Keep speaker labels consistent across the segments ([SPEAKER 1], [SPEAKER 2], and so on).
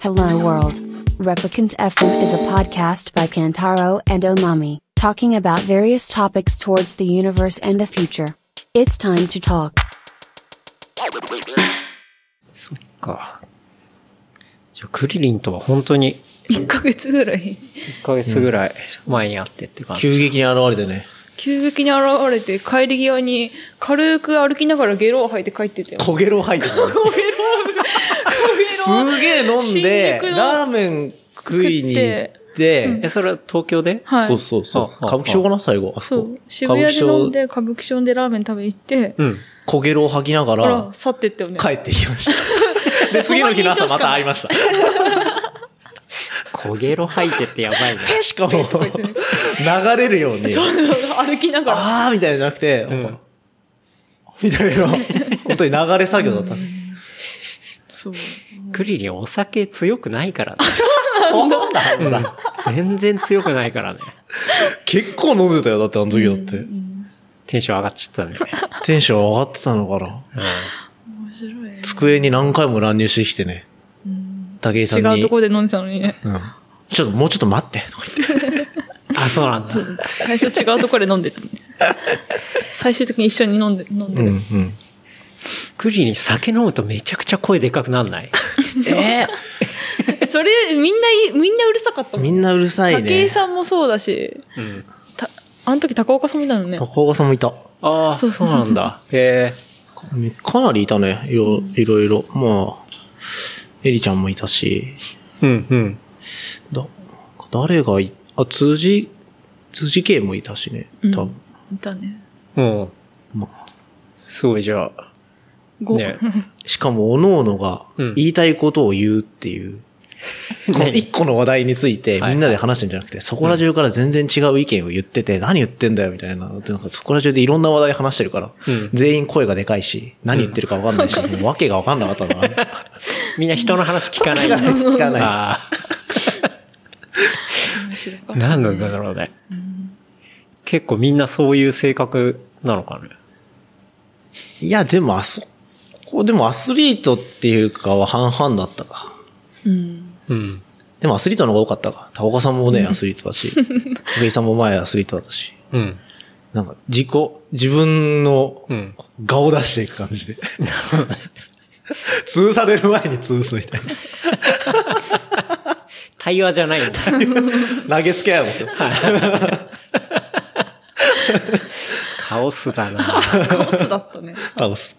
[SPEAKER 1] Hello World. Replicant FM is a podcast by Kantaro and Omami, talking about various topics towards the universe and the future. It's time to talk.
[SPEAKER 2] そっか。じゃあ、クリリンとは本当に
[SPEAKER 3] 1ヶ月ぐらい
[SPEAKER 2] 1ヶ月ぐらい前に会ってって感じ。
[SPEAKER 4] 急激に現れてね。
[SPEAKER 3] 急激に現れて帰り際に軽く歩きながらゲロを吐いて帰ってたよ
[SPEAKER 4] 焦げろ入ってた。すげえ飲んで、
[SPEAKER 3] 新宿の
[SPEAKER 4] ラーメン食いに行って、
[SPEAKER 2] え、それは東京で
[SPEAKER 3] はい
[SPEAKER 4] そうそうそう。
[SPEAKER 2] ああ
[SPEAKER 4] 歌舞伎町かな最後。
[SPEAKER 3] そ
[SPEAKER 4] あそうこ。
[SPEAKER 3] 渋谷で飲んで歌舞伎町でラーメン食べに行って、
[SPEAKER 2] うん。
[SPEAKER 4] 焦げろを吐きなが
[SPEAKER 3] あら
[SPEAKER 4] ら、
[SPEAKER 3] 去ってったよね
[SPEAKER 4] 帰ってき ました。で、次の日の朝また会いました。
[SPEAKER 2] 焦げろ吐いてってやばいね。
[SPEAKER 4] しかも、流れるように、
[SPEAKER 3] そうそう歩きながら
[SPEAKER 4] あーみたいなじゃなくて、
[SPEAKER 2] ん
[SPEAKER 4] みた いな、本当に流れ作業だった。
[SPEAKER 3] そう
[SPEAKER 2] クリリンお酒強くないからね。
[SPEAKER 4] そうなんだ。
[SPEAKER 2] 全然強くないからね。
[SPEAKER 4] 結構飲んでたよ、だってあの時だって。
[SPEAKER 2] テンション上がっちゃったね。
[SPEAKER 4] テンション上がってたのかな。
[SPEAKER 3] 面白い
[SPEAKER 4] 机に何回も乱入してきてね。武井さんに。
[SPEAKER 3] 違うとこで飲んでたのにね
[SPEAKER 4] うん。ちょっともうちょっと待って、とか言って。
[SPEAKER 2] うん。あ、そうなんだ。
[SPEAKER 3] 最初違うとこで飲んでたね最終的に一緒に飲んで飲んでる、
[SPEAKER 4] うんうん。
[SPEAKER 2] クリリン酒飲むとめちゃくちゃ声でかくなん ない
[SPEAKER 4] え
[SPEAKER 3] それみんなみんなうるさかった
[SPEAKER 4] ーみ
[SPEAKER 3] ん
[SPEAKER 4] んなうるさい
[SPEAKER 3] 武井
[SPEAKER 4] ね。
[SPEAKER 3] さんもそうだし
[SPEAKER 2] うん。
[SPEAKER 3] たあの時高岡さんみたいなのね
[SPEAKER 4] 高岡さんもいた。
[SPEAKER 2] ああ、
[SPEAKER 3] そ
[SPEAKER 2] そうう
[SPEAKER 3] そう
[SPEAKER 2] なんだ。へ
[SPEAKER 4] ねかなりいたね。いろいろいろ。まあ、エリちゃんもいたし。
[SPEAKER 2] え。うんうん。
[SPEAKER 4] だ、誰がい、あ、辻、辻系もいたしね。多分。
[SPEAKER 3] いたね
[SPEAKER 2] うん。
[SPEAKER 4] まあ、
[SPEAKER 2] すごい、じゃあ。
[SPEAKER 3] ご
[SPEAKER 2] ね
[SPEAKER 4] しかも、各々が
[SPEAKER 2] うん
[SPEAKER 4] 言いたいことを言うっ ていう。この一個の話題について
[SPEAKER 2] はい
[SPEAKER 4] みんなで話してんじゃなくて、そこら中から全然違う意見を言ってて、何言ってんだよみたいな。でなんかそこら中でいろんな話題話してるから、
[SPEAKER 2] うん
[SPEAKER 4] 全員声がでかいし、何言ってるかわかんないし、もう訳がわかんなかったな。
[SPEAKER 2] みんな 人の話聞かないんだ。
[SPEAKER 4] 聞かないです聞かないです
[SPEAKER 2] あ
[SPEAKER 3] 面白かっ
[SPEAKER 2] ー
[SPEAKER 3] た
[SPEAKER 2] なんなんだろうね。結構みんなそういう性格なのかね。
[SPEAKER 4] いや、でもあそこ、でもアスリートっていうかは半々だったか。
[SPEAKER 3] うん
[SPEAKER 2] うん。
[SPEAKER 4] でもアスリートの方が多かったか。高岡さんもね、アスリートだし、武井さんも前アスリートだったし、
[SPEAKER 2] うん。
[SPEAKER 4] なんか自己、自分の
[SPEAKER 2] うん。
[SPEAKER 4] 顔を出していく感じで。潰される前に潰すみたい
[SPEAKER 2] 対話じゃない んだ。
[SPEAKER 4] な。投げつけ合うんですよ。
[SPEAKER 2] カオスだな。
[SPEAKER 3] カオスだったね
[SPEAKER 4] 倒す。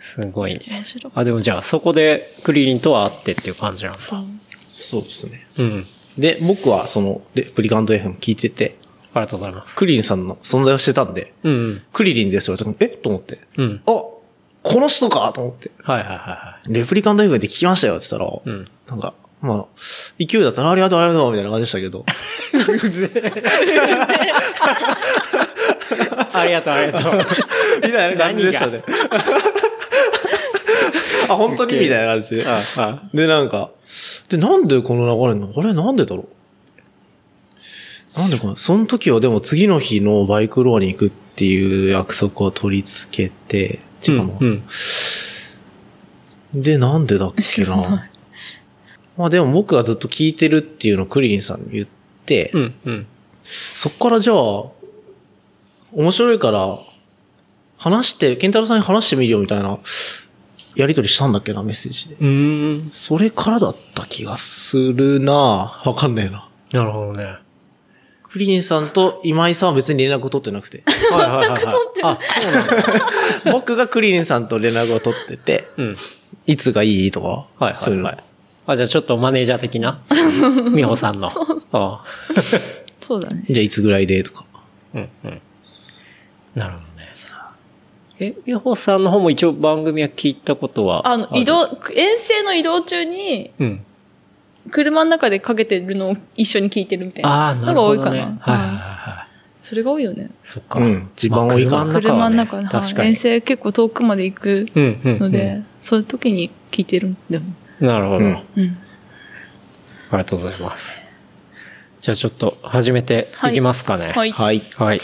[SPEAKER 2] すごいね
[SPEAKER 3] 面。白かっ
[SPEAKER 2] あ、でもじゃあそこでクリリンとは会ってっていう感じなんだ
[SPEAKER 3] た。そう
[SPEAKER 4] そうですね。
[SPEAKER 2] うん。
[SPEAKER 4] で、僕はその、レプリカント FM 聞いてて、
[SPEAKER 2] ありがとうございます。
[SPEAKER 4] クリリンさんの存在をしてたんで、
[SPEAKER 2] うん。
[SPEAKER 4] クリリンですよ。えと思って。あ
[SPEAKER 2] うん。
[SPEAKER 4] この人かと思って。
[SPEAKER 2] はいはいはいは
[SPEAKER 4] レプリカント FM で聞きましたよって言った
[SPEAKER 2] い。う
[SPEAKER 4] ら、
[SPEAKER 2] ん。
[SPEAKER 4] なんか、まあ、勢いだったらありがとうありがとうみたいな感じでしたけ ど、
[SPEAKER 2] ありがとうありがとう。
[SPEAKER 4] みたいな感じでしたね。あ、本当にみたいな感じで。
[SPEAKER 2] ああ
[SPEAKER 4] で、なんか、で、なんでこの流れなのあれ、なんでだろうなんでかなその時はでも次の日のバイクローに行くっていう約束を取り付けて、てかも
[SPEAKER 2] うんうん
[SPEAKER 4] う、で、なんでだっけなまあでも僕がずっと聞いてるっていうのをクリリンさんに言って、
[SPEAKER 2] うん。うん。
[SPEAKER 4] そっからじゃあ、面白いから、話して、ケンタロウさんに話してみるよみたいな、やりとりしたんだっけな、メッセージで。
[SPEAKER 2] うーん。
[SPEAKER 4] それからだった気がするなわかんないな。
[SPEAKER 2] なるほどね。はい
[SPEAKER 4] クリリンさんと今井さんは別に連絡を取ってなく て。
[SPEAKER 2] はい はいはい。あ、そうなんだ。
[SPEAKER 4] 僕がクリリンさんと連絡を取ってて、
[SPEAKER 2] うん。
[SPEAKER 4] いつがいいとか、
[SPEAKER 2] はい
[SPEAKER 4] そ
[SPEAKER 2] は
[SPEAKER 4] うい
[SPEAKER 2] いう
[SPEAKER 4] の
[SPEAKER 2] はい。あ、じゃあちょっとマネージャー的 な美穂さんの。ああ
[SPEAKER 3] そうだね
[SPEAKER 4] じゃあいつぐらいでとか。
[SPEAKER 2] うんうん。なるほどね。え、美穂さんの方も一応番組は聞いたことは
[SPEAKER 3] あの
[SPEAKER 2] る
[SPEAKER 3] 移。動遠征の移動中に
[SPEAKER 2] うん。
[SPEAKER 3] 車の中でかけてるのを一緒に聞いてるみたいな
[SPEAKER 2] ああ、なるほど、ね。
[SPEAKER 3] のが多い
[SPEAKER 2] は
[SPEAKER 3] かな、
[SPEAKER 2] いはいはい
[SPEAKER 3] はい
[SPEAKER 2] はい。
[SPEAKER 3] それが多いよね
[SPEAKER 2] そっか。
[SPEAKER 4] うん地盤多いから
[SPEAKER 2] まあ
[SPEAKER 3] 車の中
[SPEAKER 2] は
[SPEAKER 3] で、
[SPEAKER 2] ね
[SPEAKER 3] はい
[SPEAKER 2] 確か
[SPEAKER 3] 遠
[SPEAKER 2] に。
[SPEAKER 3] 征結構遠くまで行く
[SPEAKER 2] うんうん、う
[SPEAKER 3] の
[SPEAKER 2] ん。
[SPEAKER 3] で、そういう時に聞いてるんだよね
[SPEAKER 2] なるほど、
[SPEAKER 4] うん
[SPEAKER 2] あ
[SPEAKER 3] うん
[SPEAKER 2] りがとうございます。じゃあちょっと始めていきますかね。
[SPEAKER 3] はい、
[SPEAKER 4] はい。
[SPEAKER 2] はい。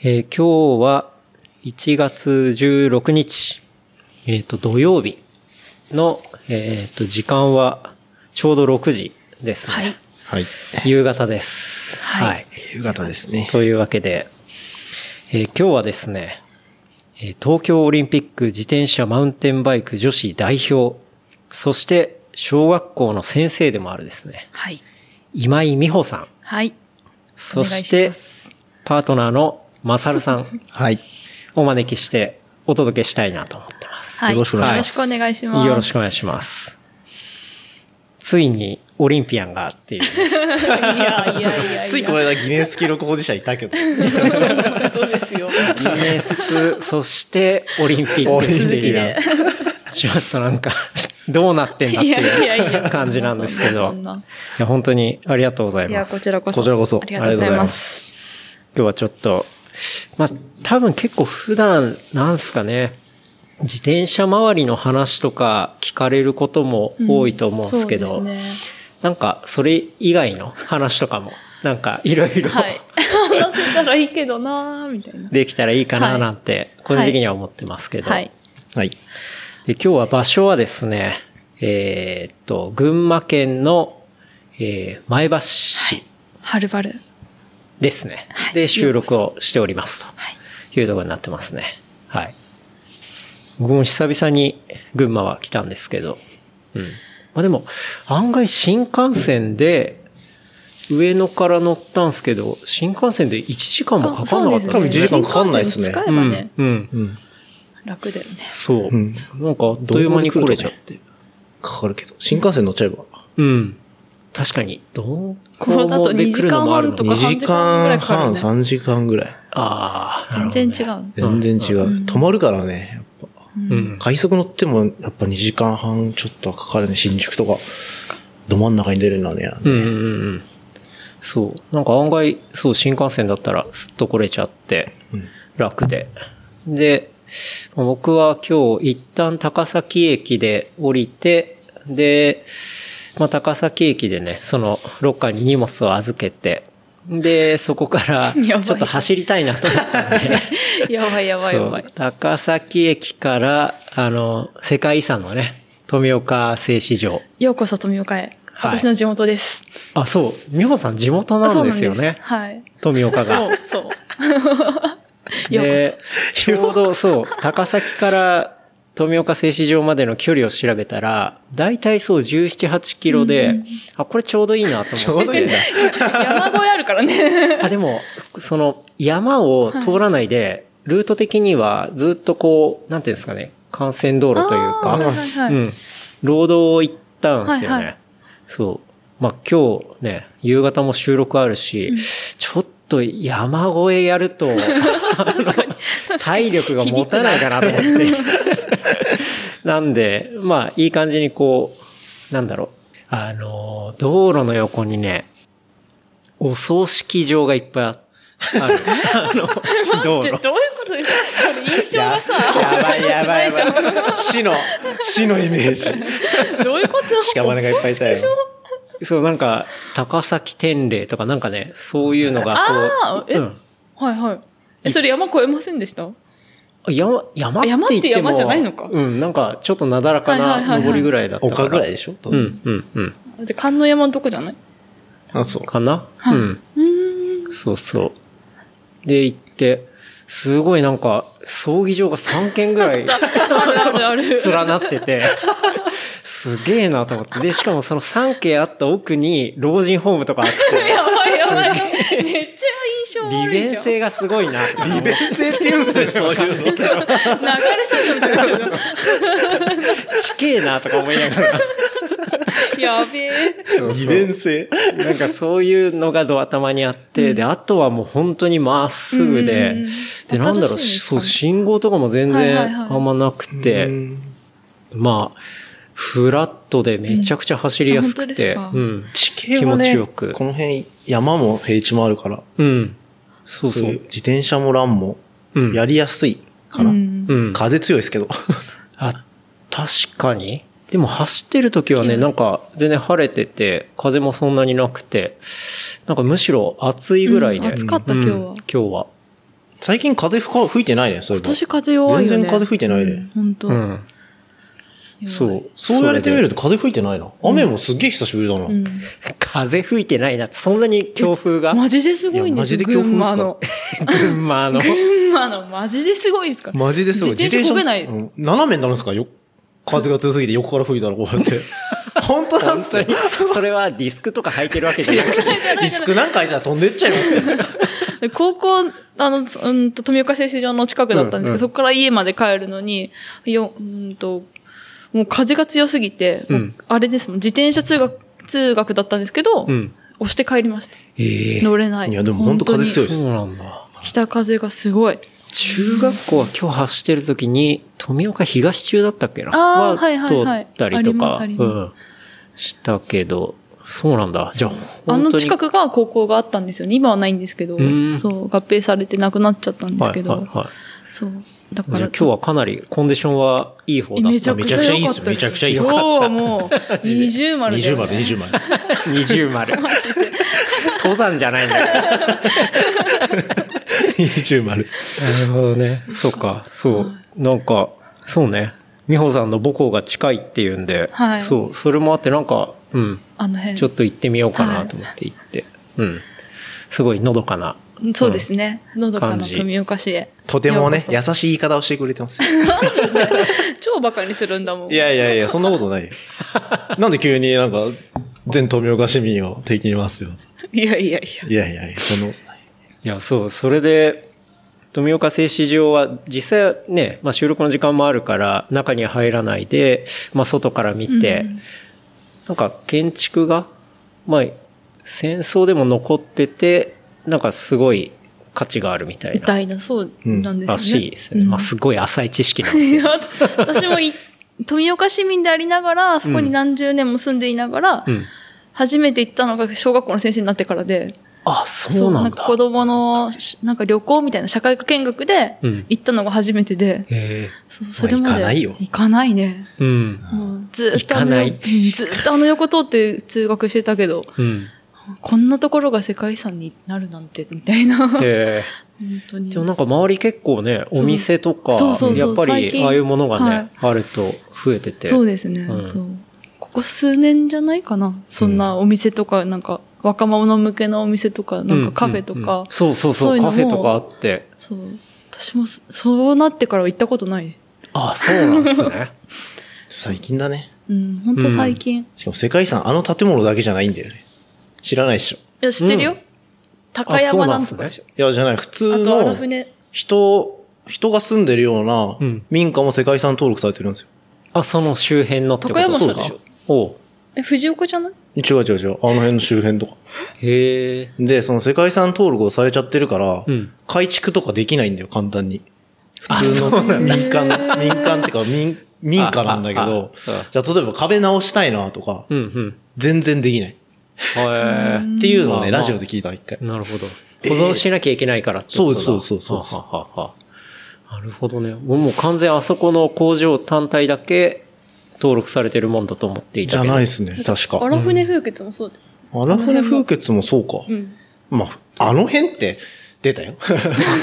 [SPEAKER 2] えー今日は1月16日、えっ、と、土曜日の、えっと、時間はちょうど6時ですね。
[SPEAKER 3] はい。
[SPEAKER 4] はい。
[SPEAKER 2] 夕方です。
[SPEAKER 3] はい
[SPEAKER 2] い
[SPEAKER 4] 夕方ですね。
[SPEAKER 2] というわけで、えー今日はですね、えー東京オリンピック自転車マウンテンバイク女子代表、そして小学校の先生でもあるですね、
[SPEAKER 3] はい。
[SPEAKER 2] 今井美穂さん、
[SPEAKER 3] はい。
[SPEAKER 2] そし
[SPEAKER 3] お願い
[SPEAKER 2] て
[SPEAKER 3] します
[SPEAKER 2] パートナーのマサルさん
[SPEAKER 4] はい。
[SPEAKER 2] をお招きしてお届けしたいなと思ってます。
[SPEAKER 3] はい
[SPEAKER 4] よろしくお願いします
[SPEAKER 3] よろしくお願いします。
[SPEAKER 2] よろしくお願いします。ついにオリンピアンがっていう。
[SPEAKER 3] ます。いやいやいやいや。
[SPEAKER 4] ついこの間ギネス記録保持者いたけど。
[SPEAKER 3] そうですよ。
[SPEAKER 2] ギネス、そしてオリンピックって
[SPEAKER 4] オリンピ
[SPEAKER 2] いう
[SPEAKER 4] ッ。
[SPEAKER 2] ちょっとなんか、どうなってんだって
[SPEAKER 3] いやいやい
[SPEAKER 2] いう
[SPEAKER 3] や。
[SPEAKER 2] 感じなんですけど。
[SPEAKER 3] そんない
[SPEAKER 2] や、本当にありがとうござい
[SPEAKER 3] いや、
[SPEAKER 2] ま
[SPEAKER 3] こ
[SPEAKER 2] す。
[SPEAKER 3] ちらこそ。
[SPEAKER 4] こちらこそ
[SPEAKER 3] ありがとうございます。
[SPEAKER 4] す。
[SPEAKER 2] 今日はちょっと、まあ、多分結構普段、なんすかね、自転車周りの話とか聞かれることも多いと思うんですけど、
[SPEAKER 3] そうですね
[SPEAKER 2] なんかそれ以外の話とかも、なんかいろいろ
[SPEAKER 3] はい。話せたらいいけどなーみたいな。
[SPEAKER 2] できたらいいかな
[SPEAKER 3] はい
[SPEAKER 2] なんて、個人的には思ってますけど、
[SPEAKER 3] はい。
[SPEAKER 4] はい。
[SPEAKER 2] で今日は場所はですね、えーっと、群馬県の、えー前橋市
[SPEAKER 3] はるばる。
[SPEAKER 2] ですね。
[SPEAKER 3] はい
[SPEAKER 2] で、収録をしております
[SPEAKER 3] はい
[SPEAKER 2] というところになってますね。はい。僕も久々に群馬は来たんですけど、うん。まあでも、案外新幹線で、上野から乗ったんですけど、新幹線で1時間もかかんなかった
[SPEAKER 4] 多分
[SPEAKER 2] です
[SPEAKER 4] 1時間かかんないですね
[SPEAKER 3] 新幹
[SPEAKER 2] う
[SPEAKER 3] 線使えば
[SPEAKER 2] ん
[SPEAKER 3] ね、、
[SPEAKER 2] うん。
[SPEAKER 4] うん。
[SPEAKER 3] 楽だよね。
[SPEAKER 2] そう。
[SPEAKER 4] うん
[SPEAKER 2] なんかあっという間に来れちゃって。
[SPEAKER 4] かかるけど。新幹線乗っちゃえば。
[SPEAKER 2] うん。確かに。ど
[SPEAKER 3] こ
[SPEAKER 2] こ
[SPEAKER 3] うだと
[SPEAKER 2] で来るのもあるの
[SPEAKER 3] 二時
[SPEAKER 2] に
[SPEAKER 3] 間半とか
[SPEAKER 4] 2時間半、
[SPEAKER 3] 三時間
[SPEAKER 4] 3時間ぐらい。
[SPEAKER 2] ああ、なるほどね
[SPEAKER 3] 全然違う。
[SPEAKER 4] 全然違う。止まるからね。やっぱ。
[SPEAKER 2] うん。
[SPEAKER 4] 快速乗っても、やっぱ2時間半ちょっとはかかるね。新宿とか。ど真ん中に出るのはね。
[SPEAKER 2] うんうんうんうん。そう。なんか案外、そう、新幹線だったらすっと来れちゃって、楽で。で、僕は今日一旦高崎駅で降りて、で、まあ、高崎駅でね、そのロッカーに荷物を預けて、で、そこから、
[SPEAKER 3] やばい
[SPEAKER 2] ちょっと走りたいなと思ったんで、
[SPEAKER 3] やばいやばいやばい
[SPEAKER 2] そう。高崎駅から、あの、世界遺産のね、富岡製糸場。
[SPEAKER 3] ようこそ富岡へ。
[SPEAKER 2] はい
[SPEAKER 3] 私の地元です。
[SPEAKER 2] あ、そう。美穂さん地元な
[SPEAKER 3] そ
[SPEAKER 2] ん
[SPEAKER 3] う
[SPEAKER 2] ですよ
[SPEAKER 3] なん
[SPEAKER 2] ね
[SPEAKER 3] で。すはい。
[SPEAKER 2] 富岡が。
[SPEAKER 3] そう、そう。ようこ
[SPEAKER 2] で、ちょうどそう、高崎から富岡製糸場までの距離を調べたら、だいたいそう17、8キロで、あ、これちょうどいいなと思って。
[SPEAKER 4] ちょうどいいんだ。
[SPEAKER 3] そ。山越えあるからね。
[SPEAKER 2] あ、でも、その、山を通らないで、ルート的にはずっとこう、なんていうんですかね、幹線道路というか、
[SPEAKER 3] あーはいはいはい
[SPEAKER 2] うん。ロードを行ったんですよね。
[SPEAKER 3] はいはい
[SPEAKER 2] そう。まあ、今日ね、夕方も収録あるし、ちょっと山越えやる と、 体力が持たないかなと思って。 なんで、まあ、いい感じにこう、なんだろう。あの、道路の横にね、お葬式場がいっぱいああ る。あの、道
[SPEAKER 3] ってどういう
[SPEAKER 2] 路。
[SPEAKER 3] ことですかそれ印象がさ、
[SPEAKER 4] やばいやばいやばい。死の、死のイメージ。
[SPEAKER 3] どういうこと
[SPEAKER 4] 屍がいっぱいいたよ。
[SPEAKER 2] そう、なんか、高崎天霊とかなんかね、そういうのがこ
[SPEAKER 3] あー
[SPEAKER 2] う、
[SPEAKER 3] え
[SPEAKER 2] うん。
[SPEAKER 3] はいはい。え、それ山越えませんでした
[SPEAKER 2] 山、山って言っても
[SPEAKER 3] 山って山じゃないのか
[SPEAKER 2] うん、なんか、ちょっとなだらか
[SPEAKER 3] はいはいはいは
[SPEAKER 2] ない登りぐらいだったから。
[SPEAKER 4] 丘ぐらい
[SPEAKER 2] い
[SPEAKER 4] でしょ
[SPEAKER 2] う。ん、うん、うん。
[SPEAKER 3] で、観音山のとこじ ゃない
[SPEAKER 4] あ、そう。
[SPEAKER 2] かな、
[SPEAKER 3] はい
[SPEAKER 2] うん。
[SPEAKER 3] うーん。
[SPEAKER 2] そうそう。で、行って、すごいなんか、葬儀場が3軒ぐらい
[SPEAKER 3] あるあるある。
[SPEAKER 2] 連なってて、すげえなと思って。で、しかもその3軒あった奥に老人ホームとかあって、
[SPEAKER 3] やばいやばい。めっちゃ印象
[SPEAKER 2] 利
[SPEAKER 3] 悪い
[SPEAKER 2] 便
[SPEAKER 3] じゃん。
[SPEAKER 2] 性がすごいなと思って。
[SPEAKER 4] 性って言うんですね、そういう の。
[SPEAKER 3] 流れ作業の印象が。
[SPEAKER 2] ちけえなとか思いながら。
[SPEAKER 3] やべえ。
[SPEAKER 4] 利便性。
[SPEAKER 2] なんかそういうのがど頭にあって、で、あとはもう本当にまっすぐで、
[SPEAKER 3] うん
[SPEAKER 2] で、なんだろう、
[SPEAKER 3] 新しいですか
[SPEAKER 2] そ
[SPEAKER 3] ね
[SPEAKER 2] う、信号とかも全
[SPEAKER 3] はいはい
[SPEAKER 2] 然
[SPEAKER 3] はい
[SPEAKER 2] あんまなくて、
[SPEAKER 4] うん
[SPEAKER 2] まあ、フラットでめちゃくちゃ走りやすくて、
[SPEAKER 3] うんあ本
[SPEAKER 2] う
[SPEAKER 3] 当
[SPEAKER 2] ん。
[SPEAKER 4] 地形はね、
[SPEAKER 2] 気持ちよく
[SPEAKER 4] この辺山も平地もあるから、
[SPEAKER 2] うん。そう
[SPEAKER 4] そう
[SPEAKER 2] そ
[SPEAKER 4] いう
[SPEAKER 2] う。
[SPEAKER 4] 自転車もランも
[SPEAKER 2] うん。
[SPEAKER 4] やりやすいから、
[SPEAKER 3] うん
[SPEAKER 2] うん。
[SPEAKER 4] 風強いですけど。
[SPEAKER 2] あ、確かに。でも走ってる時はね、なんか全然晴れてて、風もそんなになくて、なんかむしろ暑いぐらいで。
[SPEAKER 3] うん暑かった今日は
[SPEAKER 2] うん今日は。
[SPEAKER 4] 最近風吹か吹いてないね、そういえば。
[SPEAKER 3] 私風弱いよね。
[SPEAKER 4] 全然風吹いてないね
[SPEAKER 3] うん。本当。
[SPEAKER 2] うん。そう。
[SPEAKER 4] そうやれてみる
[SPEAKER 2] と。
[SPEAKER 4] と風吹いてないな。雨もすっげえ久しぶりだな。
[SPEAKER 3] うん。
[SPEAKER 2] 風吹いてないなって、そんなに強風が。
[SPEAKER 3] マジですごいんです
[SPEAKER 4] いやマジで強
[SPEAKER 3] 群
[SPEAKER 4] 風っすか
[SPEAKER 3] 馬の。
[SPEAKER 2] 群馬の。
[SPEAKER 3] 群馬のマジですごいですか
[SPEAKER 4] マジですごい。
[SPEAKER 3] 自転車
[SPEAKER 4] 自
[SPEAKER 3] 漕げない
[SPEAKER 4] うん斜めになるんですかよ風が強すぎて横から吹いたらこうや って。本当なん
[SPEAKER 2] 本
[SPEAKER 4] です
[SPEAKER 2] 当
[SPEAKER 4] よ。
[SPEAKER 2] に。それはディスクとか履いてるわけじゃ なくて。
[SPEAKER 4] リスクなんかいたら飛んでっちゃいますよ。
[SPEAKER 3] 高校、あの、そうんと、富岡製糸場の近くだったんで
[SPEAKER 2] うん
[SPEAKER 3] すけど、
[SPEAKER 2] うん
[SPEAKER 3] そこから家まで帰るのに、よ、うんと、もう風が強すぎて、
[SPEAKER 2] うん
[SPEAKER 3] あれですもん、自転車通学、通学だったんですけど、
[SPEAKER 2] うん。
[SPEAKER 3] 押して帰りました。
[SPEAKER 2] ええ
[SPEAKER 3] 乗れない。
[SPEAKER 4] いやでも本当風強い
[SPEAKER 3] に
[SPEAKER 4] です
[SPEAKER 2] そうなんだ。
[SPEAKER 3] 北風がすごい。
[SPEAKER 2] 中学校は今日走ってる時に、富岡東中だったっけな
[SPEAKER 3] あーはいはいはい
[SPEAKER 2] 通ったりとか、
[SPEAKER 3] ありますあり
[SPEAKER 2] う
[SPEAKER 3] ます
[SPEAKER 2] ん。したけど、そうなんだ。じゃあ、
[SPEAKER 3] あ
[SPEAKER 2] 本
[SPEAKER 3] の
[SPEAKER 2] 当に
[SPEAKER 3] 近くが高校があったんですよね。今はないんですけど、
[SPEAKER 2] うん
[SPEAKER 3] そう、合併されてなくなっちゃったんですけど、
[SPEAKER 2] はいはいはい
[SPEAKER 3] そう。だか
[SPEAKER 2] じゃあ
[SPEAKER 3] ら、
[SPEAKER 2] 今日はかなりコンディションはいい方だった。
[SPEAKER 3] めちゃくちゃ良かった
[SPEAKER 4] めちゃくちゃいいっすめちゃくちゃいいっす
[SPEAKER 3] そう、もう、 二重丸だ
[SPEAKER 4] 20
[SPEAKER 3] よ
[SPEAKER 4] 丸、
[SPEAKER 3] ね。
[SPEAKER 4] 20丸。
[SPEAKER 2] 二重丸。 登山じゃないんだよ。
[SPEAKER 4] 20丸。
[SPEAKER 2] なるほどね。そうか、そう。なんか、そうね。美穂さんの母校が近いっていうんで、
[SPEAKER 3] はい
[SPEAKER 2] そう、それもあってなんか、うん、
[SPEAKER 3] あの辺。
[SPEAKER 2] ちょっと行ってみようかなと思って行って、うん。すごいのどかな。
[SPEAKER 3] そうですね。のどか
[SPEAKER 2] 感
[SPEAKER 3] な
[SPEAKER 2] じ
[SPEAKER 3] 富岡市へ。
[SPEAKER 4] とても
[SPEAKER 3] よ
[SPEAKER 4] ね
[SPEAKER 3] う、こ
[SPEAKER 4] 優しい言い方をしてくれてます。
[SPEAKER 3] 超馬鹿にするんだもん。
[SPEAKER 4] いやいやいや、そんなことないよ。なんで急になんか、全富岡市民を敵に回すよ。
[SPEAKER 3] いやいやい
[SPEAKER 4] いやいやいや、そんなことない。
[SPEAKER 2] いや、そう、それで、富岡製糸場は実際ね、まあ、収録の時間もあるから中には入らないで、まあ、外から見て、
[SPEAKER 3] うん
[SPEAKER 2] なんか建築が、まあ、戦争でも残ってて、なんかすごい価値があるみたい
[SPEAKER 3] み
[SPEAKER 2] な
[SPEAKER 3] たいな、そうなんですよね。
[SPEAKER 2] らしいですね。まあ、すごい浅い知識なんです
[SPEAKER 3] い
[SPEAKER 2] け
[SPEAKER 3] や
[SPEAKER 2] ど。
[SPEAKER 3] 私もい富岡市民でありながら、そこに何十年も住んでいながら、
[SPEAKER 2] うん。
[SPEAKER 3] 初めて行ったのが小学校の先生になってからで、
[SPEAKER 2] あ、そうなんだ
[SPEAKER 3] か。子供の、しなんか旅行みたいな社会科見学で
[SPEAKER 2] うん
[SPEAKER 3] 行ったのが初めてで、
[SPEAKER 2] え
[SPEAKER 3] そうそれまで。
[SPEAKER 4] 行かないよ
[SPEAKER 3] 行かないね。
[SPEAKER 2] えうん。
[SPEAKER 3] もうずーっとあ
[SPEAKER 2] 行か
[SPEAKER 3] の、
[SPEAKER 2] な
[SPEAKER 3] う
[SPEAKER 2] い
[SPEAKER 3] んずーっとあの横通って通学してたけど、
[SPEAKER 2] うん。
[SPEAKER 3] こんなところが世界遺産になるなんて、みたいな。 本
[SPEAKER 2] ええ
[SPEAKER 3] 当に。
[SPEAKER 2] でもなんか周り結構ね、お店とか
[SPEAKER 3] そうそうそう、
[SPEAKER 2] やっぱ
[SPEAKER 3] 最
[SPEAKER 2] り
[SPEAKER 3] 近
[SPEAKER 2] ああいうものがね、
[SPEAKER 3] はい
[SPEAKER 2] あると増えてて。
[SPEAKER 3] そうですね、
[SPEAKER 2] うん
[SPEAKER 3] そう。ここ数年じゃないかな。そんなお店とか、なんか、若者向けのお店とか、なんかカフェとか。
[SPEAKER 2] うんうんうんそうそう
[SPEAKER 3] そ
[SPEAKER 2] そう
[SPEAKER 3] いう
[SPEAKER 2] う、
[SPEAKER 3] の
[SPEAKER 2] カ
[SPEAKER 3] も
[SPEAKER 2] フェとかあって。
[SPEAKER 3] そう。私もそ、そうなってから行ったことない。
[SPEAKER 2] あ、そうなんですね。
[SPEAKER 4] 最近だね。
[SPEAKER 3] うん、ほんと最近。い
[SPEAKER 4] しかも世界遺産、あの建物だけじゃないんだよね。知らないっしょ。
[SPEAKER 3] や、知ってるよ。
[SPEAKER 2] うん
[SPEAKER 3] 高
[SPEAKER 2] あそ
[SPEAKER 3] 山
[SPEAKER 2] う
[SPEAKER 3] な
[SPEAKER 2] なん
[SPEAKER 3] ん
[SPEAKER 2] です
[SPEAKER 3] と
[SPEAKER 2] ね
[SPEAKER 3] かでしょ。
[SPEAKER 4] いや、じゃない。普
[SPEAKER 3] あ
[SPEAKER 4] 通
[SPEAKER 3] と、あの
[SPEAKER 4] の
[SPEAKER 3] 船。
[SPEAKER 4] 人、人が住んでるような
[SPEAKER 2] うん
[SPEAKER 4] 民家も世界遺産登録されてるんですよ。
[SPEAKER 2] あ、その周辺のってこと
[SPEAKER 3] 高山さん
[SPEAKER 2] そうでしょ。おう
[SPEAKER 3] え、藤岡じゃない
[SPEAKER 4] 違う違う違う。あの辺の周辺とか。
[SPEAKER 2] へえ。
[SPEAKER 4] で、その世界遺産登録をされちゃってるから、
[SPEAKER 2] うん
[SPEAKER 4] 改築とかできないんだよ、簡単に。
[SPEAKER 2] あ
[SPEAKER 4] 普通
[SPEAKER 2] そ
[SPEAKER 4] の
[SPEAKER 2] うなんだ
[SPEAKER 4] 民間、民間ってか民、民家なんだけ
[SPEAKER 2] ああ
[SPEAKER 4] ど
[SPEAKER 2] ああ、
[SPEAKER 4] じゃあ例えば壁直したいなとか、
[SPEAKER 2] うんうん。
[SPEAKER 4] 全然できない。
[SPEAKER 2] へ
[SPEAKER 4] っていうのを
[SPEAKER 2] う
[SPEAKER 4] ね、
[SPEAKER 2] ん
[SPEAKER 4] ラジオで聞いた一回
[SPEAKER 2] え。。なるほど。保存しなきゃいけないからってことだ、
[SPEAKER 4] ええそうそうそうそう
[SPEAKER 2] ははははなるほどね。もうもう完全あそこの工場単体だけ登録されてるもんだと思ってい
[SPEAKER 4] じ
[SPEAKER 2] た
[SPEAKER 4] ゃ
[SPEAKER 2] けど。
[SPEAKER 4] ない
[SPEAKER 2] い。
[SPEAKER 4] ですね、確
[SPEAKER 3] あ
[SPEAKER 4] か。
[SPEAKER 3] ら船風穴もそうです。
[SPEAKER 4] 荒船風穴もそうか。
[SPEAKER 3] うん。
[SPEAKER 4] まあ、あの辺って、出たよ。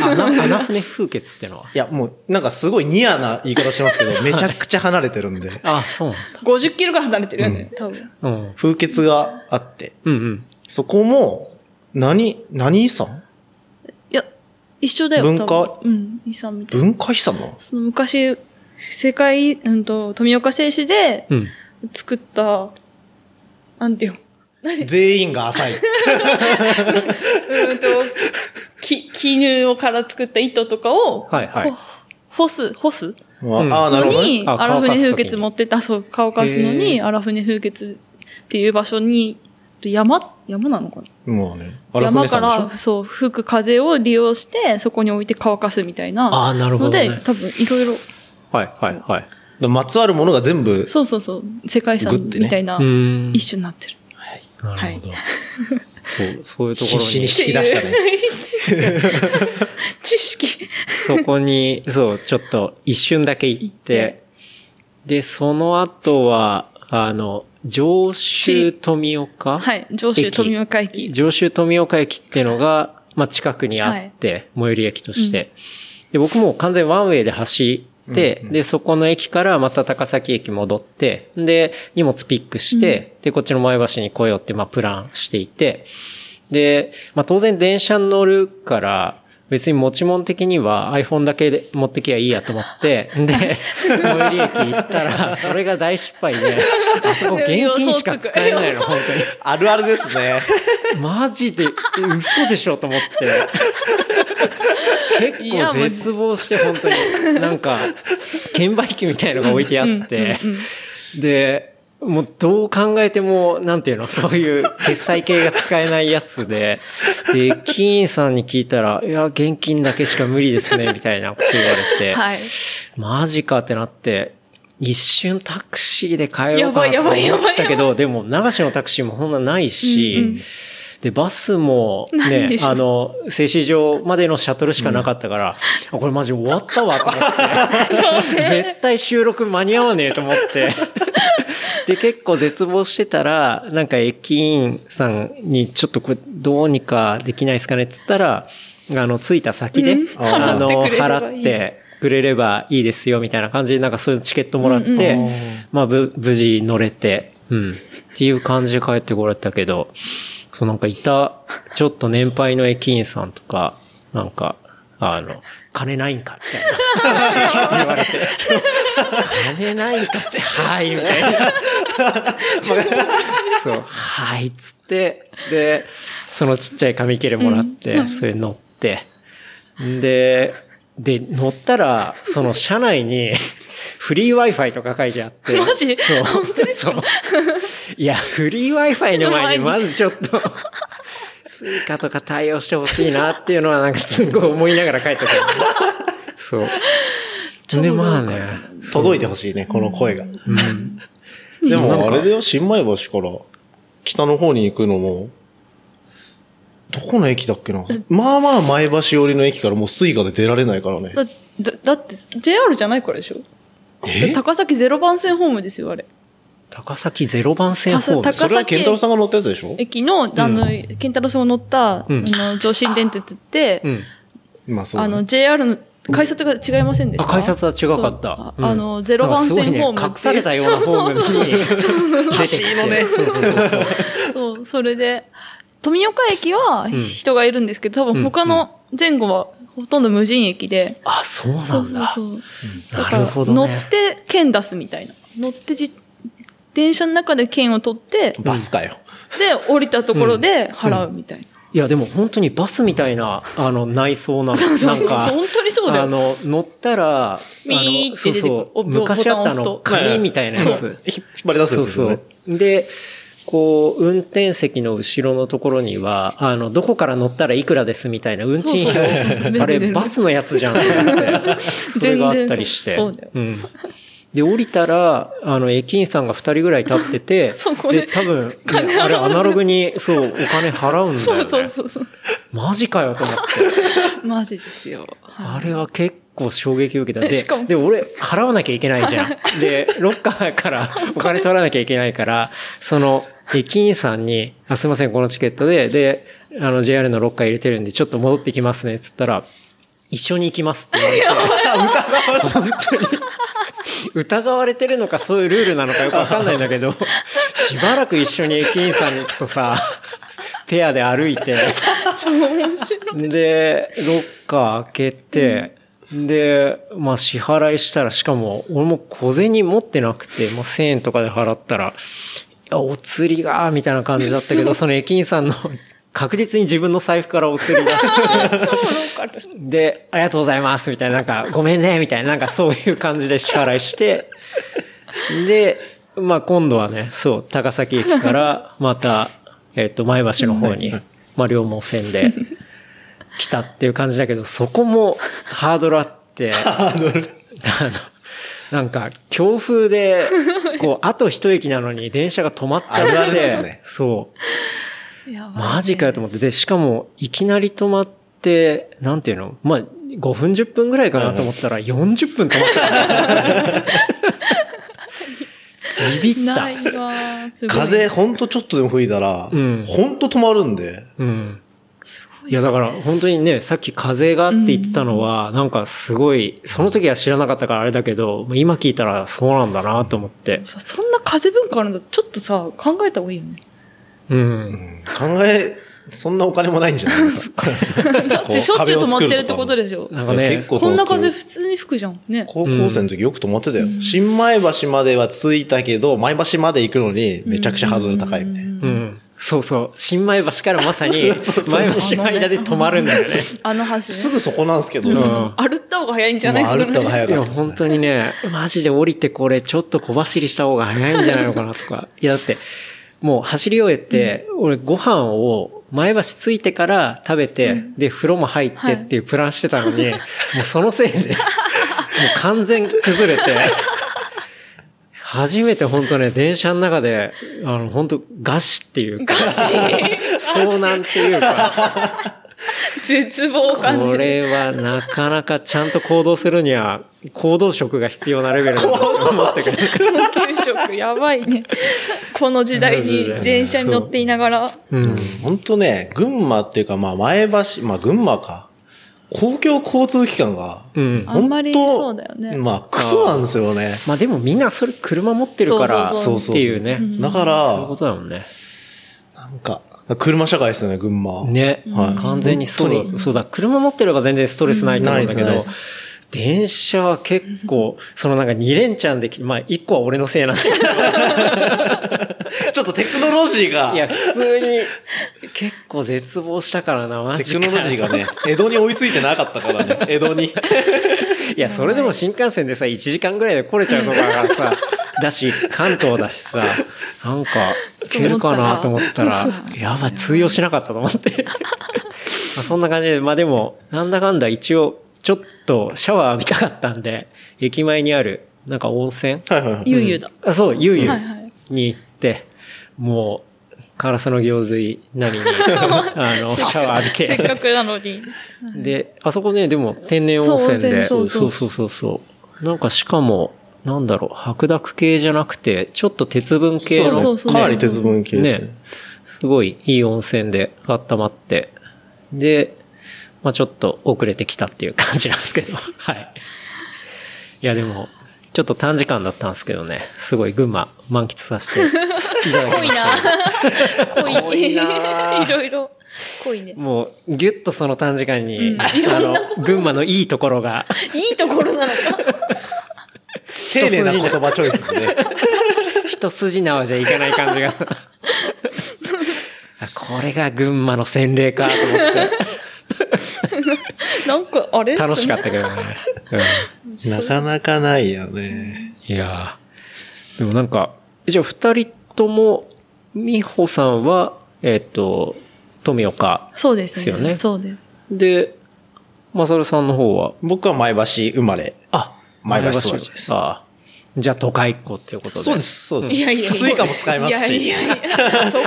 [SPEAKER 2] 穴穴船風穴ってのは。
[SPEAKER 4] いや、もう、なんかすごいニアな言い方してますけど、めちゃくちゃ離れてるんで、
[SPEAKER 2] あ、そうなんだ。
[SPEAKER 3] 50キロが離れてるよね、多分。
[SPEAKER 2] うん。うん
[SPEAKER 4] 風穴があって、
[SPEAKER 2] うん。
[SPEAKER 4] そこも、何、何遺産
[SPEAKER 3] いや、一緒だよ。
[SPEAKER 4] 文化
[SPEAKER 3] 多分うん、遺産みたいな。
[SPEAKER 4] 文化遺産なの
[SPEAKER 3] その昔、世界、うんと、富岡製紙で
[SPEAKER 2] うん。
[SPEAKER 3] 作った、なんていうの
[SPEAKER 4] 全員が浅い。
[SPEAKER 3] うんと、き絹をから作った糸とかを、
[SPEAKER 2] はいはい
[SPEAKER 3] ほ干す、干す
[SPEAKER 4] まあ
[SPEAKER 2] うん
[SPEAKER 4] ああ、なる
[SPEAKER 3] の
[SPEAKER 4] ほどね、
[SPEAKER 3] に、
[SPEAKER 2] あ
[SPEAKER 3] 荒
[SPEAKER 2] 乾
[SPEAKER 3] 船
[SPEAKER 2] かす時
[SPEAKER 3] 風
[SPEAKER 2] に
[SPEAKER 3] 穴持ってった、そう、乾かすの
[SPEAKER 2] へ
[SPEAKER 3] に、
[SPEAKER 2] ー
[SPEAKER 3] 荒船風穴っていう場所に、山、山なのかな
[SPEAKER 4] もうね、荒
[SPEAKER 3] 山
[SPEAKER 4] 船さ
[SPEAKER 3] か
[SPEAKER 4] んでし
[SPEAKER 3] ら、そう、吹く風を利用して、そこに置いて乾かすみたいな。
[SPEAKER 2] あなるほ
[SPEAKER 3] の
[SPEAKER 2] どね
[SPEAKER 3] で、多分、いろいろ、
[SPEAKER 2] はいはいはい。
[SPEAKER 4] ょでまつわるものが全部、
[SPEAKER 3] そうそうそう、世界遺産
[SPEAKER 4] グッてね
[SPEAKER 3] みたいな
[SPEAKER 2] う、ん。
[SPEAKER 3] 一種になってる。
[SPEAKER 2] なるほど。そう、そういうところ
[SPEAKER 4] 必死に
[SPEAKER 2] に
[SPEAKER 4] 引、き出し たね。
[SPEAKER 3] 知識。
[SPEAKER 2] そこに、そう、ちょっと一瞬だけ行って、で、その後は、あの、上州富岡
[SPEAKER 3] はい。上州
[SPEAKER 2] 駅
[SPEAKER 3] 富岡駅。
[SPEAKER 2] 上州富岡駅ってのが、まあ、近くにあって、最寄り駅として、で、僕もう完全ワンウェイで走って、で、そこの駅からまた高崎駅戻って、で、荷物ピックして、で、こっちの前橋に来ようって、まあ、プランしていて、で、まあ、当然電車に乗るから、別に持ち物的には iPhone だけで持ってきゃいいやと思 って、で、最寄り駅行ったら、それが大失敗で、あそこ現金しか使えない の、本当に。
[SPEAKER 4] あるあるですね。
[SPEAKER 2] マジで、え嘘でしょと思って。結
[SPEAKER 3] いや
[SPEAKER 2] 構
[SPEAKER 3] もう
[SPEAKER 2] 絶望して、本当に。なんか、券売機みたいのが置いてあって、で、もうどう考えても、なんていうの、そういう決済系が使えないやつで、で、駅員さんに聞いたら、いや、現金だけしか無理ですね、みたいなこと言われ て、
[SPEAKER 3] はい。
[SPEAKER 2] マジかってなって、一瞬タクシーで帰ろうかな
[SPEAKER 3] や
[SPEAKER 2] と
[SPEAKER 3] ばいやばいやばい
[SPEAKER 2] 思ったけど、でも、流しのタクシーもそんなないし、で、バスも
[SPEAKER 3] ないで
[SPEAKER 2] ね、
[SPEAKER 3] しょ
[SPEAKER 2] あの、静止場までのシャトルしかなかったから、あこれマジ終わったわと思 って、絶対収録間に合わねえと思って。で、結構絶望してたら、なんか駅員さんにちょっとこれどうにかできないですかねって言ったら、あの、着いた先で、
[SPEAKER 3] うん
[SPEAKER 2] あ の、
[SPEAKER 3] 払ってくれれば
[SPEAKER 2] 払ってくれればい
[SPEAKER 3] いい
[SPEAKER 2] いですよみたいな感じで、なんかそういうチケットもらって、まあ、ぶ無事乗れて、うん。っていう感じで帰ってこられたけど、そうなんかいた、ちょっと年配の駅員さんとか、なんか、あの、金ないんかみたいな。 言われて。金ないかって、はい、みたいな。そう、はい、つって、で、そのちっちゃい紙切れもらって、それ乗って、で、で、乗ったら、その車内に、 フリー Wi-Fi とか書いてあって。
[SPEAKER 3] マジ
[SPEAKER 2] そう。そう。いや、フリー Wi-Fi の前に、まずちょっと、スイカとか対応してほしいなっていうのは、なんかすごい思いながら書いてた。そう。で、まあね。
[SPEAKER 4] 届いてほしいね、この声
[SPEAKER 2] う
[SPEAKER 4] が。
[SPEAKER 2] ん。
[SPEAKER 4] で
[SPEAKER 2] なんか
[SPEAKER 4] も、あれだよ、新米橋から北の方に行くのも、どこの駅だっけなまあまあ前橋寄りの駅からもうスイカで出られないからね。
[SPEAKER 3] だだだって JR じゃないからでしょ
[SPEAKER 4] え
[SPEAKER 3] 高崎ゼロ番線ホームですよ、あれ。
[SPEAKER 2] 高崎ゼロ番線ホーム
[SPEAKER 3] 高。崎
[SPEAKER 4] それは健太郎さんが乗ったやつでしょ
[SPEAKER 3] 駅の、あの、健太郎さんが乗った、
[SPEAKER 2] うん
[SPEAKER 3] あの、上信電鉄って、
[SPEAKER 2] うん。
[SPEAKER 4] まあそうだ
[SPEAKER 3] あ
[SPEAKER 4] ね。
[SPEAKER 3] の、JR の、改札が違いませんでし
[SPEAKER 2] あ、
[SPEAKER 3] た
[SPEAKER 2] 改札は違かっ
[SPEAKER 3] そう
[SPEAKER 2] た
[SPEAKER 3] あ。あの、ゼロ番線ホームっていう。
[SPEAKER 2] なんかすごいね隠されたようなホームに
[SPEAKER 3] そうそうそう
[SPEAKER 2] 出てきて。そうそうそう そう。
[SPEAKER 3] そう、それで、富岡駅は
[SPEAKER 2] ん
[SPEAKER 3] 人がいるんですけど、多分他の前後はほとんど無人駅で。
[SPEAKER 2] あ、そうなんだ。
[SPEAKER 3] そうそうそう。だか
[SPEAKER 2] なる
[SPEAKER 3] ら、
[SPEAKER 2] ほどね
[SPEAKER 3] 乗って券出すみたいな。乗ってじ、電車の中で券を取って、で、
[SPEAKER 4] バスかよ。
[SPEAKER 3] 降りたところで払うみたいな。
[SPEAKER 2] いや、でも本当にバスみたいな、あの、内装なの。
[SPEAKER 3] そうそう
[SPEAKER 2] な
[SPEAKER 3] そ
[SPEAKER 2] ん
[SPEAKER 3] う
[SPEAKER 2] か、
[SPEAKER 3] 本当にそうだよ
[SPEAKER 2] あの、乗ったら、あ
[SPEAKER 3] ミー
[SPEAKER 2] の、
[SPEAKER 3] っ
[SPEAKER 2] そ
[SPEAKER 3] て
[SPEAKER 2] う
[SPEAKER 3] 出てくる
[SPEAKER 2] そ
[SPEAKER 3] お
[SPEAKER 2] う、昔あったあの、
[SPEAKER 3] ボタン押す
[SPEAKER 2] 紙みたいなや
[SPEAKER 4] そう
[SPEAKER 2] つ。
[SPEAKER 4] 引っ張り出す
[SPEAKER 2] そ
[SPEAKER 4] や
[SPEAKER 2] う
[SPEAKER 4] つですよ
[SPEAKER 2] そ
[SPEAKER 4] ね。
[SPEAKER 2] う。で、こう、運転席の後ろのところには、あの、どこから乗ったらいくらですみたいな運賃表。
[SPEAKER 3] そうそうそう
[SPEAKER 2] あれ、バスのやつじゃん と思って。それがあったりして。
[SPEAKER 3] 全然そうそうだよ
[SPEAKER 2] ん。で、降りたら、あの、駅員さんが二人ぐらい立ってて、
[SPEAKER 3] そうそこで
[SPEAKER 2] 多分、ねあれ、アナログに、そう、お金払うんだよ、
[SPEAKER 3] そ
[SPEAKER 2] ね。
[SPEAKER 3] うそうそうそう。
[SPEAKER 2] マジかよと思って。
[SPEAKER 3] マジですよ。はい
[SPEAKER 2] あれは結構衝撃を受けた。
[SPEAKER 3] え しかも
[SPEAKER 2] で、で、俺、払わなきゃいけないじ ゃん。で、ロッカーからお金取らなきゃいけないから、その、駅員さんに、あ、すいません、このチケットで、で、あの、JR のロッカー入れてるんで、ちょっと戻ってきますね、つったら、一緒に行きますって言われて。 疑われてるのかそういうルールなのかよくわかんないんだけど、しばらく一緒に駅員さんとさ、ペアで歩いて、
[SPEAKER 3] 超面白 い。
[SPEAKER 2] で、ロッカー開けて、で、まあ支払いしたら、しかも、俺も小銭持ってなくて、まあ1000円とかで払ったら、いや、お釣りが、みたいな感じだったけど、その駅員さんの、確実に自分の財布からお釣りが。で、ありがとうございます、みたいな、なんか、ごめんね、みたいな、なんかそういう感じで支払いして、で、まあ今度はね、そう、高崎駅から、また、えっ、と、前橋の方に、まあ両毛線で来たっていう感じだけど、そこもハードルあって、あの、なんか、強風で、こう、あと一駅なのに電車が止まっち
[SPEAKER 4] あるあ
[SPEAKER 2] ゃっ
[SPEAKER 4] るです
[SPEAKER 2] て、
[SPEAKER 4] ね
[SPEAKER 2] そう。
[SPEAKER 3] やばいね
[SPEAKER 2] マジかよと思って。で、しかも、いきなり止まって、なんていうのまあ、5分10分ぐらいかなと思ったら、40分止まった。ビビっ
[SPEAKER 3] な
[SPEAKER 2] た
[SPEAKER 3] い。わー。すごい
[SPEAKER 4] 風、ほんとちょっとでも吹いたら、
[SPEAKER 2] うん
[SPEAKER 4] ほんと止まるんで、
[SPEAKER 2] うん。いや、だから本当にね、さっき風がって言ってたのは、なんかすごい、その時は知らなかったからあれだけど、今聞いたらそうなんだなと思って。
[SPEAKER 3] さそんな風文化あるんだちょっとさ、考えた方がいいよね。
[SPEAKER 2] うん。
[SPEAKER 4] 考え、そんなお金もないんじゃないですか。だ
[SPEAKER 3] で、しょっちゅう止まってるってことでしょ。
[SPEAKER 2] なんかね、
[SPEAKER 4] 結構
[SPEAKER 3] こんな風普通に吹くじゃん。ね。
[SPEAKER 4] 高校生の時よく止まってたよ。新前橋までは着いたけど、前橋まで行くのにめちゃくちゃハードル高いみたいな。
[SPEAKER 2] うん。そうそう。新米橋からまさに、前橋の間で止まるんだよね。
[SPEAKER 3] あの橋ね。
[SPEAKER 4] すぐそこなんですけど、
[SPEAKER 2] ん
[SPEAKER 4] もう
[SPEAKER 3] 歩った方が早いんじゃないかな。
[SPEAKER 4] 歩った方が早
[SPEAKER 2] い
[SPEAKER 4] か
[SPEAKER 2] や、
[SPEAKER 4] ったです
[SPEAKER 2] 本
[SPEAKER 4] ね。
[SPEAKER 2] 当にね、マジで降りてこれちょっと小走りした方が早いんじゃないのかなとか。 いや、だって、もう走り終えて、俺ご飯を前橋着いてから食べて、で、風呂も入ってっていうプランしてたのに、もうそのせいで、もう完全崩れて、初めて本当ね、電車の中で、あの、本当餓死っていうか、遭難っていうか、
[SPEAKER 3] 絶望を感
[SPEAKER 2] こ
[SPEAKER 3] じる。
[SPEAKER 2] れはなかなかちゃんと行動するには、行動食が必要なレベルだと思ってくれ
[SPEAKER 3] 高級食、やばいね。この時代に電車に乗っていながら。
[SPEAKER 2] うん。
[SPEAKER 4] 本当ね、群馬っていうか、まあ前橋、まあ群馬か。公共交通機関が、
[SPEAKER 2] うん。
[SPEAKER 3] あんまり
[SPEAKER 4] 本当
[SPEAKER 3] そうだよね
[SPEAKER 4] まあクソなんですよね。
[SPEAKER 2] まあでもみんなそれ車持ってるから、
[SPEAKER 3] そう
[SPEAKER 4] そうそう
[SPEAKER 2] っていうね。
[SPEAKER 4] だか
[SPEAKER 2] そういうこ
[SPEAKER 4] ら、
[SPEAKER 2] とだもんね。
[SPEAKER 4] なんか、車社会ですよね、群馬は。
[SPEAKER 2] ね。
[SPEAKER 4] はい
[SPEAKER 2] 完全にそう
[SPEAKER 4] 本当
[SPEAKER 2] だ。そうだ。車持ってれば全然ストレスないと思うんだけど
[SPEAKER 4] ないですないで、
[SPEAKER 2] 電車は結構、そのなんか2連チャンでき、まあ1個は俺のせいなんだけ ど、
[SPEAKER 4] ちょっとテクノロジーが
[SPEAKER 2] いや、普通に結構絶望したからな、マ
[SPEAKER 4] テ
[SPEAKER 2] ジ
[SPEAKER 4] ク
[SPEAKER 2] か
[SPEAKER 4] ノロジーがね、江戸に追いついてなかったからね、江戸 に。
[SPEAKER 2] いや、それでも新幹線でさ、1時間ぐらいで来れちゃうとこだから さ、だし、関東だしさ、なんか、いけるかなと思ったら、やばい、通用しなかったと思 って。まあそんな感じで、まあでも、なんだかんだ一応、ちょっとシャワー浴びたかったんで、駅前にある、なんか温泉
[SPEAKER 4] はいはいはい。
[SPEAKER 3] ゆうゆうだ。
[SPEAKER 2] あ、そう、ゆうゆう
[SPEAKER 3] はいはい
[SPEAKER 2] に行って、もう、辛さの行水並 みに、あの、シャワー浴びて。
[SPEAKER 3] せっかくなのに。
[SPEAKER 2] で、あそこね、でも天然温泉で、
[SPEAKER 3] そ
[SPEAKER 2] そう
[SPEAKER 3] 温泉
[SPEAKER 2] う
[SPEAKER 3] そ
[SPEAKER 2] そう
[SPEAKER 3] そう
[SPEAKER 2] うそうそう。なんかしかも、なんだろう、白濁系じゃなくて、ちょっと鉄分系の、
[SPEAKER 3] そうそうそう
[SPEAKER 4] かなり鉄分系ですね
[SPEAKER 2] ね。、すごいいい温泉で温まって、で、まあちょっと遅れてきたっていう感じなんですけど、 はい。いやでも、ちょっと短時間だったんですけどね、すごい群馬満喫させていただ
[SPEAKER 3] 濃
[SPEAKER 2] き
[SPEAKER 3] い
[SPEAKER 2] ました。
[SPEAKER 3] な濃い。
[SPEAKER 4] 濃いな
[SPEAKER 3] いろいろ。濃いね。
[SPEAKER 2] もう、ぎゅっとその短時間に、
[SPEAKER 3] うん
[SPEAKER 2] あの、群馬のいいところが、
[SPEAKER 3] いいところなのか。
[SPEAKER 4] 丁寧な言葉チョイスでね。
[SPEAKER 2] 一筋縄じゃいかない感じが。あこれが群馬の洗礼かと思って
[SPEAKER 3] なんか、あれ
[SPEAKER 2] 楽しかったけどね。うん
[SPEAKER 4] なかなかないよね。
[SPEAKER 2] いやーでもなんか、じゃあ二人とも、美穂さんは、えっ、と、富岡。
[SPEAKER 3] そうです
[SPEAKER 2] ですよ
[SPEAKER 3] ね。
[SPEAKER 2] ね
[SPEAKER 3] そうです。
[SPEAKER 2] で、まさるさんの方は、
[SPEAKER 4] 僕は前橋生まれ。
[SPEAKER 2] あ、
[SPEAKER 4] 前橋育ちです
[SPEAKER 2] あーじゃあ都会っ子っていうことで。
[SPEAKER 4] そうで。す、そうです。
[SPEAKER 3] いやいやいや。
[SPEAKER 4] スイカも使えます
[SPEAKER 3] い
[SPEAKER 4] し。
[SPEAKER 3] やいやいや。そこ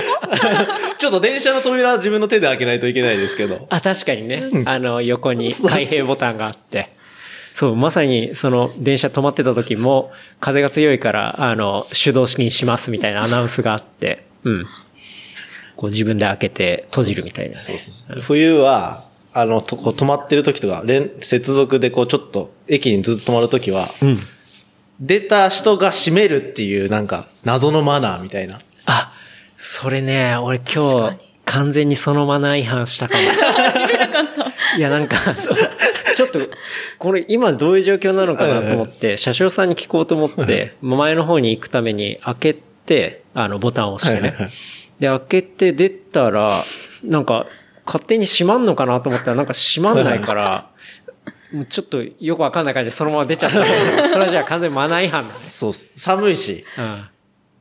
[SPEAKER 4] ちょっと電車の扉は自分の手で開けないといけないですけど。
[SPEAKER 2] あ、確かにね。あの、横に開閉ボタンがあって。そう、まさに、その、電車止まってた時も、風が強いから、あの、手動式にしますみたいなアナウンスがあって、うん。こう自分で開けて閉じるみたいなね。
[SPEAKER 4] 冬は、あの、とこう止まってる時とか、連接続でこうちょっと駅にずっと止まる時は、
[SPEAKER 2] うん。
[SPEAKER 4] 出た人が閉めるっていうなんか謎のマナーみたいな。
[SPEAKER 2] あ、それね、俺今日、完全にそのマナー違反したかも。 いや、なんか、そう、ちょっと、これ今どういう状況なのかなと思って、車掌さんに聞こうと思って、前の方に行くために開けて、あの、ボタンを押して
[SPEAKER 4] はいはいはい
[SPEAKER 2] ね。で、開けて出たら、なんか、勝手に閉まんのかなと思ったら、なんか閉まんない から、もうちょっとよくわかんない感じでそのまま出ちゃったんだけど。それはじゃあ完全にマナー違反なんです。
[SPEAKER 4] そうっす、寒いし、
[SPEAKER 2] うん。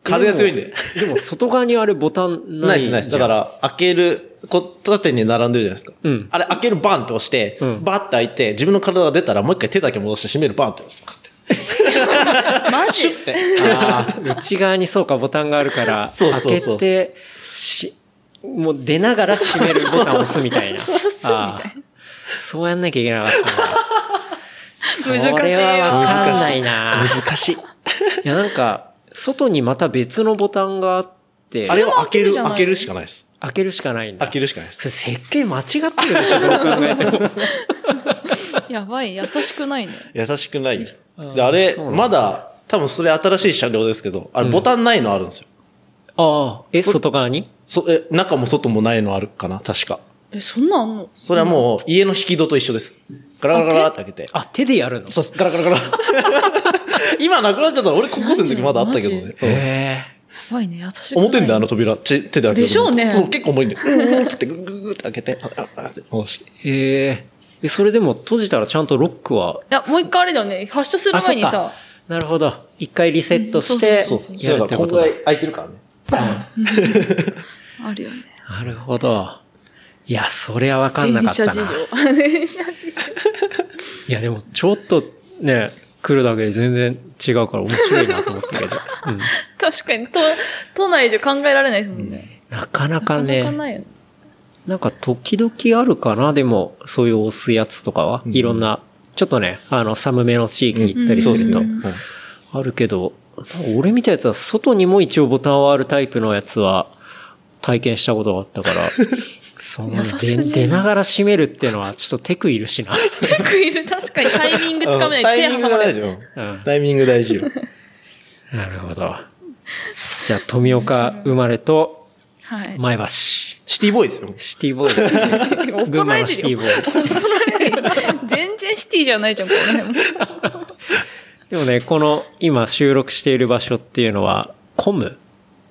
[SPEAKER 4] 風が強いんで。
[SPEAKER 2] でも外側にあれボタン
[SPEAKER 4] ナ
[SPEAKER 2] ない
[SPEAKER 4] イ
[SPEAKER 2] じゃ
[SPEAKER 4] ス
[SPEAKER 2] ん。
[SPEAKER 4] ナイス。だから、開ける、こう、縦に並んでるじゃないですか。
[SPEAKER 2] うん
[SPEAKER 4] あれ、開けるバンって押して、
[SPEAKER 2] うん
[SPEAKER 4] バッて開いて、自分の体が出たら、もう一回手だけ戻して閉めるバンって押して、カッて
[SPEAKER 3] マジ
[SPEAKER 4] って。
[SPEAKER 2] あー内側にそうかボタンがあるから、
[SPEAKER 4] そうそうそう
[SPEAKER 2] 開けて、し、もう出ながら閉めるボタンを押すみたいな。あーそうやんなきゃいけなかったな。
[SPEAKER 3] 難しい
[SPEAKER 2] これはわかんないな。
[SPEAKER 4] 難しい。
[SPEAKER 2] いや、なんか、外にまた別のボタンがあって、
[SPEAKER 4] あれは開ける、
[SPEAKER 3] じゃない
[SPEAKER 4] 開けるしかないです。
[SPEAKER 2] 開けるしかないんだ。
[SPEAKER 4] 開けるしかないです。
[SPEAKER 2] それ設計間違ってるでしょ、どう考えても。
[SPEAKER 3] やばい、優しくないね。
[SPEAKER 4] 優しくないよ。
[SPEAKER 2] うん
[SPEAKER 4] であれ、
[SPEAKER 2] そうなんだ
[SPEAKER 4] まだ、多分それ新しい車両ですけど、あれボタンないのあるんですよ。
[SPEAKER 2] ああ、え、
[SPEAKER 4] そ
[SPEAKER 2] 外側に
[SPEAKER 4] そえ中も外もないのあるかな確か。
[SPEAKER 3] え、そんなんあんの
[SPEAKER 4] それはもう家の引き戸と一緒です。ガラガラガラって開けて。
[SPEAKER 2] あ、手でやるの
[SPEAKER 4] そうっす、ガラガラガラ。今なくなっちゃったの俺高校生の時まだあったけどね。うん
[SPEAKER 2] へ
[SPEAKER 3] やばいね、優しくない。
[SPEAKER 4] 重てんだよ、あの扉。ち手で開けるの。
[SPEAKER 3] でしょうね
[SPEAKER 4] そう、結構重いんだよ。うーんっつって、ぐぐぐぐって開けて、あああって押して。
[SPEAKER 2] え。へえ。えそれでも閉じたらちゃんとロックは。
[SPEAKER 3] いや、もう一回あれだよね。発射する前に
[SPEAKER 2] あそっ
[SPEAKER 3] さ
[SPEAKER 2] か、なるほど。一回リセットして
[SPEAKER 4] そうそう。
[SPEAKER 2] やる
[SPEAKER 4] だ
[SPEAKER 2] っ
[SPEAKER 4] か
[SPEAKER 2] て
[SPEAKER 4] らこ
[SPEAKER 2] こ
[SPEAKER 4] ん
[SPEAKER 2] と
[SPEAKER 4] ぐ
[SPEAKER 2] だ
[SPEAKER 4] ら。い開いてるからね。バーンっつって。
[SPEAKER 3] あるよね。
[SPEAKER 2] なるほど。いや、そりゃわかんなかったな。
[SPEAKER 3] 電車事情。電車事情。
[SPEAKER 2] いや、でもちょっとね、来るだけで全然違うから面白いなと思ったけど。うん
[SPEAKER 3] 確かに、都、都内じゃ考えられないですもんね。
[SPEAKER 2] なかなか
[SPEAKER 3] なか
[SPEAKER 2] ね。
[SPEAKER 3] なかないよね。
[SPEAKER 2] なんか時々あるかな、でも、そういう押すやつとかは。
[SPEAKER 4] うん
[SPEAKER 2] いろんな、ちょっとね、あの、寒めの地域に行ったりす
[SPEAKER 4] そう
[SPEAKER 2] る
[SPEAKER 4] で
[SPEAKER 2] と、
[SPEAKER 4] すね。
[SPEAKER 3] う
[SPEAKER 4] うんん
[SPEAKER 2] あるけど、俺みたいなやつは外にも一応ボタンはあるタイプのやつは体験したことがあったから、そんな
[SPEAKER 3] 優しく
[SPEAKER 2] 出
[SPEAKER 3] ね
[SPEAKER 2] 出ながら閉めるっていうのはちょっとテクいるしな。
[SPEAKER 3] クイズ、確かにタイミングつかめな
[SPEAKER 4] タ
[SPEAKER 3] い。
[SPEAKER 4] イミ
[SPEAKER 3] 手
[SPEAKER 4] ング
[SPEAKER 3] 挟ま
[SPEAKER 4] が
[SPEAKER 3] れ
[SPEAKER 4] 大
[SPEAKER 3] る。
[SPEAKER 4] 事よ。
[SPEAKER 2] うん
[SPEAKER 4] タイミング大事よ。
[SPEAKER 2] なるほど。じゃあ、富岡生まれと
[SPEAKER 3] はい。
[SPEAKER 2] 前橋。
[SPEAKER 4] シティボーイですよ。
[SPEAKER 2] シティボーイ。群馬のシティボーイ。
[SPEAKER 3] 全然シティじゃないじゃん、これ。もう
[SPEAKER 2] でもね、この今収録している場所っていうのは、コムっ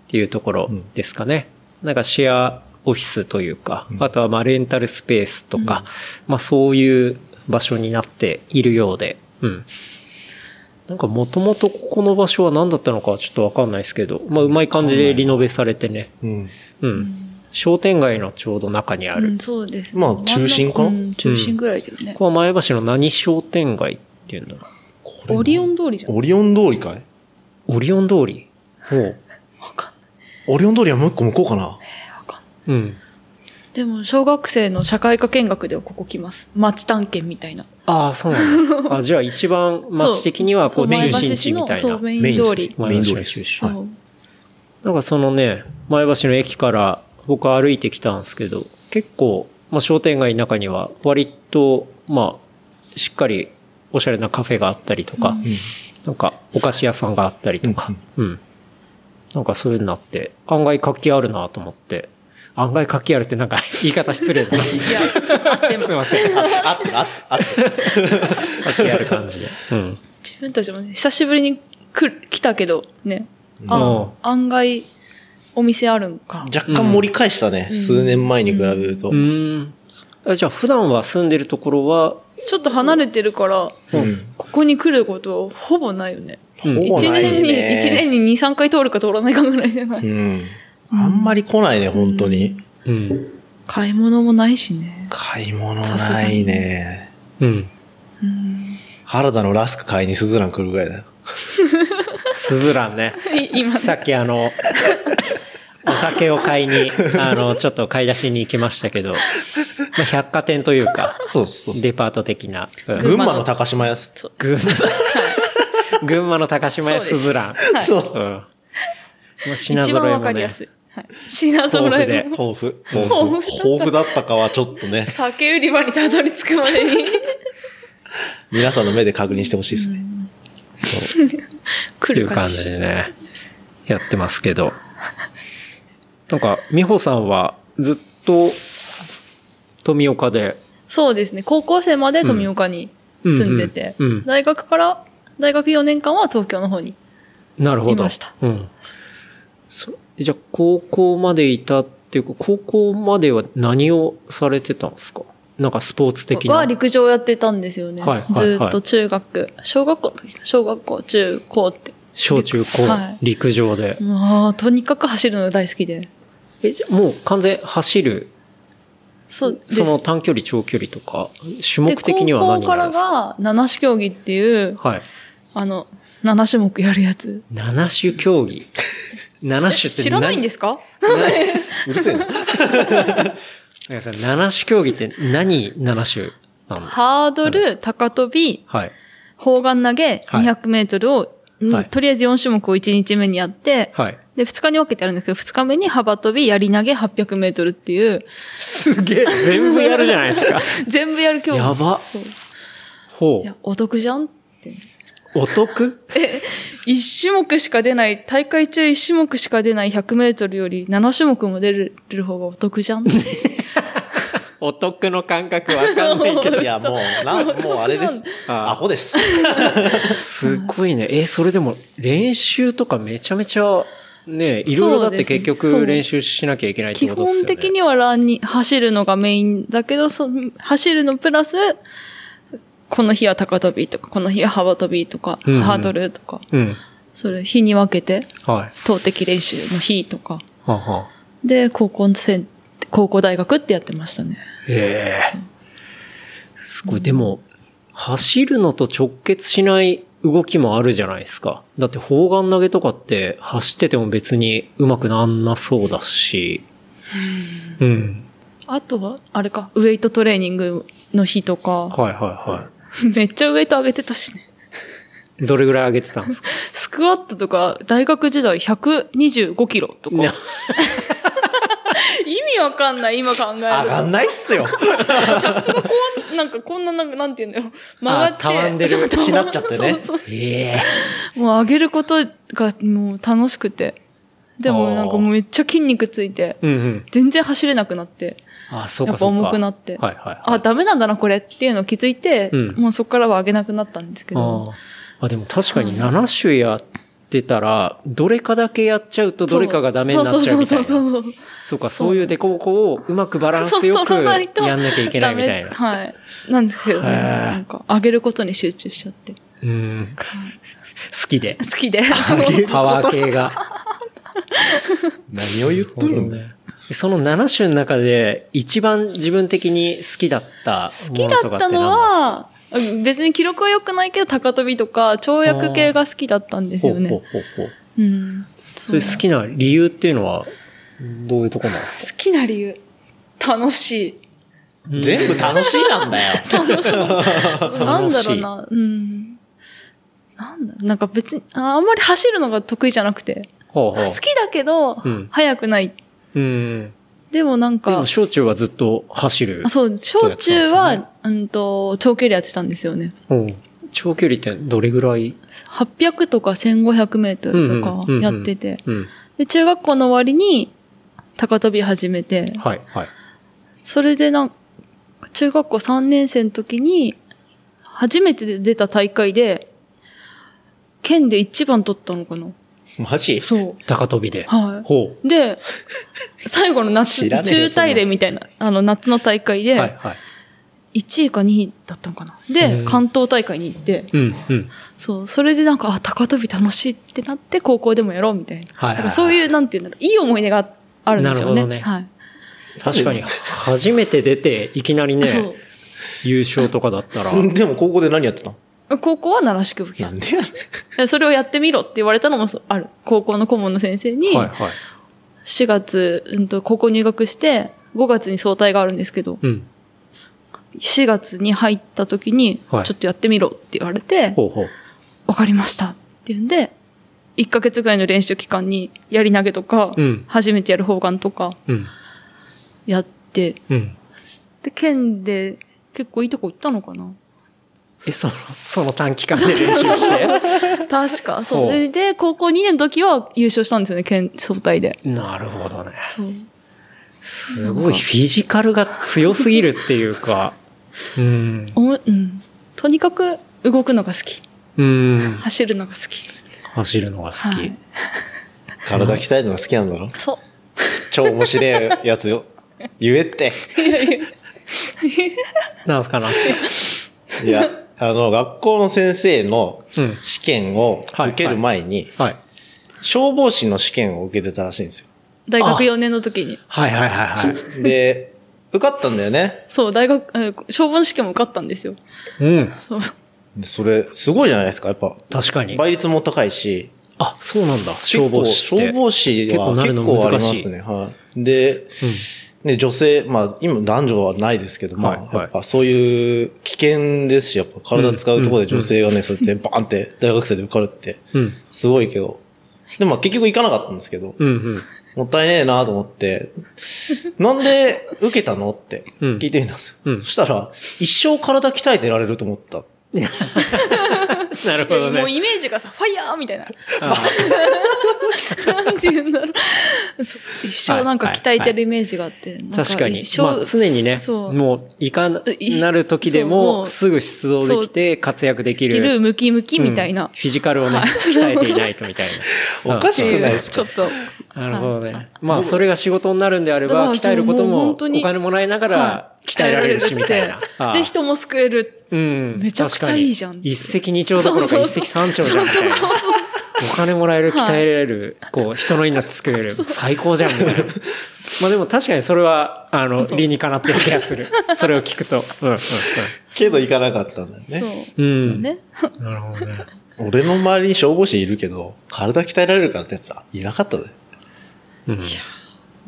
[SPEAKER 2] ていうところですかね。なんかシェアオフィスというか、あとはまあレンタルスペースとか、まあそういう場所になっているようで、うん。なんかもともとここの場所は何だったのかはちょっとわかんないですけど、まあうまい感じでリノベされてね、
[SPEAKER 4] うん。
[SPEAKER 2] うん。商店街のちょうど中にある。
[SPEAKER 3] うん、そうですね。
[SPEAKER 4] まあ中心かな
[SPEAKER 3] うん中心ぐらいだよね
[SPEAKER 2] こ。こは前橋の何商店街っていうんだろ。
[SPEAKER 4] これ
[SPEAKER 3] オリオン通りじゃん。
[SPEAKER 4] オリオン通りかいう
[SPEAKER 2] オリオン通り。ほう。
[SPEAKER 3] わかんな
[SPEAKER 4] オリオン通りはもう一個向こうかな。
[SPEAKER 3] い、わかんない。
[SPEAKER 2] うん。
[SPEAKER 3] でも、小学生の社会科見学ではここ来ます。町探検みたいな。
[SPEAKER 2] ああ、そうなんだ。あじゃあ一番街的にはこう
[SPEAKER 3] そう
[SPEAKER 2] 中心地みたい
[SPEAKER 3] そう
[SPEAKER 2] な。
[SPEAKER 3] メ
[SPEAKER 4] メ
[SPEAKER 3] イ
[SPEAKER 4] イ
[SPEAKER 3] ン通
[SPEAKER 4] ンです
[SPEAKER 3] り
[SPEAKER 4] ね。。メイン通
[SPEAKER 2] 前橋
[SPEAKER 4] りで
[SPEAKER 2] の中
[SPEAKER 4] す。
[SPEAKER 2] 心
[SPEAKER 4] はい
[SPEAKER 2] なんかそのね、前橋の駅から僕歩いてきたんですけど、結構、まあ、商店街の中には割と、まあ、しっかりおしゃれなカフェがあったりとか、なんかお菓子屋さんがあったりとか、うん。なんかそういうのになって、案外活気あるなと思って、案外活気あるってなんか 言い方失礼だな。
[SPEAKER 3] いや、合ってます
[SPEAKER 2] い
[SPEAKER 3] す。
[SPEAKER 2] ません。
[SPEAKER 4] ああったあったあった。
[SPEAKER 2] 活気ある感じで。うん。
[SPEAKER 3] 自分たちもね、久しぶりに来る、来たけど、ね。あ、案外、お店あるんか。
[SPEAKER 4] 若干盛り返したね。数年前に比べると
[SPEAKER 2] う。ーん。あじゃあ普段は住んでるところは、
[SPEAKER 3] ちょっと離れてるから、
[SPEAKER 4] うん
[SPEAKER 3] ここに来ることはほぼないよね。
[SPEAKER 4] ほぼ
[SPEAKER 3] 一
[SPEAKER 4] ない
[SPEAKER 3] 年に、
[SPEAKER 4] ね。
[SPEAKER 3] 一年に二、三回通るか通らないかぐらいじゃない。
[SPEAKER 4] うん。あんまり来ないね、本当に。
[SPEAKER 2] うん。
[SPEAKER 3] 買い物もないしね。
[SPEAKER 4] 買い物ないね。
[SPEAKER 2] うん。
[SPEAKER 4] 原田のラスク買いにスズラン来るぐらいだよ。
[SPEAKER 2] すずらん ね。
[SPEAKER 3] 今ね
[SPEAKER 2] さっきあ の、お酒を買いに、あの、ちょっと買い出しに行きましたけど、まあ、百貨店というか、
[SPEAKER 4] そうそう。
[SPEAKER 2] デパート的な。うん
[SPEAKER 4] 群馬の高島屋す。
[SPEAKER 2] 群馬、群馬の高島屋
[SPEAKER 3] そう
[SPEAKER 2] す
[SPEAKER 3] です
[SPEAKER 2] ずらん。
[SPEAKER 3] はい
[SPEAKER 4] そう
[SPEAKER 2] うん。
[SPEAKER 4] そう。
[SPEAKER 2] もう品
[SPEAKER 3] 一
[SPEAKER 2] 揃
[SPEAKER 3] 番
[SPEAKER 2] え
[SPEAKER 3] わか
[SPEAKER 2] も
[SPEAKER 3] りや
[SPEAKER 2] ね
[SPEAKER 3] す。い。はい、品揃えも。
[SPEAKER 4] 豊富。豊富。豊富だったかはちょっとね、
[SPEAKER 3] 酒売り場にたどり着くま でに
[SPEAKER 4] 皆さんの目で確認してほしいですね。
[SPEAKER 2] って
[SPEAKER 3] 来
[SPEAKER 2] い
[SPEAKER 3] る
[SPEAKER 2] う感
[SPEAKER 3] 感
[SPEAKER 2] じ
[SPEAKER 3] じ。
[SPEAKER 2] でね、やってますけど。 なんか、美穂さんはずっと富岡で、
[SPEAKER 3] そうですね。高校生まで富岡に住んでて、
[SPEAKER 2] うんうんうんうん
[SPEAKER 3] 大学から、大学4年間は東京の方に。
[SPEAKER 2] なるほど。
[SPEAKER 3] いました
[SPEAKER 2] うん。そじゃあ、高校までいたっていうか、高校までは何をされてたんですかなんかスポーツ的な。
[SPEAKER 3] は陸上やってたんですよね。
[SPEAKER 2] はいはいはい
[SPEAKER 3] ずっと中学、小学校の時、小学校、中高って。
[SPEAKER 2] 小中高、
[SPEAKER 3] はい
[SPEAKER 2] 陸上で。
[SPEAKER 3] もう、とにかく走るのが大好きで。
[SPEAKER 2] え、じゃあもう完全走る、
[SPEAKER 3] そうです。
[SPEAKER 2] その短距離、長距離とか、種目
[SPEAKER 3] で
[SPEAKER 2] 的には何
[SPEAKER 3] 高
[SPEAKER 2] に
[SPEAKER 3] 校か
[SPEAKER 2] なる
[SPEAKER 3] ら
[SPEAKER 2] んですか
[SPEAKER 3] が、七種競技っていう、
[SPEAKER 2] はい。
[SPEAKER 3] あの、七種目やるやつ。
[SPEAKER 2] 七種競技。七種って
[SPEAKER 3] 知らないんですすか
[SPEAKER 4] うるせえな。
[SPEAKER 2] 七種競技って何七種なんだ
[SPEAKER 3] ハードル、高跳び、
[SPEAKER 2] はい。
[SPEAKER 3] 砲丸投げ、
[SPEAKER 2] はい
[SPEAKER 3] 200メートルを、うん
[SPEAKER 2] はい
[SPEAKER 3] とりあえず4種目を1日目にやって、
[SPEAKER 2] はい。
[SPEAKER 3] で、2日に分けてあるんですけど、2日目に幅跳び、槍投げ800メートルっていう、
[SPEAKER 2] すげえ。全部やるじゃないです か。
[SPEAKER 3] 全部やる競技。
[SPEAKER 2] やば
[SPEAKER 3] そう。い
[SPEAKER 2] ほ
[SPEAKER 3] や、お得じゃんって。
[SPEAKER 2] う。お得
[SPEAKER 3] 1種目しか出ない、大会中1種目しか出ない100メートルより7種目も出るる方がお得じゃんって。
[SPEAKER 2] お得の感覚わかん ないけど。
[SPEAKER 4] いや、もう、な、もうあれです。
[SPEAKER 2] あ
[SPEAKER 4] アホです。
[SPEAKER 2] すごいね。え、それでも練習とかめちゃめちゃ、ね、いろいろだって結
[SPEAKER 3] そうです
[SPEAKER 2] 局
[SPEAKER 3] ね
[SPEAKER 2] 練習しなきゃいけないって
[SPEAKER 3] 基
[SPEAKER 2] ことですよね。
[SPEAKER 3] 本的にはランに走るのがメインだけど、その走るのプラス、この日は高跳びとか、この日は幅跳びとか、
[SPEAKER 2] うんうん
[SPEAKER 3] ハードルとか、
[SPEAKER 2] うん。
[SPEAKER 3] それ日に分けて、
[SPEAKER 2] はい。
[SPEAKER 3] 投擲練習の日とか。
[SPEAKER 2] はんはん
[SPEAKER 3] で、高校生、高校大学ってやってましたね。
[SPEAKER 2] ええすごい。でも、走るのと直結しない動きもあるじゃないですか。だって砲丸投げとかって走ってても別にうまくなんなそうだし。うん。
[SPEAKER 3] あとは、あれか、ウェイトトレーニングの日とか、
[SPEAKER 2] はいはいは
[SPEAKER 3] めっちゃウェイト上げてたしね。
[SPEAKER 2] い。どれぐらい上げてたんです か
[SPEAKER 3] スクワットとか、大学時代125キロとか。
[SPEAKER 2] い
[SPEAKER 3] 意
[SPEAKER 2] や
[SPEAKER 3] 味わかんない、今考えると。
[SPEAKER 4] 上がんないっすよ。
[SPEAKER 3] シャツがこう、 なんかこんな、なんかなんていうんだよ。曲がって。
[SPEAKER 2] あたわんでる
[SPEAKER 3] そう
[SPEAKER 4] しなっちゃってね
[SPEAKER 3] そうそ
[SPEAKER 2] ええ
[SPEAKER 3] う。もう上げることがもう楽しくて。で
[SPEAKER 2] あ
[SPEAKER 3] も
[SPEAKER 2] ー
[SPEAKER 3] なんかもうめっちゃ筋肉ついて、
[SPEAKER 2] うんうん。
[SPEAKER 3] 全然走れなくなって、
[SPEAKER 2] あ、そう
[SPEAKER 3] や
[SPEAKER 2] か
[SPEAKER 3] っぱ
[SPEAKER 2] そうか。
[SPEAKER 3] 重くなって。
[SPEAKER 2] はいはい。
[SPEAKER 3] あ、ダメなんだな、これっていうのを気づいて、
[SPEAKER 2] うん
[SPEAKER 3] もうそこからは上げなくなったんですけ
[SPEAKER 2] あ
[SPEAKER 3] ど。
[SPEAKER 2] ああでも確かに7種やってたら、どれかだけやっちゃうとどれかがダメになっちゃうみたいな。
[SPEAKER 3] そうそうそうそう
[SPEAKER 2] そうか、そういうデコボコをうまくバランスよく
[SPEAKER 3] そう取らないと
[SPEAKER 2] やんなきゃいけないみたい
[SPEAKER 3] ダメ
[SPEAKER 2] な。
[SPEAKER 3] はい。なんですけどね。
[SPEAKER 2] へえ
[SPEAKER 3] なんか、上げることに集中しちゃって。
[SPEAKER 2] うん。好きで。
[SPEAKER 3] 好き で。
[SPEAKER 2] パワー系が。
[SPEAKER 4] 何を言っとるんだよ。
[SPEAKER 2] その7種の中で一番自分的に好きだった
[SPEAKER 3] 好
[SPEAKER 2] も
[SPEAKER 3] き
[SPEAKER 2] の
[SPEAKER 3] だ
[SPEAKER 2] とかっ
[SPEAKER 3] っ
[SPEAKER 2] て
[SPEAKER 3] た
[SPEAKER 2] 何
[SPEAKER 3] の
[SPEAKER 2] なんで
[SPEAKER 3] は、うん別に記録は良くないけど、高跳びとか、跳躍系が好きだったんですす
[SPEAKER 2] か
[SPEAKER 3] よね
[SPEAKER 2] ほう。ほうほうほう
[SPEAKER 3] うん。
[SPEAKER 2] それ好きな理由っていうのは、どういうとこなんですか
[SPEAKER 3] 好きな理由。楽しい。
[SPEAKER 4] 全部楽しいなんだよ。
[SPEAKER 3] なんだろうな。うん。なんだろうなんか別にあ、あんまり走るのが得意じゃなくて。
[SPEAKER 2] ほうほ
[SPEAKER 3] 好きだけど、
[SPEAKER 2] うん
[SPEAKER 3] 速くない。
[SPEAKER 2] う。うん。
[SPEAKER 3] でもなん
[SPEAKER 2] で
[SPEAKER 3] か
[SPEAKER 2] も、、小中はずっと走る
[SPEAKER 3] あ。そう、小中は、うんと、長距離やってたんですよね。
[SPEAKER 2] うん長距離ってどれぐらい
[SPEAKER 3] 800とか1500メートルとかやってて。
[SPEAKER 2] うん。
[SPEAKER 3] で、中学校の終わりに、高跳び始めて、
[SPEAKER 2] はい、はい。
[SPEAKER 3] それでなん、中学校3年生の時に、初めて出た大会で、県で一番取ったのかな
[SPEAKER 4] マジ
[SPEAKER 3] そう。
[SPEAKER 2] 高跳びで。
[SPEAKER 3] は
[SPEAKER 2] ほ
[SPEAKER 3] い。で、最後の夏、
[SPEAKER 4] 知らねえよ
[SPEAKER 3] 中大連みたいな、あの、夏の大会
[SPEAKER 2] う。はい、
[SPEAKER 3] で、
[SPEAKER 2] はい。
[SPEAKER 3] 1位か2位だったのかな。
[SPEAKER 2] う
[SPEAKER 3] で
[SPEAKER 2] ん、
[SPEAKER 3] 関東大会に行って、
[SPEAKER 2] うん、うん。
[SPEAKER 3] そう、それでなんか、あ、高跳び楽しいってなって、高校でもやろうみたいな。
[SPEAKER 2] はいはいはい
[SPEAKER 3] だからそういう、なんていうんだろう、いい思い出があるんですよ
[SPEAKER 2] なる
[SPEAKER 3] ね。
[SPEAKER 2] ほどね
[SPEAKER 3] はい。
[SPEAKER 2] 確かに、初めて出て、いきなり
[SPEAKER 3] そう
[SPEAKER 2] ね、。優勝とかだ ったら、
[SPEAKER 4] でも高校で何やってたの
[SPEAKER 3] 高校は奈良市教育
[SPEAKER 4] なんでやねん。
[SPEAKER 3] でそれをやってみろって言われたのもそうある。高校の顧問の先生に、
[SPEAKER 2] はい、はい。
[SPEAKER 3] 4月、うんと、高校入学して、5月に早退があるんですけど、
[SPEAKER 2] うん。
[SPEAKER 3] 4月に入った時に、ちょ
[SPEAKER 2] はい
[SPEAKER 3] っとやってみろって言われて、
[SPEAKER 2] ほうほう。
[SPEAKER 3] わかりましたって言うんで、1ヶ月ぐらいの練習期間に、やり投げとか、
[SPEAKER 2] うん
[SPEAKER 3] 初めてやる方眼とか、
[SPEAKER 2] うん。
[SPEAKER 3] やって、
[SPEAKER 2] うん。
[SPEAKER 3] で、県で結構いいとこ行ったのかな
[SPEAKER 2] え、その、 その短期間で練習して。
[SPEAKER 3] 確か、
[SPEAKER 2] ほ
[SPEAKER 3] そうう。で、で高校2年の時は優勝したんですよね、県総体で。
[SPEAKER 2] なるほどね。
[SPEAKER 3] そう。
[SPEAKER 2] すごい、フィジカルが強すぎるっていうか、うん。
[SPEAKER 3] おもうん。とにかく動くのが好き。
[SPEAKER 2] うん。
[SPEAKER 3] 走るのが好き。
[SPEAKER 2] 走るのが好
[SPEAKER 3] は
[SPEAKER 2] き
[SPEAKER 3] い。
[SPEAKER 4] 体鍛えるのが好きなんだろ
[SPEAKER 3] そ
[SPEAKER 4] 超面白いやつよ。言えって。
[SPEAKER 3] う。いやいや
[SPEAKER 2] なんすかなんすか。
[SPEAKER 4] いや、 あの、学校の先生の
[SPEAKER 2] うん
[SPEAKER 4] 試験を受ける前に、
[SPEAKER 2] はい。
[SPEAKER 4] 消防士の試験を受けてたらしいんですよ。
[SPEAKER 3] 大
[SPEAKER 2] あ
[SPEAKER 3] 学4年の時に。
[SPEAKER 2] はいはいはいはい。
[SPEAKER 4] で、受かったんだよね。
[SPEAKER 3] そう、大学、えー消防の試験も受かったんですよ。
[SPEAKER 2] うん。
[SPEAKER 3] そう。
[SPEAKER 4] でそれ、すごいじゃないですか。やっぱ、
[SPEAKER 2] 確かに。
[SPEAKER 4] 倍率も高いし、
[SPEAKER 2] あ、そうなんだ。消防士って。
[SPEAKER 4] 結構消防士は
[SPEAKER 2] 結構なる
[SPEAKER 4] 結
[SPEAKER 2] の
[SPEAKER 4] 構ありま
[SPEAKER 2] 難
[SPEAKER 4] す
[SPEAKER 2] しい
[SPEAKER 4] ね。はい。で、ね、女性、まあ、今男女はないですけど、まあ、
[SPEAKER 2] はいはい
[SPEAKER 4] やっぱそういう危険ですし、やっぱ体使うところで女性がね、そうやってバーンって大学生で受かるって、
[SPEAKER 2] うん。
[SPEAKER 4] すごいけど、でもまあ結局行かなかったんですけど、
[SPEAKER 2] うんうん。
[SPEAKER 4] もったいねえなと思 って、なんで受けたのって
[SPEAKER 2] うん
[SPEAKER 4] 聞いてみたんですよ。
[SPEAKER 2] うん
[SPEAKER 4] そしたら、一生体鍛えてられると思った。
[SPEAKER 2] なるほど
[SPEAKER 3] もう
[SPEAKER 2] ね。
[SPEAKER 3] イメージがさ、ファイヤーみたいな。なんて言うんだろう。そう一生なんか鍛えてるイメージがあって。 なん
[SPEAKER 2] 確かに
[SPEAKER 3] 一。生、
[SPEAKER 2] まあ常にね、
[SPEAKER 3] そう
[SPEAKER 2] もういかなる時で
[SPEAKER 3] そうも
[SPEAKER 2] も
[SPEAKER 3] う
[SPEAKER 2] すぐ出動できて活躍でき
[SPEAKER 3] 着る
[SPEAKER 2] る。
[SPEAKER 3] ムキムキみたいな。
[SPEAKER 2] うんフィジカルをね、鍛えていないとみたいな。
[SPEAKER 4] おかし
[SPEAKER 3] って
[SPEAKER 4] い
[SPEAKER 3] い、
[SPEAKER 4] くないうです
[SPEAKER 3] ちょ
[SPEAKER 4] か
[SPEAKER 3] っと。
[SPEAKER 2] なるほどね。まあ、それが仕事になるんであれ
[SPEAKER 3] だか
[SPEAKER 2] ば、
[SPEAKER 3] ら
[SPEAKER 2] 鍛えること
[SPEAKER 3] そうもう
[SPEAKER 2] も、お
[SPEAKER 3] 本当に
[SPEAKER 2] 金もらいなが
[SPEAKER 3] は
[SPEAKER 2] ら
[SPEAKER 3] い
[SPEAKER 2] 鍛えられるし、みたいな。ああ
[SPEAKER 3] で、人も救える。
[SPEAKER 2] うん。
[SPEAKER 3] めちゃくちゃいいじゃん
[SPEAKER 2] 確かに一石二鳥どころか
[SPEAKER 3] そう
[SPEAKER 2] 一
[SPEAKER 3] そうそう
[SPEAKER 2] 石三鳥じゃん、みたいな。お金もらえる、
[SPEAKER 3] はい
[SPEAKER 2] 鍛えられる、こう、人の命作れる、最高じゃん、み たいな。まあでも確かにそれは、あの、
[SPEAKER 3] そう
[SPEAKER 2] 理にかなってる気がする。それを聞くと。うん、うん
[SPEAKER 4] けど行かなかったんだよ
[SPEAKER 3] そう
[SPEAKER 4] ね。。
[SPEAKER 2] うん。 うん。
[SPEAKER 3] ね。
[SPEAKER 2] なるほどね。
[SPEAKER 4] 俺の周りに消防士いるけど、体鍛えられるからってやつはいなかったで。
[SPEAKER 2] うん。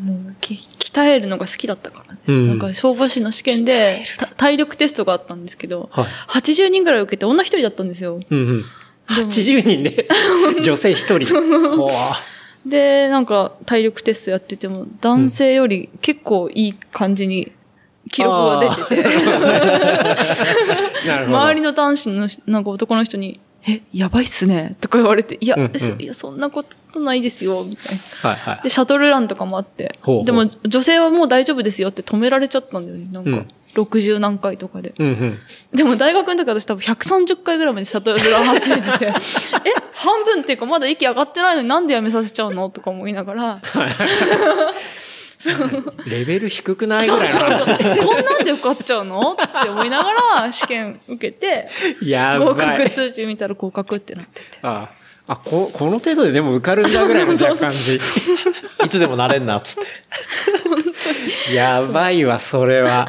[SPEAKER 3] もうき鍛えるのが好きだったからね。
[SPEAKER 2] うん
[SPEAKER 3] なんか消防士の試験でた体力テストがあったんですけど、
[SPEAKER 2] はい。
[SPEAKER 3] 80人ぐらい受けて女一人だったんですよ。
[SPEAKER 2] うんうん。
[SPEAKER 3] でも
[SPEAKER 2] 80人 で、女性1人。ほわ
[SPEAKER 3] で、なんか体力テストやってても男性より結構いい感じに記録が出てて、
[SPEAKER 2] なるほど。
[SPEAKER 3] 周りの男子のなんか男の人に、え、やばいっすねとか言われて、いや、
[SPEAKER 2] うんうん
[SPEAKER 3] そいやそんなことないですよ、みたいな。
[SPEAKER 2] はいはい。
[SPEAKER 3] で、シャトルランとかもあって。
[SPEAKER 2] ほうほう
[SPEAKER 3] でも、女性はもう大丈夫ですよって止められちゃったんだよね。なんか、
[SPEAKER 2] うん
[SPEAKER 3] 60何回とかで。
[SPEAKER 2] うんうん。
[SPEAKER 3] でも、大学の時私多分130回ぐらいまでシャトルラン走ってて。え半分っていうか、まだ息上がってないのになんでやめさせちゃうのとか思いながら。
[SPEAKER 2] レベル低くないぐらいの話
[SPEAKER 3] えこんなんで受かっちゃうのって思いながら、試験受けて、
[SPEAKER 2] や
[SPEAKER 3] 合
[SPEAKER 2] ば
[SPEAKER 3] 格
[SPEAKER 2] い。
[SPEAKER 3] 通知見たら合格ってなってて。
[SPEAKER 2] ああこ、この程度ででも受かるんだぐらいの若干
[SPEAKER 4] いつでもなれんな、っ つって。
[SPEAKER 2] じ。やばいわ、それは。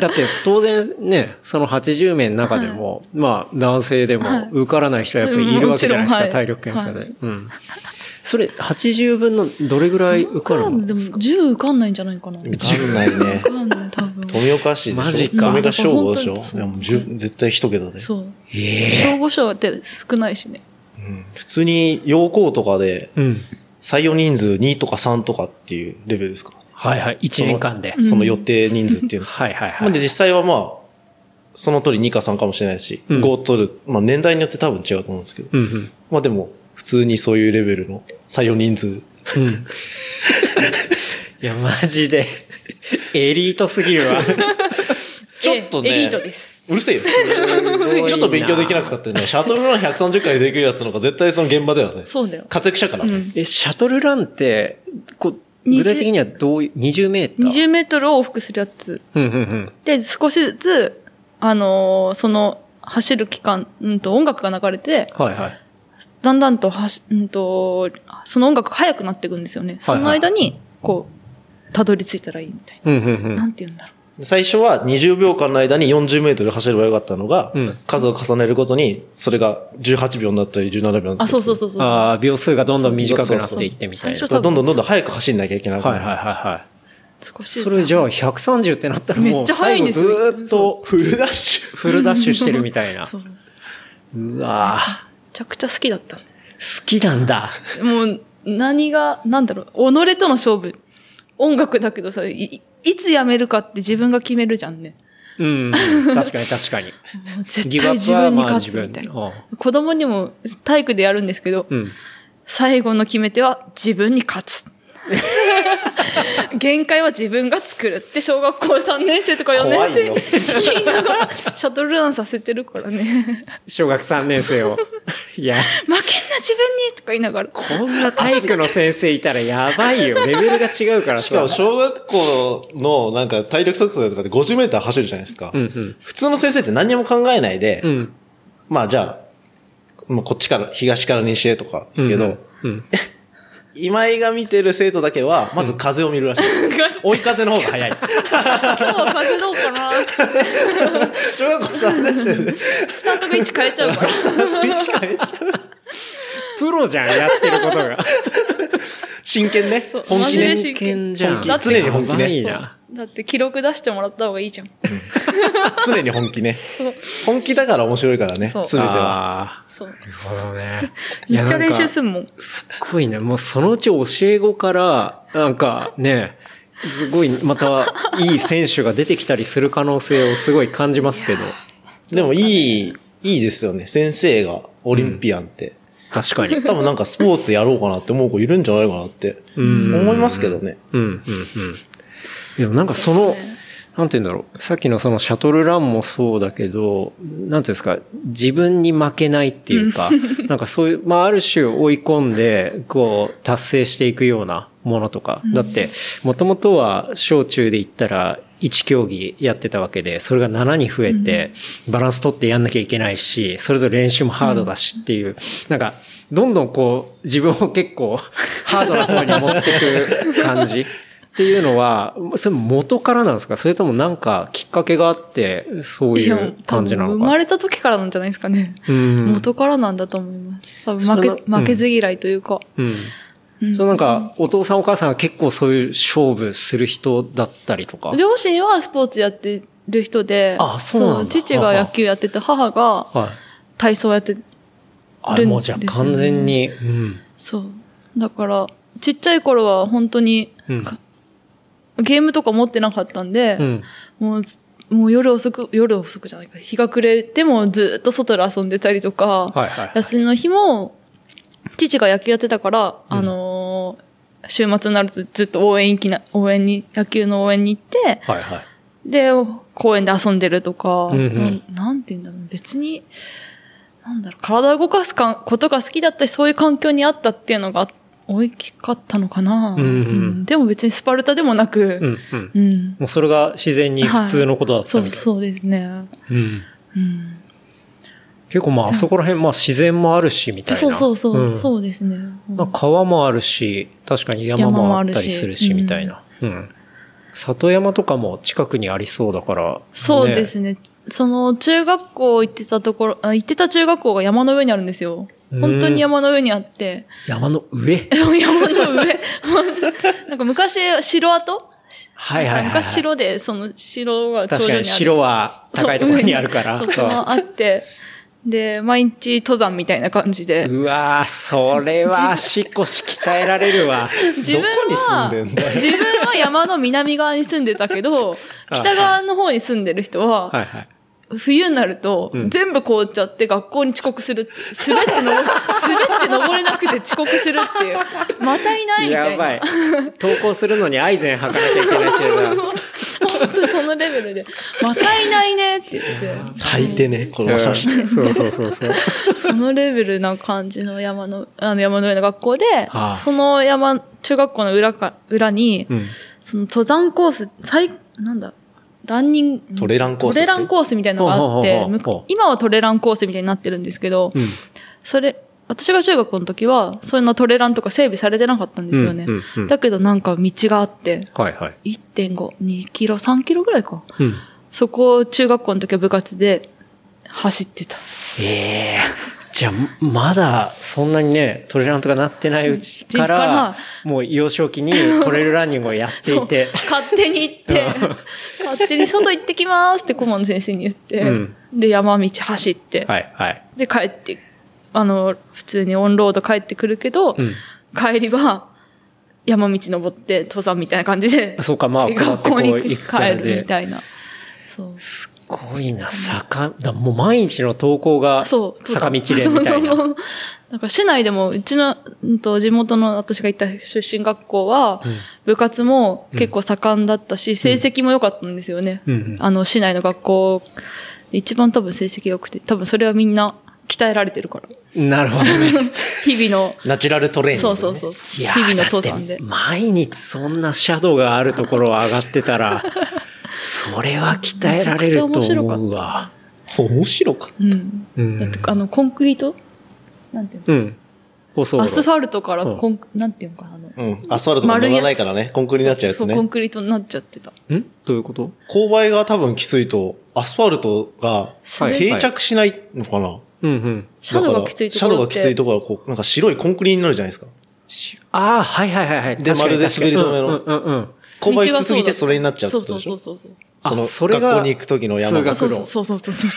[SPEAKER 2] だって当然ね、その80名の中でも、まあ男性で
[SPEAKER 3] はい
[SPEAKER 2] も受からない人はやっぱりいるわけじゃないですか、
[SPEAKER 3] うんもちろんはい
[SPEAKER 2] 体力検査で。
[SPEAKER 3] はい
[SPEAKER 2] うん。それ80分のどれぐらい受かるの
[SPEAKER 3] でも、10受かんないんじゃないかな。受
[SPEAKER 4] 十分な いね。
[SPEAKER 3] かんない、多分。
[SPEAKER 4] 富岡市でしょ
[SPEAKER 2] マジか
[SPEAKER 4] 富岡市消防でしょ
[SPEAKER 3] 本当に
[SPEAKER 4] いやもう十絶対一桁で。
[SPEAKER 3] そう。
[SPEAKER 2] ええ
[SPEAKER 3] 消防署って少ないしね。
[SPEAKER 4] うん普通に要項とかで
[SPEAKER 2] うん。
[SPEAKER 4] 採用人数2とか3とかっていうレベルですか
[SPEAKER 2] はいはい。1年間で。
[SPEAKER 3] ん
[SPEAKER 4] その予定人数っていうのは。
[SPEAKER 2] はいはい
[SPEAKER 4] な
[SPEAKER 2] は
[SPEAKER 4] んで
[SPEAKER 2] い。
[SPEAKER 4] 実際はまあ、その通り2か3かもしれないし、
[SPEAKER 2] うん
[SPEAKER 4] 5取る、まあ年代によって多分違うと思うんですけど、
[SPEAKER 2] うんうん。
[SPEAKER 4] まあでも、普通にそういうレベルの採用人数。
[SPEAKER 2] うん。 いや、マジで、エリートすぎる わ。
[SPEAKER 4] ちょっとね
[SPEAKER 3] エリートです。
[SPEAKER 4] うるせえよ。 ちょっと勉強できなくたってね、シャトルラン130回できるやつの方が絶対その現場ではね、
[SPEAKER 3] そうだよ。
[SPEAKER 4] 活躍者から。
[SPEAKER 3] うん。
[SPEAKER 2] え、シャトルランって、こう、
[SPEAKER 3] 20
[SPEAKER 2] 具体的にはどういう、20メーター
[SPEAKER 3] 20メートルを往復するやつ。
[SPEAKER 2] うんうんうん。
[SPEAKER 3] で、少しずつ、あのーその、走る期間、うんと音楽が流れて、
[SPEAKER 2] はいはい。
[SPEAKER 3] だんだんとはし、うんと、その音楽が速くなっていくんですよね。その間に、こう、たどり着いたらいいみたい
[SPEAKER 2] うんうん
[SPEAKER 3] な。なんて言うんだろ
[SPEAKER 4] 最初は20秒間の間に40メートル走ればよかったのが、
[SPEAKER 2] うん
[SPEAKER 4] 数を重ねるごとに、それが18秒になったり17秒になったり。
[SPEAKER 3] う。あ、そうそうそう
[SPEAKER 2] う
[SPEAKER 3] そ
[SPEAKER 2] ん。
[SPEAKER 3] う。
[SPEAKER 2] ああ、秒数がどんどん短くなっていってみたいな。
[SPEAKER 3] そ
[SPEAKER 2] は
[SPEAKER 3] うそう
[SPEAKER 4] どんどんどんどん早く走んなきゃいけないく
[SPEAKER 2] はい
[SPEAKER 4] な
[SPEAKER 2] はい
[SPEAKER 4] る。
[SPEAKER 2] はい。
[SPEAKER 3] 少しずつ。
[SPEAKER 2] それじゃあ130ってなったら
[SPEAKER 3] め
[SPEAKER 2] も
[SPEAKER 3] っ
[SPEAKER 2] う
[SPEAKER 3] ちゃ速い
[SPEAKER 2] 最
[SPEAKER 3] ん
[SPEAKER 2] 後
[SPEAKER 3] です
[SPEAKER 2] ず
[SPEAKER 3] よ
[SPEAKER 2] ーっと
[SPEAKER 4] フルダッシュ。
[SPEAKER 2] フルダッシュしてるみたいな。
[SPEAKER 3] そう。め
[SPEAKER 2] うわぁ、
[SPEAKER 3] ちゃくちゃ好きだったね。
[SPEAKER 2] 好きなんだ。
[SPEAKER 3] もう、何が、なんだろう、己との勝負。音楽だけどさ、い、いつやめるかって自分が決めるじゃんね。
[SPEAKER 2] うん。確かに確かに。
[SPEAKER 3] もう絶
[SPEAKER 2] ギブ
[SPEAKER 3] 対
[SPEAKER 2] アッ
[SPEAKER 3] 自
[SPEAKER 2] プは
[SPEAKER 3] 分に
[SPEAKER 2] まあ
[SPEAKER 3] 勝
[SPEAKER 2] 自
[SPEAKER 3] つみ
[SPEAKER 2] 分
[SPEAKER 3] た
[SPEAKER 2] で
[SPEAKER 3] い。な。
[SPEAKER 2] うん
[SPEAKER 3] 子供にも体育でやるんですけど、
[SPEAKER 2] うん。
[SPEAKER 3] 最後の決め手は自分に 勝つ。限界は自分が作るって小学校3年生とか4
[SPEAKER 4] 怖
[SPEAKER 3] 年
[SPEAKER 4] いよ。
[SPEAKER 3] 生言いながらシャトルランさせてるからね。
[SPEAKER 2] 小学3年生を。いや、
[SPEAKER 3] 負けんな自分にとか言いながら。
[SPEAKER 2] こんな体育の先生いたらやばいよ。レベルが違うから
[SPEAKER 4] しかも小学校のなんか体力測定とかで50メーター走るじゃないですか。
[SPEAKER 2] うんうん。
[SPEAKER 4] 普通の先生って何にも考えないで、
[SPEAKER 2] うん。
[SPEAKER 4] まあじゃあ、まあ、こっちから、東から西へとかですけど、
[SPEAKER 2] うん。
[SPEAKER 4] 今井が見てる生徒だけは、まず風を見るらしい。追い風の方が 早い。
[SPEAKER 3] 今日は風どうかな
[SPEAKER 4] 小学校3年生で、
[SPEAKER 3] スタートが位置変えちゃうから。
[SPEAKER 4] 短い
[SPEAKER 2] プロじゃん、やってることが。
[SPEAKER 4] 真剣ね
[SPEAKER 3] そう。
[SPEAKER 4] 本気ね
[SPEAKER 3] マジ。で真剣
[SPEAKER 2] じゃん。
[SPEAKER 3] 本気
[SPEAKER 4] 常に本気ね
[SPEAKER 2] やばいな。
[SPEAKER 3] だって記録出してもらった方がいいじゃん。
[SPEAKER 4] 常に本気ね。
[SPEAKER 3] そう。
[SPEAKER 4] 本気だから面白いからね。す
[SPEAKER 3] そ
[SPEAKER 4] べ
[SPEAKER 3] う
[SPEAKER 4] ては。
[SPEAKER 2] あ
[SPEAKER 3] そう。
[SPEAKER 2] ーなるほどね。い
[SPEAKER 3] め
[SPEAKER 2] や
[SPEAKER 3] っちゃ練習す
[SPEAKER 2] る。
[SPEAKER 3] んもん。
[SPEAKER 2] すっごいね。もうそのうち教え子から、なんかね、すごい、また、いい選手が出てきたりする可能性をすごい感じますけど。
[SPEAKER 4] でもいい、いいですよね。先生がオリンピアンって。
[SPEAKER 2] 確かに。
[SPEAKER 4] 多分なんかスポーツやろうかなって思う子いるんじゃないかなって。
[SPEAKER 2] ん
[SPEAKER 4] 思いますけどね。
[SPEAKER 2] うん、うん、うん。でもなんかその、なんて言うんだろう。さっきのそのシャトルランもそうだけど、なんていうんですか、自分に負けないっていうか、なんかそういう、まあある種追い込んで、こう、達成していくようなものとか。だって、もともとは小中で言ったら、1競技やってたわけで、それが7に増えて、バランス取ってやんなきゃいけないし、それぞれ練習もハードだしっていう、なんか、どんどんこう、自分を結構、ハードな方に持っていく感 じ。っていうのは、それ元からなんですかそれともなんかきっかけがあって、そういう感じな
[SPEAKER 3] 多
[SPEAKER 2] の
[SPEAKER 3] 分生ま
[SPEAKER 2] か
[SPEAKER 3] れた時からなんじゃないですかね。
[SPEAKER 2] うん。
[SPEAKER 3] 元からなんだと思います。多
[SPEAKER 2] それ
[SPEAKER 3] 分
[SPEAKER 2] な
[SPEAKER 3] 負け、負けず嫌いというか。
[SPEAKER 2] うん。
[SPEAKER 3] うん
[SPEAKER 2] そうなんか、お父さんお母さんは結構そういう勝負する人だったりとか。
[SPEAKER 3] 両親はスポーツやってる人で、
[SPEAKER 2] あそうなんだ
[SPEAKER 3] そ父が野球やってて、母が
[SPEAKER 2] はい。
[SPEAKER 3] 体操やって、
[SPEAKER 2] あ
[SPEAKER 3] るん
[SPEAKER 2] もうじゃあ完全に、うん。
[SPEAKER 3] そう。だから、ちっちゃい頃は本当に、
[SPEAKER 2] うん。
[SPEAKER 3] ゲームとか持ってなかったんで、
[SPEAKER 2] うん。
[SPEAKER 3] もうず、もう夜遅く、夜遅くじゃないか、日が暮れてもずっと外で遊んでたりと
[SPEAKER 2] は
[SPEAKER 3] か、
[SPEAKER 2] いはい。
[SPEAKER 3] 休みの日も、父が野球やってたから、
[SPEAKER 2] うん
[SPEAKER 3] あのー週末になるとずっと応援行きな、応援に、野球の応援に行って、
[SPEAKER 2] はいはい。
[SPEAKER 3] で、公園で遊んでるとか、
[SPEAKER 2] うんうん
[SPEAKER 3] なんなんて言うんだろう、別に、なんだろう、体を動かすかことが好きだったし、そういう環境にあったっていうのが大きかったのかな。
[SPEAKER 2] うんうん
[SPEAKER 3] でも別にスパルタでもな
[SPEAKER 2] う
[SPEAKER 3] く、
[SPEAKER 2] んうん。
[SPEAKER 3] うん。
[SPEAKER 2] もうそれが自然に普通のことだった
[SPEAKER 3] そう、
[SPEAKER 2] みたいな。
[SPEAKER 3] そうですね。
[SPEAKER 2] うん。
[SPEAKER 3] うん。
[SPEAKER 2] 結構まああそこら辺、まあ自然もあるし、みたいな。
[SPEAKER 3] そうそうそう、
[SPEAKER 2] ん
[SPEAKER 3] そうですね。うん
[SPEAKER 2] まあ、川もあるし、確かに山もあったりするし、
[SPEAKER 3] 山もあるし
[SPEAKER 2] みたいな。うん。里山とかも近くにありそうだから。
[SPEAKER 3] そうです
[SPEAKER 2] ね。
[SPEAKER 3] ね。その、中学校行ってたところ、あ行ってた中学校が山の上にあるんですよ。
[SPEAKER 2] うん
[SPEAKER 3] 本当に山の上にあって。
[SPEAKER 2] 山の上
[SPEAKER 3] 山の上。 なんか昔、城跡
[SPEAKER 2] はいはいはい。
[SPEAKER 3] 昔城で、その城が頂
[SPEAKER 2] 確
[SPEAKER 3] 上に
[SPEAKER 2] か
[SPEAKER 3] ある。
[SPEAKER 2] に城は高いところにあるから。
[SPEAKER 3] そう
[SPEAKER 2] そ
[SPEAKER 3] そうこがあって。で、毎日登山みたいな感じで。
[SPEAKER 2] うわーそれは足腰鍛えられるわ。
[SPEAKER 3] 自分
[SPEAKER 4] どこに住ん
[SPEAKER 3] は、
[SPEAKER 4] でんだよ
[SPEAKER 3] 自分は山の南側に住んでた けど、北側の方に住んでる人は、
[SPEAKER 2] はいはい。
[SPEAKER 3] 冬になると、
[SPEAKER 2] うん
[SPEAKER 3] 全部凍っちゃって学校に遅刻するっていう。滑って登、滑って登れなくて遅刻するっていう。またいないみた
[SPEAKER 2] や
[SPEAKER 3] いな。
[SPEAKER 2] ばい。登校するのにアイゼン履かなきゃ いけないっていうな。
[SPEAKER 3] 本当そのレベルで。またいないねって言って。
[SPEAKER 4] 履いてね、この差して。
[SPEAKER 2] うんそうそうそうそう。
[SPEAKER 3] そのレベルな感じの山の、あの山の上の学校で、
[SPEAKER 2] ああ
[SPEAKER 3] その山、中学校の裏か、裏に、
[SPEAKER 2] うん。
[SPEAKER 3] その登山コース、最、なんだ、ランニング、
[SPEAKER 4] トレランコース
[SPEAKER 3] トレランコースみたいなのがあっ
[SPEAKER 2] ほう
[SPEAKER 3] て、
[SPEAKER 2] ほうほう
[SPEAKER 3] む
[SPEAKER 2] ほう
[SPEAKER 3] 今はトレランコースみたいになってるんですけど
[SPEAKER 2] う、ん。
[SPEAKER 3] それ、私が中学校の時は、そんなトレランとか整備されてなかったんですよね。
[SPEAKER 2] うんうんうん
[SPEAKER 3] だけどなんか道があって、
[SPEAKER 2] はいはい。
[SPEAKER 3] 1.5、2キロ、3キロぐらいか。
[SPEAKER 2] うん。
[SPEAKER 3] そこを中学校の時は部活で走ってた。
[SPEAKER 2] ええじゃあ、まだ、そんなにね、トレランとかなってないうちか
[SPEAKER 3] う
[SPEAKER 2] ら
[SPEAKER 3] んか、
[SPEAKER 2] もう幼少期にトレイルランニングをやって
[SPEAKER 3] そう
[SPEAKER 2] い て、
[SPEAKER 3] 勝手に行って、勝手に外行ってきますって顧問の先生に言って、
[SPEAKER 2] うん
[SPEAKER 3] で、山道走って、
[SPEAKER 2] はい、はい。
[SPEAKER 3] で、帰って、あの、普通にオンロード帰ってくるけど、
[SPEAKER 2] うん。
[SPEAKER 3] 帰りは、山道登って登山みたいな感じで、
[SPEAKER 2] そうか、まあ、
[SPEAKER 3] 学校に
[SPEAKER 2] こう
[SPEAKER 3] 帰
[SPEAKER 2] 行くから
[SPEAKER 3] るみ
[SPEAKER 2] で。
[SPEAKER 3] たいな。そう。
[SPEAKER 2] すごいな、坂、だもう毎日の投稿が、
[SPEAKER 3] そう。
[SPEAKER 2] 坂道でみたい
[SPEAKER 3] そうそ
[SPEAKER 2] な。
[SPEAKER 3] うそうなんか市内でも、うちの、うんと、地元の私が行った出身学校は、部活も結構盛んだったし、成績も良かったんですよね。
[SPEAKER 2] うんうん
[SPEAKER 3] あの、市内の学校、一番多分成績良くて、多分それはみんな鍛えられて るから。
[SPEAKER 2] なるほど ね。
[SPEAKER 3] 日々の、
[SPEAKER 4] ナチュラルトレーニング
[SPEAKER 3] そ
[SPEAKER 4] ね。
[SPEAKER 3] うそうそう。
[SPEAKER 2] い
[SPEAKER 3] 日
[SPEAKER 2] や
[SPEAKER 3] 々の
[SPEAKER 2] ー、だっ
[SPEAKER 3] 登
[SPEAKER 2] て
[SPEAKER 3] 山で。
[SPEAKER 2] 毎日そんなシャドウがあるところを上がってた ら、それは鍛えられると思うわ。
[SPEAKER 4] 面白かっ
[SPEAKER 3] うん。
[SPEAKER 2] うん
[SPEAKER 3] だって、あの、コンクリートなんていう
[SPEAKER 2] うん。舗装
[SPEAKER 3] の
[SPEAKER 2] 路
[SPEAKER 3] アスファルトから
[SPEAKER 2] うん
[SPEAKER 3] コン、なんていうのかな、あの、
[SPEAKER 4] た。うん。アスファルトが乗らないからね、コンクリになっちゃうやつ
[SPEAKER 3] そう、コン
[SPEAKER 4] ね。
[SPEAKER 3] クリートになっちゃってた。
[SPEAKER 2] んどういうこと
[SPEAKER 4] 勾配が多分きついと、アスファルトが
[SPEAKER 2] はい
[SPEAKER 4] 定着しないのかな。
[SPEAKER 2] うんうん。
[SPEAKER 3] シャドウがきついところって。
[SPEAKER 4] シャドウがきついところは、こう、なんか白いコンクリになるじゃないですか。
[SPEAKER 2] ああ、はいはいはいはい。
[SPEAKER 4] で
[SPEAKER 2] 確かに
[SPEAKER 4] まるで滑り止めの
[SPEAKER 2] 確かにうんうんうん。
[SPEAKER 4] 勾配
[SPEAKER 3] 道が
[SPEAKER 4] しすぎてそれになっちゃうっ
[SPEAKER 3] そう
[SPEAKER 4] てこと
[SPEAKER 3] そう
[SPEAKER 4] でし
[SPEAKER 3] そう
[SPEAKER 4] ょ
[SPEAKER 3] そうそう。
[SPEAKER 2] あ
[SPEAKER 4] その
[SPEAKER 2] それ
[SPEAKER 4] 学
[SPEAKER 2] が
[SPEAKER 4] 校に行く時の山が
[SPEAKER 2] 通学路
[SPEAKER 3] そうそうそうそう。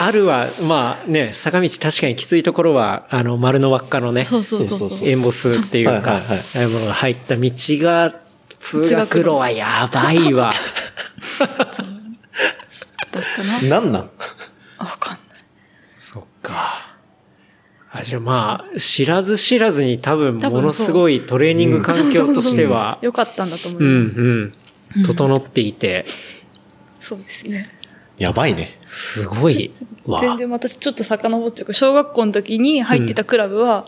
[SPEAKER 2] あるは、まあね、坂道確かにきついところは、あの、丸の輪っかのね、
[SPEAKER 3] そうそうそう
[SPEAKER 4] そう
[SPEAKER 3] そう。
[SPEAKER 2] エンボスっていう
[SPEAKER 4] はいは
[SPEAKER 2] か
[SPEAKER 4] いはい、
[SPEAKER 2] ああいうものが入った道が、通学路はやばい わ。
[SPEAKER 3] だったな。
[SPEAKER 4] なんなん
[SPEAKER 3] わかんない。
[SPEAKER 2] そっか。あ、じゃあまあ、知らず知らずに多分、
[SPEAKER 3] 多分
[SPEAKER 2] ものすごいトレーニング環境としては、
[SPEAKER 3] よかったんだと思
[SPEAKER 2] う
[SPEAKER 3] いま
[SPEAKER 2] ん
[SPEAKER 3] す。
[SPEAKER 2] うん、整っていて、
[SPEAKER 3] そうですね。
[SPEAKER 4] やばいね。
[SPEAKER 2] すごいわ。
[SPEAKER 3] 全然私ちょっと遡っちゃうけど、小学校の時に入ってたクラブは、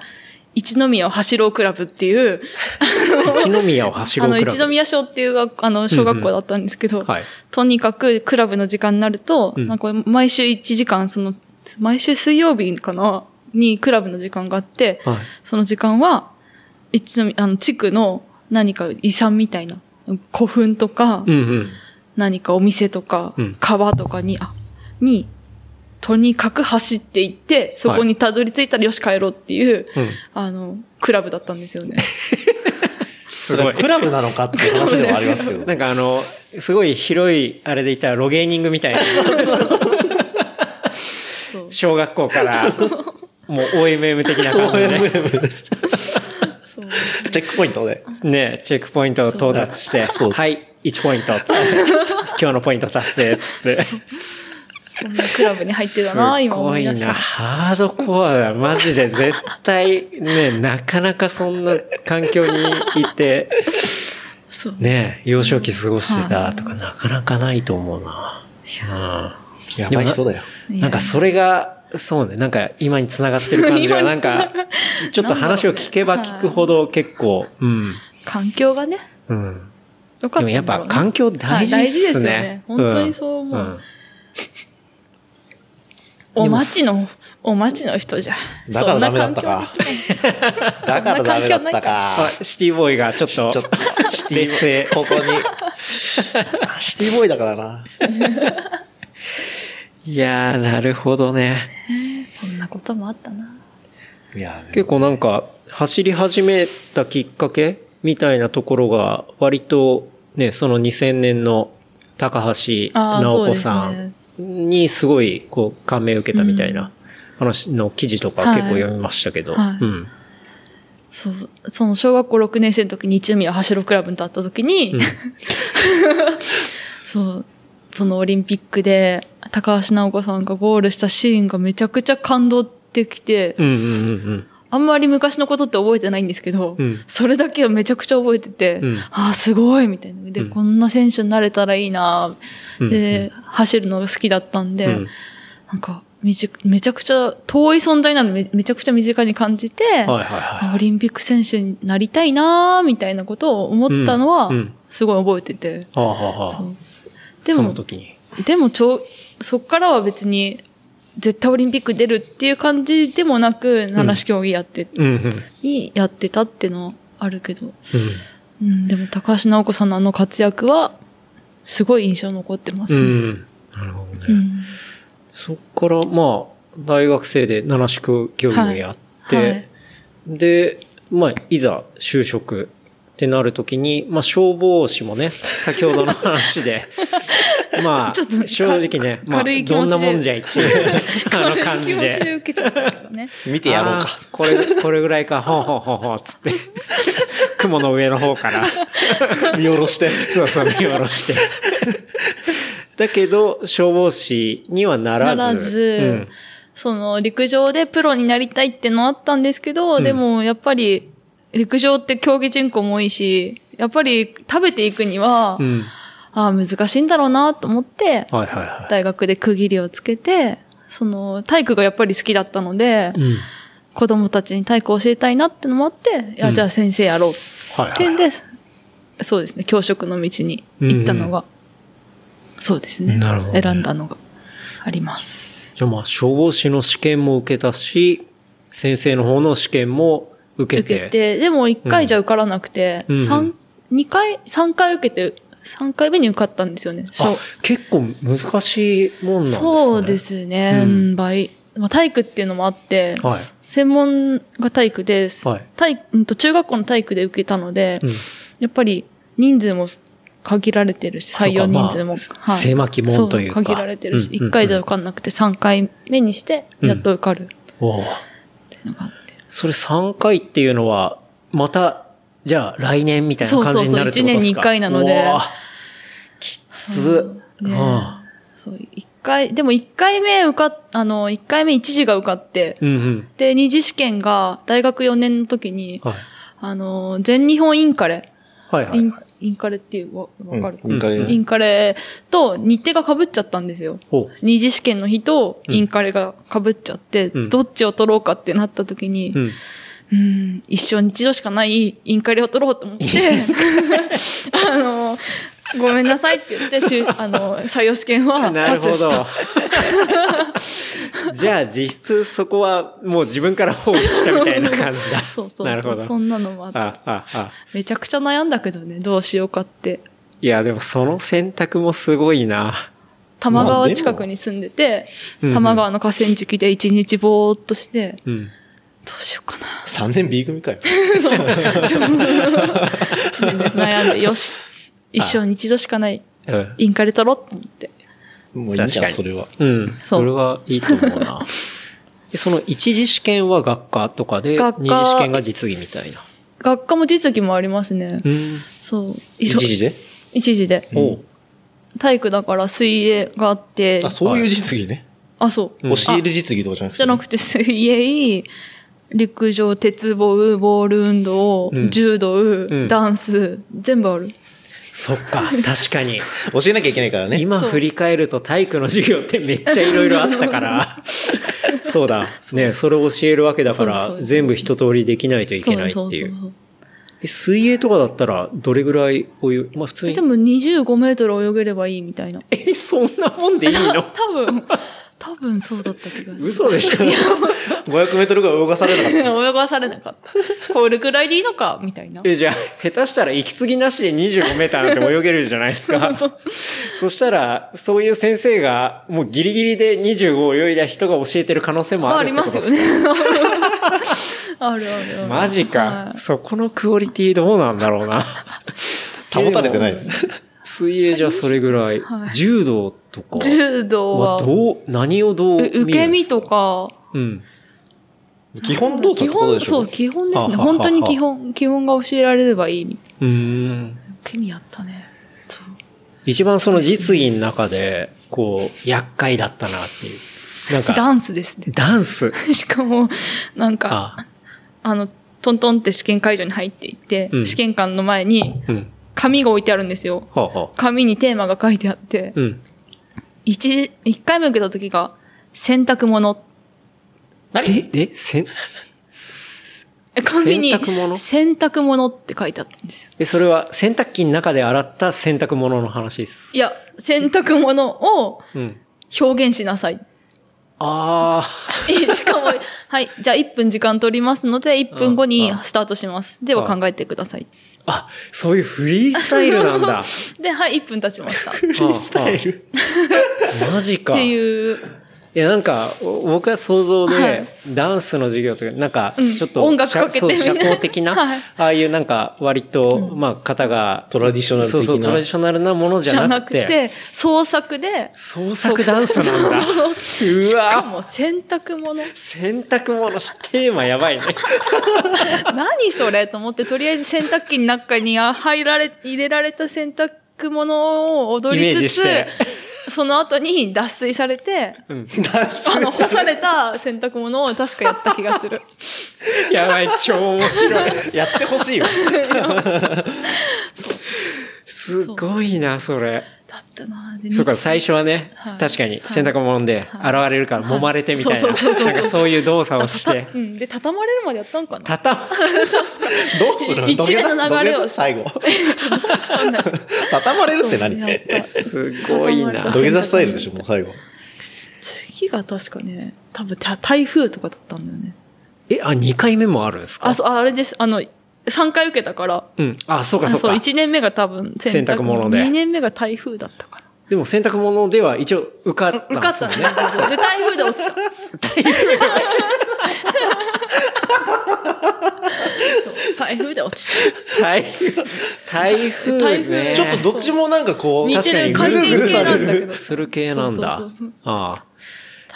[SPEAKER 3] 一宮を走ろうクラブっていう、
[SPEAKER 2] 一宮を走
[SPEAKER 3] あ
[SPEAKER 2] る
[SPEAKER 3] の、
[SPEAKER 2] クラ
[SPEAKER 3] 一
[SPEAKER 2] ブ。
[SPEAKER 3] 宮小っていうがあの、小学校だったんですけど、
[SPEAKER 2] はい。
[SPEAKER 3] とにかくクラブの時間になると、
[SPEAKER 2] うん
[SPEAKER 3] なんか毎週1時間、その、毎週水曜日かなにクラブの時間があって、
[SPEAKER 2] はい。
[SPEAKER 3] その時間は、一の、あの、地区の何か遺産みたいな、古墳とか、
[SPEAKER 2] うんうん。
[SPEAKER 3] 何かお店とか、
[SPEAKER 2] うん
[SPEAKER 3] 川とかに、あ、に、とにかく走っていって、そこにたどり着いたらよし帰ろうっていう、
[SPEAKER 2] うん。
[SPEAKER 3] あの、クラブだったんですよ ね。
[SPEAKER 2] す
[SPEAKER 4] それ
[SPEAKER 2] ご。
[SPEAKER 4] はいクラブなのかっていう話ではあり ますけど。
[SPEAKER 2] なんかあの、すごい広い、あれで言ったら、ロゲーニングみたいな、
[SPEAKER 3] そう。
[SPEAKER 2] 小学校から、もう OMM 的な感じでね、
[SPEAKER 3] そう。
[SPEAKER 4] チェックポイントで。
[SPEAKER 2] ね、チェックポイントを到達して、
[SPEAKER 4] そうです
[SPEAKER 2] はい、1ポイントっつって、今日のポイント達成っつって。
[SPEAKER 3] そんなクラブに入ってたな、今
[SPEAKER 2] すご
[SPEAKER 3] 思い
[SPEAKER 2] い
[SPEAKER 3] 出した
[SPEAKER 2] な。。ハードコアだ。マジで絶対、ね、なかなかそんな環境にいて、
[SPEAKER 3] そう。
[SPEAKER 2] ね、幼少期過ごしてたとか、なかなかないと思うな。
[SPEAKER 4] やばい人だよ。
[SPEAKER 2] うん。なんかそれが、そうね、なんか今に繋がってる感 じが、なんか、ちょっと話を聞けば聞くほど結構、うん。
[SPEAKER 3] 環境がね、
[SPEAKER 2] うん。
[SPEAKER 3] よか
[SPEAKER 2] で
[SPEAKER 3] ったんだろ
[SPEAKER 2] もやっぱ
[SPEAKER 3] うね。
[SPEAKER 2] 環境大事
[SPEAKER 3] はい
[SPEAKER 2] で
[SPEAKER 3] 大事です
[SPEAKER 2] す
[SPEAKER 3] よ
[SPEAKER 2] ね
[SPEAKER 3] ね。本当にそう思うんお待ちの、お待ちの人じゃ。
[SPEAKER 4] だからダメだったか。だからダメだったか。
[SPEAKER 2] あシティボーイがちょっと
[SPEAKER 4] ちょっ、と、シテ
[SPEAKER 2] 劣勢
[SPEAKER 4] ィ、ここに。シティボーイだからな。
[SPEAKER 2] いやー、なるほどね。
[SPEAKER 3] そんなこともあったな。
[SPEAKER 4] いや、で
[SPEAKER 2] 結構なんか、走り始めたきっかけみたいなところが、割とね、その2000年の高橋
[SPEAKER 3] あー
[SPEAKER 2] 直子さんにすごいこう感銘を受けたみたいな話の記事とか
[SPEAKER 3] はい
[SPEAKER 2] 結構読みましたけど。
[SPEAKER 3] は
[SPEAKER 2] う
[SPEAKER 3] い
[SPEAKER 2] ん。
[SPEAKER 3] そう、その小学校6年生の時に一宮走るクラブに立った時に、
[SPEAKER 2] うん
[SPEAKER 3] そう、そのオリンピックで高橋直子さんがゴールしたシーンがめちゃくちゃ感動できて、
[SPEAKER 2] うんうんうん
[SPEAKER 3] あんまり昔のことって覚えてないんですけど、
[SPEAKER 2] うん
[SPEAKER 3] それだけはめちゃくちゃ覚えてて、
[SPEAKER 2] うん
[SPEAKER 3] ああ、すごいみたいな。で、
[SPEAKER 2] うん
[SPEAKER 3] こんな選手になれたらいいな、
[SPEAKER 2] うん
[SPEAKER 3] で、走るのが好きだったんで、
[SPEAKER 2] うん。うん
[SPEAKER 3] なんか、みじめちゃくちゃ遠い存在なのめめちゃくちゃ身近に感じて、
[SPEAKER 2] はいはいは
[SPEAKER 3] あオリンピック選手になりたいなーみたいなことを思ったのは
[SPEAKER 2] うんうん、
[SPEAKER 3] すごい覚えてて。
[SPEAKER 2] い。はあはあはあ
[SPEAKER 3] そうで
[SPEAKER 2] そ
[SPEAKER 3] も
[SPEAKER 2] の、時に。
[SPEAKER 3] でもちょ、そっからは別に、絶対オリンピック出るっていう感じでもなく、七種競技やって、
[SPEAKER 2] うんうん。うん。
[SPEAKER 3] にやってたっていうのはあるけど。うん、でも高橋直子さんのあの活躍は、すごい印象残ってま
[SPEAKER 2] う
[SPEAKER 3] すね。
[SPEAKER 2] ん。なるほどね。
[SPEAKER 3] うん。
[SPEAKER 2] そっから、まあ、大学生で七宿教育をやって、
[SPEAKER 3] はいはい
[SPEAKER 2] で、まあ、いざ就職ってなるときに、まあ、消防士もね、先ほどの話 で、ま
[SPEAKER 3] ちょっと
[SPEAKER 2] あ、正直ね、まあ、
[SPEAKER 3] 軽い気持ち
[SPEAKER 2] どんな
[SPEAKER 3] で
[SPEAKER 2] もんじゃいって いう、あの感じ
[SPEAKER 3] 気持ち
[SPEAKER 2] で。
[SPEAKER 3] 受けちゃったけどね。
[SPEAKER 4] 見てやろうか
[SPEAKER 2] あ。ー。これ、これぐらいか、ほんほんほんほん、つって、雲の上の方から。
[SPEAKER 4] 見下ろして。
[SPEAKER 2] そうそう、見下ろして。だけど、消防士にはならず。
[SPEAKER 3] ならずその、陸上でプロになりたいってのあったんですけど、
[SPEAKER 2] うん
[SPEAKER 3] でも、やっぱり、陸上って競技人口も多いし、やっぱり食べていくには、
[SPEAKER 2] うん。うん。
[SPEAKER 3] ああ、難しいんだろうなと思って、
[SPEAKER 2] はいはいはい。
[SPEAKER 3] 大学で区切りをつけて、その、体育がやっぱり好きだったので、
[SPEAKER 2] うん。
[SPEAKER 3] 子供たちに体育を教えたいなってのもあって、いや、
[SPEAKER 2] うん
[SPEAKER 3] じゃあ先生やろうっ
[SPEAKER 2] はい
[SPEAKER 3] てん
[SPEAKER 2] は
[SPEAKER 3] で、そうですね、教職の道に行ったのが、そうですね、
[SPEAKER 2] なるほどね
[SPEAKER 3] 選んだのがあります。
[SPEAKER 2] い。じゃあまあ、消防士の試験も受けたし、先生の方の試験も受けて。
[SPEAKER 3] 受けて、でも一回じゃ受からなくて、
[SPEAKER 2] うんう
[SPEAKER 3] 三
[SPEAKER 2] ん
[SPEAKER 3] 二回、三回受けて、三回目に受かったんですよね。
[SPEAKER 2] あ
[SPEAKER 3] そ、
[SPEAKER 2] 結構難しいもんなん
[SPEAKER 3] う
[SPEAKER 2] ですね。
[SPEAKER 3] そうで。すね、
[SPEAKER 2] うん
[SPEAKER 3] 倍。まあ、体育っていうのもあって、
[SPEAKER 2] はい
[SPEAKER 3] 専門が体育です。
[SPEAKER 2] はい
[SPEAKER 3] 体うんと中学校の体育で受けたので、
[SPEAKER 2] うん
[SPEAKER 3] やっぱり人数も限られてるし、採用人数も。
[SPEAKER 2] そうかまあ狭き門というか
[SPEAKER 3] そ限られてるし、
[SPEAKER 2] うんうんうん
[SPEAKER 3] 1回じゃ受かんなくて3回目にして、やっと受かるっ
[SPEAKER 2] おー
[SPEAKER 3] ていうのがあって。
[SPEAKER 2] それ3回っていうのは、また、じゃあ来年みたいな感じになるってことですか
[SPEAKER 3] そうそうそう一年に一回なので
[SPEAKER 2] うわきつっ。う
[SPEAKER 3] ね
[SPEAKER 2] ん
[SPEAKER 3] そう、一回、でも1回目受かっ、あの、1回目1次が受かって、
[SPEAKER 2] うんうん。
[SPEAKER 3] で、二次試験が大学4年の時に、
[SPEAKER 2] はい。
[SPEAKER 3] あの、全日本インカレ、
[SPEAKER 2] はいはい、
[SPEAKER 3] イ
[SPEAKER 2] は
[SPEAKER 3] ン
[SPEAKER 2] い。
[SPEAKER 3] インカレっていう、わわかる
[SPEAKER 4] うんインカレ
[SPEAKER 3] インカレと日程が被っちゃったんですよ。
[SPEAKER 2] お
[SPEAKER 3] 二次試験の日と
[SPEAKER 2] うん
[SPEAKER 3] インカレが被っちゃって、
[SPEAKER 2] うん
[SPEAKER 3] どっちを取ろうかってなった時に、
[SPEAKER 2] うん。
[SPEAKER 3] うん、一生に一度しかないインカレを取ろうと思って、 あの、ごめんなさいって言って、 しゅあの、採用試験は
[SPEAKER 2] な
[SPEAKER 3] パ
[SPEAKER 2] るほ
[SPEAKER 3] スした。。
[SPEAKER 2] ど。 じゃあ実質そこはもう自分から放棄したみたいな感じだ
[SPEAKER 3] そうそう
[SPEAKER 2] なる
[SPEAKER 3] そ
[SPEAKER 2] ほ
[SPEAKER 3] う。
[SPEAKER 2] ど。
[SPEAKER 3] そんなのもあって。
[SPEAKER 2] あ、あ、あ。
[SPEAKER 3] めちゃくちゃ悩んだけどね、どうしようかって。
[SPEAKER 2] いや、でもその選択もすごいな。
[SPEAKER 3] 多摩川近くに住んでて、
[SPEAKER 2] まあでも
[SPEAKER 3] 多摩川の河川敷で一日ぼーっとして、
[SPEAKER 2] うん。
[SPEAKER 3] どうしようかな。
[SPEAKER 4] 3年 B 組かよ。
[SPEAKER 3] そうちょっと悩んで、よし。一生に一度しかない。
[SPEAKER 2] うん。
[SPEAKER 3] インカレ取ろうと思って。
[SPEAKER 4] もういいじ
[SPEAKER 2] 確
[SPEAKER 4] ゃ
[SPEAKER 2] か
[SPEAKER 4] ん、
[SPEAKER 2] に
[SPEAKER 4] それは。
[SPEAKER 2] うん。
[SPEAKER 3] そう
[SPEAKER 2] それはいいと思う な。でその一次試験は学科とかで、
[SPEAKER 3] 学
[SPEAKER 2] 二
[SPEAKER 3] 科
[SPEAKER 2] 次試験が実技みたいな。
[SPEAKER 3] 学科も実技もありますね。
[SPEAKER 2] うん。
[SPEAKER 3] そう。い
[SPEAKER 4] 一
[SPEAKER 3] ろ
[SPEAKER 4] 時で
[SPEAKER 3] 一時で。
[SPEAKER 2] おう
[SPEAKER 3] 体育だから水泳があって。
[SPEAKER 4] あ、そういう実技ね。
[SPEAKER 3] あ、そう。
[SPEAKER 2] うん
[SPEAKER 4] 教える実技とかじゃなくて。
[SPEAKER 3] じゃなくて水泳、陸上、鉄棒、ボール運動、
[SPEAKER 2] うん
[SPEAKER 3] 柔道、
[SPEAKER 2] ん
[SPEAKER 3] ダンス、全部ある。
[SPEAKER 2] そっか、確か に。
[SPEAKER 4] 教えなきゃいけないからね。
[SPEAKER 2] 今
[SPEAKER 3] そう
[SPEAKER 2] 振り返ると体育の授業ってめっちゃいろいろあった から。そうだ。ね、それを教えるわけだから
[SPEAKER 3] そう、そう
[SPEAKER 2] 全部一通りできないといけないっていう。
[SPEAKER 3] そう。
[SPEAKER 2] え水泳とかだったら、どれぐらいお湯、まあ普通に
[SPEAKER 3] で。も25メートル泳げればいいみたいな。
[SPEAKER 2] え、そんなもんでいい の
[SPEAKER 3] 多分、多分そうだった気がする。
[SPEAKER 2] 嘘でしょ
[SPEAKER 4] 500メートルが動かされなかっ た。
[SPEAKER 3] 泳がされなかった。これくらいでいいのかみたいな。
[SPEAKER 2] え、じゃあ、下手したら息継ぎなしで25メーターなんて泳げるじゃないです か。そしたら、そういう先生が、もうギリギリで25を泳いだ人が教えてる可能性も
[SPEAKER 3] あ
[SPEAKER 2] あ
[SPEAKER 3] あ
[SPEAKER 2] るっ
[SPEAKER 3] り
[SPEAKER 2] てこと
[SPEAKER 3] ます
[SPEAKER 2] で
[SPEAKER 3] よ
[SPEAKER 2] すね。
[SPEAKER 3] ね。あるあるある。
[SPEAKER 2] マジか、
[SPEAKER 3] はい
[SPEAKER 2] そこのクオリティどうなんだろうな。
[SPEAKER 4] 保たれてない。
[SPEAKER 2] 水泳じゃそれぐらい。
[SPEAKER 3] はい
[SPEAKER 2] 柔道とか
[SPEAKER 3] 柔道
[SPEAKER 2] は
[SPEAKER 3] は、
[SPEAKER 2] どう、何をどう見る
[SPEAKER 3] うん
[SPEAKER 2] ですか
[SPEAKER 3] 受け身と。か、
[SPEAKER 2] うん。
[SPEAKER 4] 基本動作
[SPEAKER 3] 基
[SPEAKER 4] ってこと
[SPEAKER 3] 本、
[SPEAKER 4] でしょ
[SPEAKER 3] そう、基本ですね。
[SPEAKER 2] はははは
[SPEAKER 3] 本当に基本、基本が教えられればいいみたいう
[SPEAKER 2] ーん。
[SPEAKER 3] な。受け身やったね。そう。
[SPEAKER 2] 一番その実技の中で、こう、厄介だったなっていう。なんか、
[SPEAKER 3] ダンスですね。
[SPEAKER 2] ダンス。
[SPEAKER 3] しかも、なんか、
[SPEAKER 2] あ、
[SPEAKER 3] あの、トントンって試験会場に入っていって、
[SPEAKER 2] うん
[SPEAKER 3] 試験官の前に
[SPEAKER 2] うん。
[SPEAKER 3] 紙が置いてあるんですよ。
[SPEAKER 2] はあ、はあ、
[SPEAKER 3] 紙にテーマが書いてあって、
[SPEAKER 2] うん。
[SPEAKER 3] 一、一回目受けた時が、洗濯物。
[SPEAKER 2] 何え、せん、
[SPEAKER 3] え紙に、
[SPEAKER 2] 洗濯物
[SPEAKER 3] 洗濯物って書いてあったんですよ。
[SPEAKER 2] え、それは洗濯機の中で洗った洗濯物の話です。
[SPEAKER 3] いや、洗濯物を
[SPEAKER 2] うん。
[SPEAKER 3] 表現しな さい。
[SPEAKER 2] ああ。
[SPEAKER 3] えしかも、はい、じゃあ1分時間取りますので、1分後にスタートします。では
[SPEAKER 2] うん
[SPEAKER 3] 考えてください。
[SPEAKER 2] あ、そういうフリースタイルなん だ。フ
[SPEAKER 3] で、はい、1分経ちました。っ
[SPEAKER 2] リース タイル。マジか。
[SPEAKER 3] て
[SPEAKER 2] い
[SPEAKER 3] いう、
[SPEAKER 2] や、なんか、お僕は想像で、
[SPEAKER 3] はい
[SPEAKER 2] ダンスの授業というか、なんか
[SPEAKER 3] うん、
[SPEAKER 2] ちょっと、
[SPEAKER 3] 音楽かけて
[SPEAKER 2] そう
[SPEAKER 3] みた
[SPEAKER 2] 社
[SPEAKER 3] いな
[SPEAKER 2] 交的な、
[SPEAKER 3] はい
[SPEAKER 2] ああいうなんか、割と、まあ、方が、
[SPEAKER 4] トラディショナル的
[SPEAKER 2] そ
[SPEAKER 4] な。
[SPEAKER 2] うそう、トラディショナルなものじ
[SPEAKER 3] じゃ
[SPEAKER 2] ゃ
[SPEAKER 3] な
[SPEAKER 2] な
[SPEAKER 3] く
[SPEAKER 2] くて、
[SPEAKER 3] て、創作で、
[SPEAKER 2] 創作ダンスなんだ。う
[SPEAKER 3] しか
[SPEAKER 2] わ
[SPEAKER 3] も洗濯物。
[SPEAKER 2] 洗濯物、テーマやばいね。
[SPEAKER 3] 何それと思って、とりあえず洗濯機の中にあ入られ、入れられた洗濯物を踊
[SPEAKER 2] イメージ
[SPEAKER 3] りつ
[SPEAKER 2] して
[SPEAKER 3] つ、その後に脱水されて、
[SPEAKER 2] うん
[SPEAKER 3] あの、干された洗濯物を確かやった気がする。
[SPEAKER 2] やばい、超面白い。
[SPEAKER 4] やってほしいわ。
[SPEAKER 2] すごいな、それ。
[SPEAKER 3] だったなぁで
[SPEAKER 2] そうか、最初はね、
[SPEAKER 3] はい
[SPEAKER 2] 確かに洗濯物で洗われるから揉まれてみたいな、
[SPEAKER 3] そうそうそうそう
[SPEAKER 2] なんかそういう動作を して、
[SPEAKER 3] うん。で、畳まれるまでやったんかな
[SPEAKER 2] 畳
[SPEAKER 4] どうするの
[SPEAKER 3] 一連の
[SPEAKER 4] 土下座
[SPEAKER 3] 流れを
[SPEAKER 4] 土下座最後。
[SPEAKER 3] したんだよ。
[SPEAKER 4] 畳まれるって何
[SPEAKER 3] そうやった
[SPEAKER 2] む、すごいな
[SPEAKER 3] 畳まれ。た
[SPEAKER 4] 土下座スタイルでしょ、もう最後。
[SPEAKER 3] 次が確かね、多分た台風とかだったんだよね。
[SPEAKER 2] え、あ、2回目もあるんですか
[SPEAKER 3] あ、そう、ああれです。あの、3回受けたから。
[SPEAKER 2] うん。あ、そうか
[SPEAKER 3] あ
[SPEAKER 2] そう
[SPEAKER 3] そう、
[SPEAKER 2] か。
[SPEAKER 3] 1年目が多分
[SPEAKER 2] 洗濯物で
[SPEAKER 3] 2年目が台風だったかな。
[SPEAKER 2] でも洗濯物では一応受かったん
[SPEAKER 3] 受か
[SPEAKER 2] で
[SPEAKER 3] っ
[SPEAKER 2] す
[SPEAKER 3] た
[SPEAKER 2] よ
[SPEAKER 3] ん
[SPEAKER 2] ね
[SPEAKER 3] です。よ。で、台風で落ちた。ち
[SPEAKER 2] 台風、台風ね。
[SPEAKER 4] ちょっとどっちもなんかこう、
[SPEAKER 3] 似てる
[SPEAKER 4] 確かにぐる
[SPEAKER 3] 回転
[SPEAKER 4] ぐる
[SPEAKER 3] 系
[SPEAKER 4] さ
[SPEAKER 3] な
[SPEAKER 4] れ
[SPEAKER 3] んだけ
[SPEAKER 4] る。
[SPEAKER 3] ど
[SPEAKER 2] する系なんだ。
[SPEAKER 3] そうそうそうそう
[SPEAKER 2] ああ。
[SPEAKER 3] ょ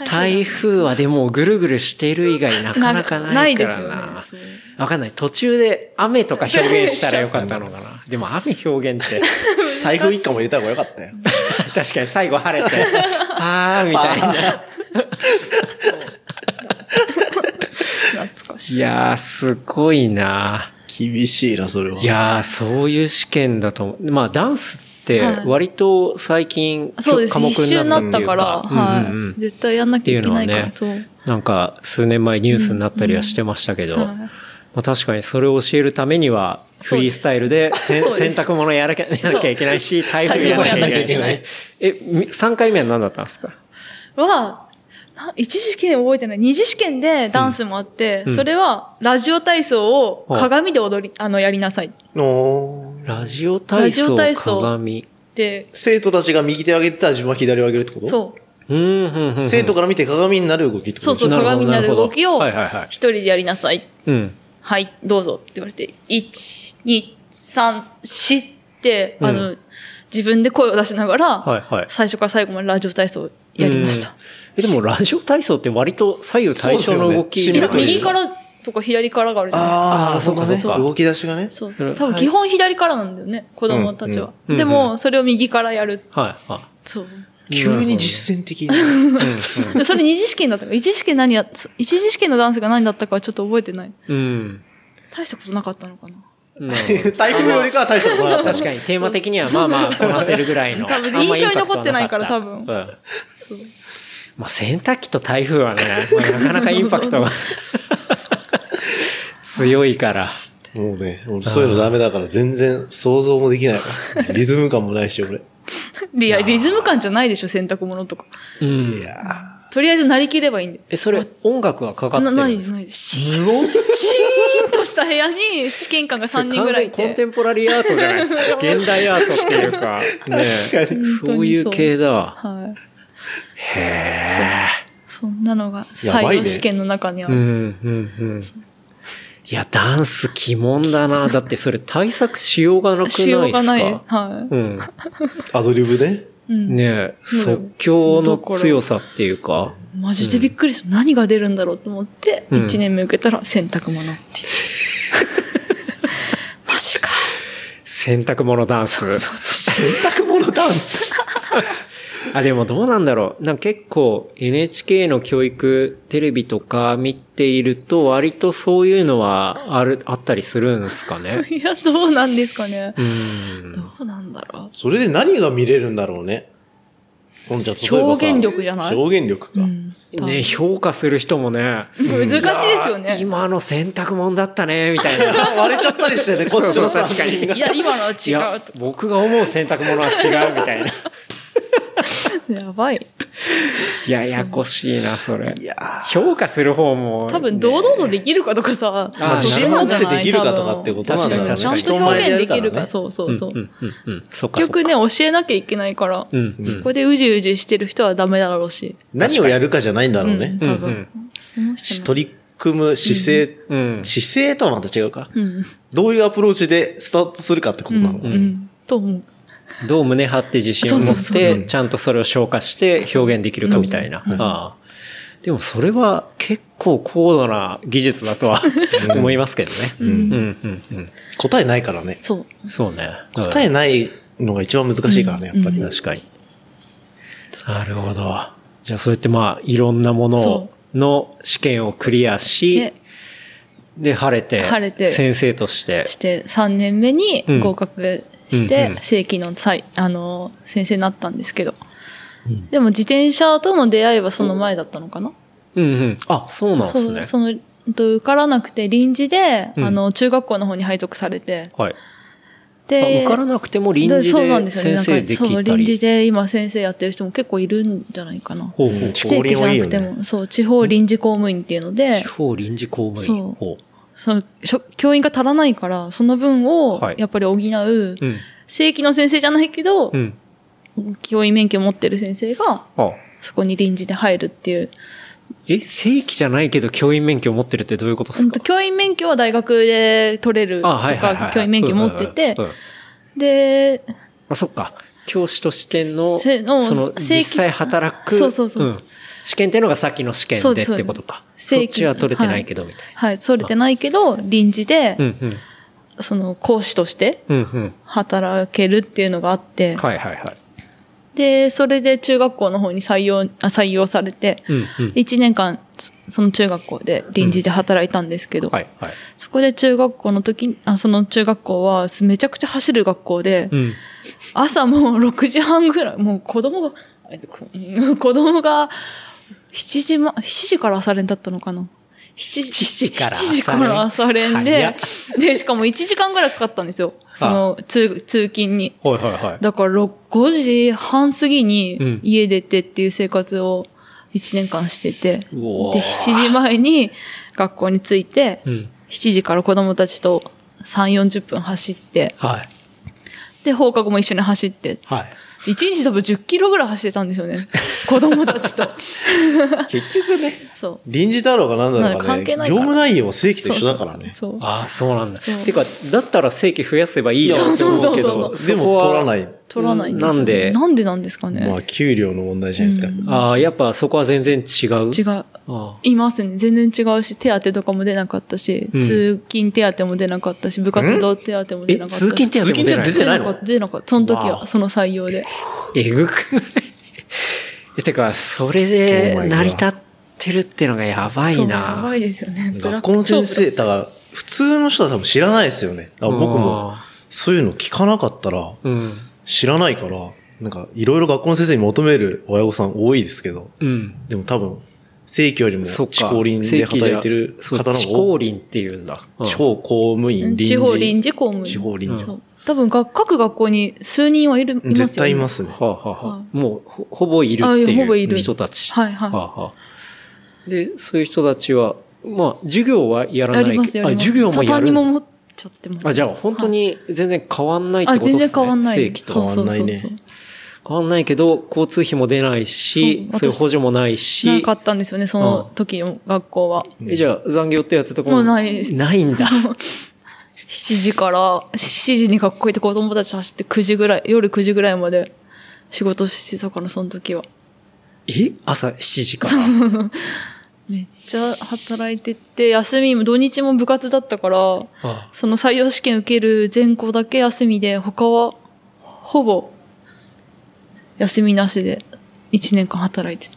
[SPEAKER 2] 台風はでもぐるぐるしてる以外なかなかない
[SPEAKER 3] で
[SPEAKER 2] か
[SPEAKER 3] す
[SPEAKER 2] ら
[SPEAKER 3] よね
[SPEAKER 2] な。
[SPEAKER 3] そう
[SPEAKER 2] わかんない。途中で雨とか表現したらよかったのか な。でも雨表現って、
[SPEAKER 4] 台風一過も入れた方がよかったよ。
[SPEAKER 2] 確かに最後晴れて、 あーみたいな。
[SPEAKER 3] 懐かしい
[SPEAKER 2] いやー、すごいな
[SPEAKER 4] 厳しいな、それは。
[SPEAKER 2] いやー、そういう試験だと思う。まあ、ダンスって
[SPEAKER 3] はい
[SPEAKER 2] 割と最近、
[SPEAKER 3] そうです
[SPEAKER 2] 科目
[SPEAKER 3] 一周になっ
[SPEAKER 2] って
[SPEAKER 3] た
[SPEAKER 2] いう
[SPEAKER 3] からはい、
[SPEAKER 2] うんうんうん
[SPEAKER 3] 絶対やんなきゃいけないから
[SPEAKER 2] っていうのはなんか、数年前ニュースになったりはしてましたけど、
[SPEAKER 3] そう
[SPEAKER 2] ま
[SPEAKER 3] はい
[SPEAKER 2] あ、確かにそれを教えるためには、フリースタイルでせん
[SPEAKER 3] そうで
[SPEAKER 2] 洗
[SPEAKER 3] す
[SPEAKER 2] 濯物やらなきゃやらなきゃいけないし、台風やらなきゃいけないし
[SPEAKER 4] 台風もや
[SPEAKER 2] ね。え、3回目は何だったんですか
[SPEAKER 3] はな一次試験覚えてない二次試験でダンスもあって、
[SPEAKER 2] うん
[SPEAKER 3] それはラジオ体操を鏡で踊り、あのやりなさいっ
[SPEAKER 4] おー
[SPEAKER 2] ラジオ体操、
[SPEAKER 3] ラジオ体操
[SPEAKER 2] 鏡。
[SPEAKER 3] て
[SPEAKER 4] 生徒たちが右手上げてたら自分は左を上げるってこと
[SPEAKER 3] そう
[SPEAKER 2] うん、うん、うん。
[SPEAKER 4] 生徒から見て鏡になる動きってこと
[SPEAKER 3] そうそう
[SPEAKER 2] なるほど
[SPEAKER 3] 鏡になる動きを
[SPEAKER 2] なるほどはいはいはい
[SPEAKER 3] 一人でやりなさい
[SPEAKER 2] うん。
[SPEAKER 3] はい、どうぞって言われて、1、2、3、4って、あの、自分で声を出しながら、
[SPEAKER 2] はいはい
[SPEAKER 3] 最初から最後までラジオ体操をやりました
[SPEAKER 2] うん。。え、でもラジオ体操って割と左右対称の動き
[SPEAKER 4] そう
[SPEAKER 2] じゃ
[SPEAKER 4] ですよ
[SPEAKER 2] な
[SPEAKER 4] ね
[SPEAKER 2] い
[SPEAKER 3] 右からとか左からがあるじゃない
[SPEAKER 4] あ
[SPEAKER 2] あ
[SPEAKER 4] あ、
[SPEAKER 2] ー
[SPEAKER 4] そうか
[SPEAKER 2] そう
[SPEAKER 4] ね。
[SPEAKER 2] かそうか
[SPEAKER 4] 動き出しがね。
[SPEAKER 3] そう
[SPEAKER 2] それ
[SPEAKER 3] 多分基本左からなんだよね、子供たちは。
[SPEAKER 2] うん
[SPEAKER 3] で
[SPEAKER 2] うん
[SPEAKER 3] も、それを右からやる。
[SPEAKER 2] はいは
[SPEAKER 3] そう。
[SPEAKER 2] い。
[SPEAKER 4] 急に実践的に。
[SPEAKER 3] でそれ二次試験だったから、一次試験何やっ、一次試験のダンスが何だったかはちょっと覚えてない。
[SPEAKER 2] うん。
[SPEAKER 3] 大したことなかったのか な。
[SPEAKER 2] なるほど
[SPEAKER 4] 台風よりかは大したことな
[SPEAKER 2] ま
[SPEAKER 4] か
[SPEAKER 2] あ
[SPEAKER 4] った。
[SPEAKER 2] 確かにテーマ的にはまあまあこなせるぐらいの。
[SPEAKER 3] 多分
[SPEAKER 2] あんまインパクト
[SPEAKER 3] 印象に残ってないから
[SPEAKER 2] はかった
[SPEAKER 3] 多
[SPEAKER 2] うん
[SPEAKER 3] そう。
[SPEAKER 2] まあ洗濯機と台風はね、まあなかなかインパクトが強いから。
[SPEAKER 4] もうね、俺そういうのダメだから全然想像もできないわ。リズム感もないし、俺。
[SPEAKER 3] いや、リズム感じゃないでしょ、洗濯物とか。
[SPEAKER 2] うん
[SPEAKER 4] い。や
[SPEAKER 3] とりあえずなりきればいいんだよ。
[SPEAKER 2] え、それ音楽はかかって
[SPEAKER 3] な
[SPEAKER 2] るん
[SPEAKER 3] ない
[SPEAKER 2] で
[SPEAKER 3] ですす、
[SPEAKER 2] か
[SPEAKER 3] ないです。シーンとした部屋に試験官が3人ぐらいい
[SPEAKER 2] それ完全にコンテ
[SPEAKER 3] て。
[SPEAKER 2] ンポラリーアートじゃないですか。現代アートっていうか。ね
[SPEAKER 4] 確かに
[SPEAKER 2] そういう系だわ。
[SPEAKER 3] はい。
[SPEAKER 2] へえ。
[SPEAKER 3] そんなのが
[SPEAKER 4] やば
[SPEAKER 3] 最
[SPEAKER 4] いね
[SPEAKER 3] 後試験の中にあ
[SPEAKER 2] うん、
[SPEAKER 3] る。
[SPEAKER 2] うん、うん。いや、ダンス鬼門だな。だってそれ対策しようがなくないですか
[SPEAKER 3] しようがない。は
[SPEAKER 2] うん。
[SPEAKER 4] ーアドリブね。
[SPEAKER 3] い。うん。
[SPEAKER 2] ねえ、即興の強さっていうか。
[SPEAKER 3] マジでびっくりした。何が出るんだろうと思って、
[SPEAKER 2] うん
[SPEAKER 3] 1年目受けたら洗濯物っていう。マジか。
[SPEAKER 2] 洗濯物ダンス。
[SPEAKER 4] 洗濯物ダンス。
[SPEAKER 2] あ、でもどうなんだろう。なんか結構 NHK の教育テレビとか見ていると割とそういうのはある、あったりするんですかね。
[SPEAKER 3] いや、どうなんですかね。
[SPEAKER 2] うん。
[SPEAKER 3] どうなんだろ
[SPEAKER 4] それで何が見れるんだろうね。そんじゃ、例えばさ
[SPEAKER 3] 表現力じゃない
[SPEAKER 4] 表現力
[SPEAKER 3] う。
[SPEAKER 4] か。
[SPEAKER 3] うん。多分
[SPEAKER 2] ね、評価する人もね。
[SPEAKER 3] 難しいですよね。
[SPEAKER 2] 今の洗濯物だったね、みたいな。
[SPEAKER 4] 割れちゃったりしてね、こっちもさ、
[SPEAKER 2] そうそう確かに
[SPEAKER 3] いや、今のは違
[SPEAKER 2] いうや
[SPEAKER 3] と。、
[SPEAKER 2] 僕が思う洗濯物は違う、みたいな。
[SPEAKER 3] やばい。
[SPEAKER 2] いややこしいな、それ
[SPEAKER 4] い。やー
[SPEAKER 2] 評価する方も、
[SPEAKER 3] 多分、堂々とできるかとか
[SPEAKER 2] あ
[SPEAKER 3] さ、
[SPEAKER 2] ー
[SPEAKER 4] 自信持ってできるかとかってことなんだろうね。
[SPEAKER 2] 確
[SPEAKER 3] ちゃ
[SPEAKER 2] かに
[SPEAKER 3] んと
[SPEAKER 4] 人前
[SPEAKER 3] 表現でき
[SPEAKER 4] や
[SPEAKER 3] る
[SPEAKER 4] ら
[SPEAKER 3] か、
[SPEAKER 4] ね
[SPEAKER 3] そうそうそう。
[SPEAKER 2] うんうんうんうん。そっか
[SPEAKER 3] 結
[SPEAKER 2] そっか。
[SPEAKER 3] 局ね、教えなきゃいけないから、
[SPEAKER 2] うんうん
[SPEAKER 3] そこでうじうじしてる人はダメだろうし。
[SPEAKER 4] 何をやるかじゃないんだろうね
[SPEAKER 3] ん。多
[SPEAKER 2] う
[SPEAKER 3] 分
[SPEAKER 2] ん。
[SPEAKER 3] その人
[SPEAKER 4] し
[SPEAKER 3] の
[SPEAKER 4] 取り組む姿勢、
[SPEAKER 2] うん
[SPEAKER 4] 姿勢とはまた違うか。
[SPEAKER 3] うん。
[SPEAKER 4] どういうアプローチでスタートするかってことなの、
[SPEAKER 3] うんうん。と思う。
[SPEAKER 2] どう胸張って自信を持
[SPEAKER 3] そう
[SPEAKER 2] っ
[SPEAKER 3] そう
[SPEAKER 2] て、ちゃんとそれを消化して表現できるかみたいな。
[SPEAKER 4] うん
[SPEAKER 2] ああでもそれは結構高度な技術だとは思いますけどね。うんうんうん
[SPEAKER 4] 答えないからね。
[SPEAKER 3] そう。
[SPEAKER 2] そうね。
[SPEAKER 4] 答えないのが一番難しいからね、やっぱり。
[SPEAKER 2] 確かに。なるほど。じゃあそうやってまあいろんなもの
[SPEAKER 3] そ
[SPEAKER 2] をの試験をクリアし
[SPEAKER 3] で、、
[SPEAKER 2] で晴れて、
[SPEAKER 3] 晴れて
[SPEAKER 2] 先生として。
[SPEAKER 3] して、3年目に
[SPEAKER 2] うん
[SPEAKER 3] 合格し
[SPEAKER 2] うん
[SPEAKER 3] て
[SPEAKER 2] うん、
[SPEAKER 3] 正規の際、あの、先生になったんですけど。でも、自転車との出会いはその前だったのかな
[SPEAKER 2] うんうん。あ、そうなんです
[SPEAKER 3] そう
[SPEAKER 2] ね。
[SPEAKER 3] その、うんと受からなくて、臨時で、
[SPEAKER 2] うん
[SPEAKER 3] あの、中学校の方に配属されて、
[SPEAKER 2] はい。
[SPEAKER 3] で、
[SPEAKER 2] あ受からなくても臨時
[SPEAKER 3] そうなん
[SPEAKER 2] です
[SPEAKER 3] よね
[SPEAKER 2] 先生で
[SPEAKER 3] なんかそ
[SPEAKER 2] き
[SPEAKER 3] う
[SPEAKER 2] た
[SPEAKER 3] 臨時
[SPEAKER 2] り。
[SPEAKER 3] で今先生やってる人も結構いるんじゃないかな。
[SPEAKER 2] ほうほう
[SPEAKER 4] 地
[SPEAKER 3] 正
[SPEAKER 4] 方
[SPEAKER 3] 規
[SPEAKER 4] 臨
[SPEAKER 3] じゃ
[SPEAKER 4] はいい
[SPEAKER 3] な
[SPEAKER 4] よ
[SPEAKER 3] くて
[SPEAKER 4] ね。
[SPEAKER 3] も、そう、地方臨時公務員っていうので
[SPEAKER 2] 地、方臨時公務
[SPEAKER 3] そ
[SPEAKER 2] 員
[SPEAKER 3] う。
[SPEAKER 2] ほう
[SPEAKER 3] その、しょ教員が足らないから、その分を
[SPEAKER 2] はい、
[SPEAKER 3] やっぱり補う、
[SPEAKER 2] うん。
[SPEAKER 3] 正規の先生じゃないけど
[SPEAKER 2] う、ん。
[SPEAKER 3] 教員免許持ってる先生が、
[SPEAKER 2] あ
[SPEAKER 3] そこに臨時で入るっていう
[SPEAKER 2] え、正規じゃないけど教員免許持ってるってどういうことで
[SPEAKER 3] う
[SPEAKER 2] す
[SPEAKER 3] んと
[SPEAKER 2] か
[SPEAKER 3] 教員免許は大学で取れると
[SPEAKER 2] あ、はいはいはいは
[SPEAKER 3] か
[SPEAKER 2] い。、
[SPEAKER 3] 教員免許持ってて
[SPEAKER 2] うん、うんうん
[SPEAKER 3] で、
[SPEAKER 2] あ、そっか。教師としての、
[SPEAKER 3] せの
[SPEAKER 2] その、
[SPEAKER 3] 正規
[SPEAKER 2] 実際働く、
[SPEAKER 3] そうそうそうん
[SPEAKER 2] 試験っていうのがさっきの試験
[SPEAKER 3] そう
[SPEAKER 2] でっ
[SPEAKER 3] です
[SPEAKER 2] てことか。
[SPEAKER 3] 正
[SPEAKER 2] そっ
[SPEAKER 3] 規
[SPEAKER 2] ちは取れてないけど、みたい
[SPEAKER 3] はい、それてないけど、臨時で、
[SPEAKER 2] な。うんうん。
[SPEAKER 3] その、講師として
[SPEAKER 2] うん
[SPEAKER 3] 働けるっていうのがあって、
[SPEAKER 2] うん。はいはいはい。
[SPEAKER 3] で、それで中学校の方に採用、あ採用されて、
[SPEAKER 2] うんうん。
[SPEAKER 3] 1年間、そその中学校で臨時で働いたんですけど、
[SPEAKER 2] はいはい。
[SPEAKER 3] そこで中学校の時に、あ、その中学校はすめちゃくちゃ走る学校で、
[SPEAKER 2] うん。
[SPEAKER 3] 朝もう6時半ぐらい、もう子供が、 えっとこ子供が7時ま、7時から朝練だったのかな ?7
[SPEAKER 2] 7時から朝練
[SPEAKER 3] 7時から朝練
[SPEAKER 2] 早っ
[SPEAKER 3] で、で、しかも1時間ぐらいかかったんですよ。その、通、通勤に。
[SPEAKER 2] はいはいはい。
[SPEAKER 3] だから6 5時半過ぎ
[SPEAKER 2] うん
[SPEAKER 3] に家出てっていう生活を1年間してて、
[SPEAKER 2] うおー
[SPEAKER 3] で、7時前に学校に着いて、
[SPEAKER 2] うん。
[SPEAKER 3] 7時から子供たちと3、40分走って、
[SPEAKER 2] はい。
[SPEAKER 3] で、放課後も一緒に走って、
[SPEAKER 2] はい。
[SPEAKER 3] 1日多分10キロぐらい走ってたんです よね。子供たちと。
[SPEAKER 4] 結局ね、
[SPEAKER 3] そ
[SPEAKER 4] 臨時だろうが何だろう
[SPEAKER 3] ま
[SPEAKER 4] が
[SPEAKER 3] あ
[SPEAKER 4] ね、
[SPEAKER 3] 関係ないから
[SPEAKER 4] 業務内容は正
[SPEAKER 3] う。
[SPEAKER 4] 規と一緒だからね。
[SPEAKER 3] そうそう。そう
[SPEAKER 2] ああ、そうなんだ。
[SPEAKER 3] そう
[SPEAKER 2] てか、だったら正規増やせばいい
[SPEAKER 4] い
[SPEAKER 2] じ
[SPEAKER 4] や
[SPEAKER 2] ゃんって思うけ
[SPEAKER 3] そう
[SPEAKER 2] ど、
[SPEAKER 4] で
[SPEAKER 2] そこ
[SPEAKER 4] も
[SPEAKER 2] は
[SPEAKER 4] 取らない。
[SPEAKER 3] 取らないんですよ
[SPEAKER 2] なんで
[SPEAKER 3] なんでなんですかね。
[SPEAKER 4] まあ、給料の問題じゃないですか。
[SPEAKER 3] うん
[SPEAKER 2] ああ、やっぱそこは全然違う。
[SPEAKER 3] 違う。
[SPEAKER 2] あ
[SPEAKER 3] いますね。全然違うし、手当とかも出なかったし、
[SPEAKER 2] うん
[SPEAKER 3] 通勤手当も出なかったし、部活動手当も
[SPEAKER 2] あ
[SPEAKER 3] 出
[SPEAKER 2] え
[SPEAKER 3] なか、ったし。
[SPEAKER 2] 通勤手当も出ない
[SPEAKER 4] 通勤手当出て
[SPEAKER 3] 出
[SPEAKER 4] ない
[SPEAKER 3] な
[SPEAKER 4] の
[SPEAKER 3] かった、出なかった。その時
[SPEAKER 4] わ
[SPEAKER 3] は、
[SPEAKER 4] あ
[SPEAKER 3] その採用で。
[SPEAKER 2] えぐくない えてか、それ
[SPEAKER 4] Oh
[SPEAKER 2] で
[SPEAKER 4] my god
[SPEAKER 2] 成り立ってるってのがやば
[SPEAKER 3] そ
[SPEAKER 2] いう
[SPEAKER 3] や
[SPEAKER 2] な。
[SPEAKER 3] ばいですよね。
[SPEAKER 4] 学校の先生、だから、普通の人は多分知らないですよね。だから僕も
[SPEAKER 2] あ、
[SPEAKER 4] そういうの聞かなかったら、
[SPEAKER 2] うん。
[SPEAKER 4] 知らないから、なんか、いろいろ学校の先生に求める親御さん多いですけど、
[SPEAKER 2] うん。
[SPEAKER 4] でも多分、正規よりも、
[SPEAKER 2] そっか。
[SPEAKER 4] 地高林で働いてる
[SPEAKER 2] 正
[SPEAKER 4] 方
[SPEAKER 2] 規じゃそう地
[SPEAKER 4] の方
[SPEAKER 2] 高
[SPEAKER 4] が、
[SPEAKER 2] 林っていうんだ。うん
[SPEAKER 4] 地方公務員、
[SPEAKER 3] うん
[SPEAKER 4] 臨時。
[SPEAKER 3] 地方臨時公務員。
[SPEAKER 4] 地方臨時
[SPEAKER 3] そう多分学、各学校に数人はいる、いますよね。
[SPEAKER 4] 絶対いますね。
[SPEAKER 2] はあ、はあは
[SPEAKER 3] は
[SPEAKER 2] あ、もうほ、ほぼいる
[SPEAKER 3] あ
[SPEAKER 2] って
[SPEAKER 3] ほぼい
[SPEAKER 2] いう
[SPEAKER 3] る
[SPEAKER 2] 人たち。
[SPEAKER 3] はいはい
[SPEAKER 2] はあはあで、そういう人たちは、まあ、授業はやらな
[SPEAKER 3] や
[SPEAKER 2] いけ
[SPEAKER 3] り
[SPEAKER 2] ど、
[SPEAKER 3] ますやりま
[SPEAKER 2] あ、
[SPEAKER 3] す。
[SPEAKER 2] 授業もやる
[SPEAKER 3] 畳
[SPEAKER 2] んだ
[SPEAKER 3] も持っちゃってます、
[SPEAKER 2] あ、じゃあ本当に全然変わんないって
[SPEAKER 3] は
[SPEAKER 2] こ
[SPEAKER 3] い、あ、
[SPEAKER 2] とです
[SPEAKER 3] 全
[SPEAKER 2] ね。
[SPEAKER 3] 然変わんない。
[SPEAKER 2] 正規と。
[SPEAKER 3] そうそうそう
[SPEAKER 4] 変わんないね
[SPEAKER 3] そう
[SPEAKER 2] 変わんないけど、交通費も出ないし、
[SPEAKER 3] そう
[SPEAKER 2] そういう補助もないし、
[SPEAKER 3] なかったんですよね、その時の学校は。
[SPEAKER 2] えじゃあ残業手当とか
[SPEAKER 3] も
[SPEAKER 2] も
[SPEAKER 3] うない
[SPEAKER 2] ないんだ。
[SPEAKER 3] 7時から、7時に学校行って子供たち走って9時ぐらい、夜9時ぐらいまで仕事してたから、その時は。
[SPEAKER 2] え朝7時から。
[SPEAKER 3] めっちゃ働いてて、休みも土日も部活だったから、
[SPEAKER 2] あ
[SPEAKER 3] その採用試験受ける全校だけ休みで、他は、ほぼ、休みなしで1年間働いてた。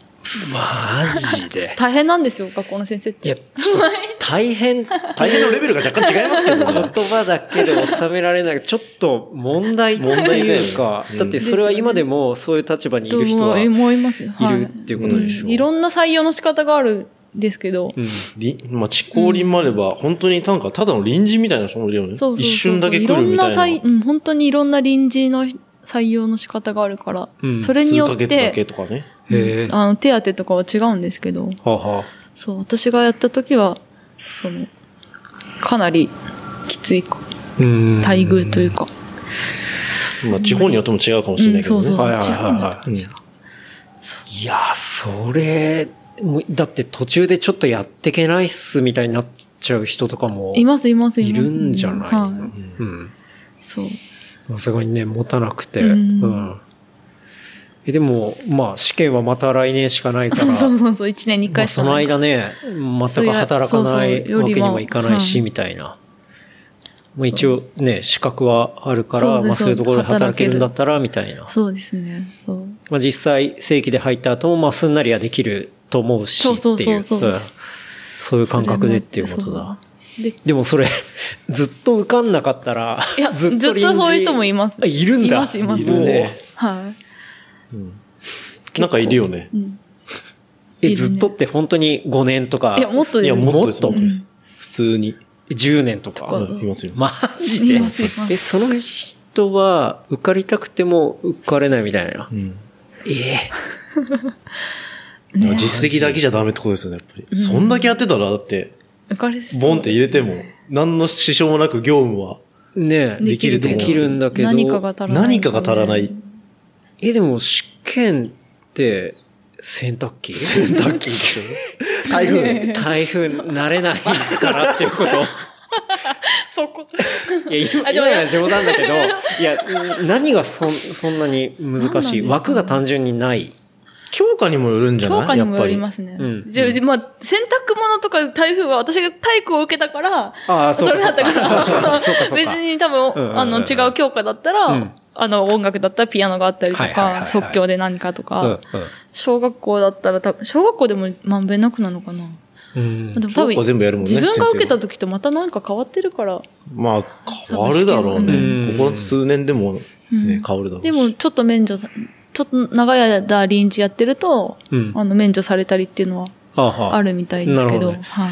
[SPEAKER 2] マジで。
[SPEAKER 3] 大変なんですよ、学校の先生っ
[SPEAKER 2] い
[SPEAKER 3] て。
[SPEAKER 2] や、ちょっと 大変、
[SPEAKER 4] 大変のレベルが若干違いますけどね。
[SPEAKER 2] 言葉だけで収められない。ちょっと問題って
[SPEAKER 4] 問題だよね
[SPEAKER 2] いうか
[SPEAKER 4] う、ん
[SPEAKER 2] だってそれは今でもそういう立場にいる人は
[SPEAKER 3] と
[SPEAKER 2] いる
[SPEAKER 3] 思いますよ。はい
[SPEAKER 2] っていうことでしょ。
[SPEAKER 3] いろんな採用の仕方があるんですけど、
[SPEAKER 2] うん
[SPEAKER 4] りまあ、地高林もあれば、本当に単価、ただの臨時みたいな人もいるよね。
[SPEAKER 3] そうそうそう
[SPEAKER 4] 一瞬だけ来るみた
[SPEAKER 3] ろ
[SPEAKER 4] いな。
[SPEAKER 3] んな採、うん、本当にいろんな臨時の採用の仕方があるから、
[SPEAKER 2] うん
[SPEAKER 3] それによ
[SPEAKER 4] 数ヶ
[SPEAKER 3] っ
[SPEAKER 4] 月だ
[SPEAKER 3] て、
[SPEAKER 4] けとかね。
[SPEAKER 2] へえ。は
[SPEAKER 3] あの、手当とかは違うんですけど、
[SPEAKER 2] あはあ
[SPEAKER 3] そう、私がやった時は、その、かなりきついか
[SPEAKER 2] うん
[SPEAKER 3] 待遇というか、
[SPEAKER 4] まあ、地方によっても違うかもしれないけ
[SPEAKER 3] う
[SPEAKER 4] どね。
[SPEAKER 3] んそうそう
[SPEAKER 2] はいはいはいはい
[SPEAKER 4] うん
[SPEAKER 2] いやー、それ、もうだって途中でちょっとやってけないっすみたいになっちゃう人とかも。
[SPEAKER 3] いますいますい
[SPEAKER 2] い
[SPEAKER 3] ます。
[SPEAKER 2] るんじゃないの、
[SPEAKER 3] うんは
[SPEAKER 2] うん。
[SPEAKER 3] いそう。
[SPEAKER 2] さすがにね、持たなくて。う。
[SPEAKER 3] うんん
[SPEAKER 2] えでも、まあ、試験はまた来年しかないから。
[SPEAKER 3] そうそうそうそう、一年に一
[SPEAKER 2] まあ、
[SPEAKER 3] 回し
[SPEAKER 2] そ
[SPEAKER 3] か
[SPEAKER 2] の
[SPEAKER 3] ない。
[SPEAKER 2] 間ね、
[SPEAKER 3] そ
[SPEAKER 2] 全
[SPEAKER 3] うい
[SPEAKER 2] く
[SPEAKER 3] う
[SPEAKER 2] 働かない
[SPEAKER 3] そうそうよりは
[SPEAKER 2] わけにもいかないし、
[SPEAKER 3] はい
[SPEAKER 2] みたいな。まあ、一応ね、資格はあるか
[SPEAKER 3] そう
[SPEAKER 2] ら、
[SPEAKER 3] です
[SPEAKER 2] まあ、そういうところで働
[SPEAKER 3] 働
[SPEAKER 2] け
[SPEAKER 3] ける
[SPEAKER 2] るんだったら、みたいな。
[SPEAKER 3] そうですね。そう。
[SPEAKER 2] まあ、実際正規で入った後もまあすんなりはできると思うし
[SPEAKER 3] そう
[SPEAKER 2] ってい
[SPEAKER 3] そううそうそう
[SPEAKER 2] うんそういう感覚でっていうことだ。
[SPEAKER 3] そう。で、
[SPEAKER 2] でもそれ ずっと受かんなかったら
[SPEAKER 3] いや、ずっと
[SPEAKER 2] 臨時
[SPEAKER 3] そういう人もいます。
[SPEAKER 2] あいるんだ
[SPEAKER 3] いますいます。
[SPEAKER 2] いるね
[SPEAKER 3] はい。
[SPEAKER 4] なんかいるよね。
[SPEAKER 2] え
[SPEAKER 3] いるね
[SPEAKER 2] ずっとって本当に5年とか
[SPEAKER 3] いや、もっと
[SPEAKER 4] い
[SPEAKER 3] い
[SPEAKER 4] や、
[SPEAKER 3] る
[SPEAKER 4] もっとです、
[SPEAKER 2] もっと
[SPEAKER 4] もっとです。普通に。
[SPEAKER 2] 10年とか
[SPEAKER 3] と
[SPEAKER 4] う
[SPEAKER 3] か
[SPEAKER 4] んいますよ。
[SPEAKER 2] マジで
[SPEAKER 3] いますいます
[SPEAKER 2] えその人は受かりたくても受かれないみたいな
[SPEAKER 4] うん。
[SPEAKER 2] ええ
[SPEAKER 4] だから実績だけじゃダメってことですよね、やっぱり。そんだけやってたら、だって、
[SPEAKER 3] 浮かれし
[SPEAKER 4] ボンって入れても、何の支障もなく業務は、
[SPEAKER 2] ねえ
[SPEAKER 4] できると
[SPEAKER 2] で
[SPEAKER 4] 思う
[SPEAKER 2] きるんだけど
[SPEAKER 3] 何かが足らない、
[SPEAKER 4] 何かが足らない。
[SPEAKER 2] えでも試験って洗濯機
[SPEAKER 4] 洗濯機一緒に。台風。
[SPEAKER 2] 台風慣れないからっていうこと。
[SPEAKER 3] そこ。
[SPEAKER 2] いや、今
[SPEAKER 3] あでも
[SPEAKER 2] 今のは冗談だけど、いや、何がそんそんなに難しい。
[SPEAKER 3] 何なんですかね
[SPEAKER 2] 枠が単純にない。
[SPEAKER 4] 強化にもよるんじゃ
[SPEAKER 3] 評
[SPEAKER 4] な
[SPEAKER 3] 価
[SPEAKER 4] い
[SPEAKER 3] に
[SPEAKER 4] やっ
[SPEAKER 3] も
[SPEAKER 4] ぱ
[SPEAKER 3] より
[SPEAKER 4] り。
[SPEAKER 3] ますね。
[SPEAKER 2] うん
[SPEAKER 3] じゃあまあ、洗濯物とか台風は私が体育を受けたから、
[SPEAKER 2] ああ、
[SPEAKER 3] そ
[SPEAKER 2] そうか。
[SPEAKER 3] れだったか
[SPEAKER 2] そう
[SPEAKER 3] ら、
[SPEAKER 2] か、そうか。そう
[SPEAKER 3] 別
[SPEAKER 2] か
[SPEAKER 3] に多分、
[SPEAKER 2] うんうんうん
[SPEAKER 3] あの、違う教科だったら、
[SPEAKER 2] うん
[SPEAKER 3] あの、音楽だったらピアノがあったりとか、
[SPEAKER 2] はいはいはいはい
[SPEAKER 3] 即興で何かとか、
[SPEAKER 2] うん
[SPEAKER 3] 小学校だったら多分、小学校でもまんべんなくなのかな。
[SPEAKER 2] うん。うん
[SPEAKER 3] でも多
[SPEAKER 4] 強
[SPEAKER 3] 分
[SPEAKER 4] 化、全部やるもんね。
[SPEAKER 3] 自分が受けた
[SPEAKER 4] 先
[SPEAKER 3] 時とまた何か変わってるから、
[SPEAKER 4] 生まあ、変わるだろう
[SPEAKER 2] う
[SPEAKER 4] ね。
[SPEAKER 2] ん
[SPEAKER 4] ここ数年でも
[SPEAKER 3] うん
[SPEAKER 4] ね、変わるだろうし。
[SPEAKER 3] でもちょっと免除さ、ちょっと長い間臨時やってると、
[SPEAKER 2] うん。
[SPEAKER 3] あの、免除されたりっていうのは
[SPEAKER 2] あは
[SPEAKER 3] あるみたいです
[SPEAKER 2] な
[SPEAKER 3] け
[SPEAKER 2] るほ
[SPEAKER 3] ど、
[SPEAKER 2] どね
[SPEAKER 3] はい。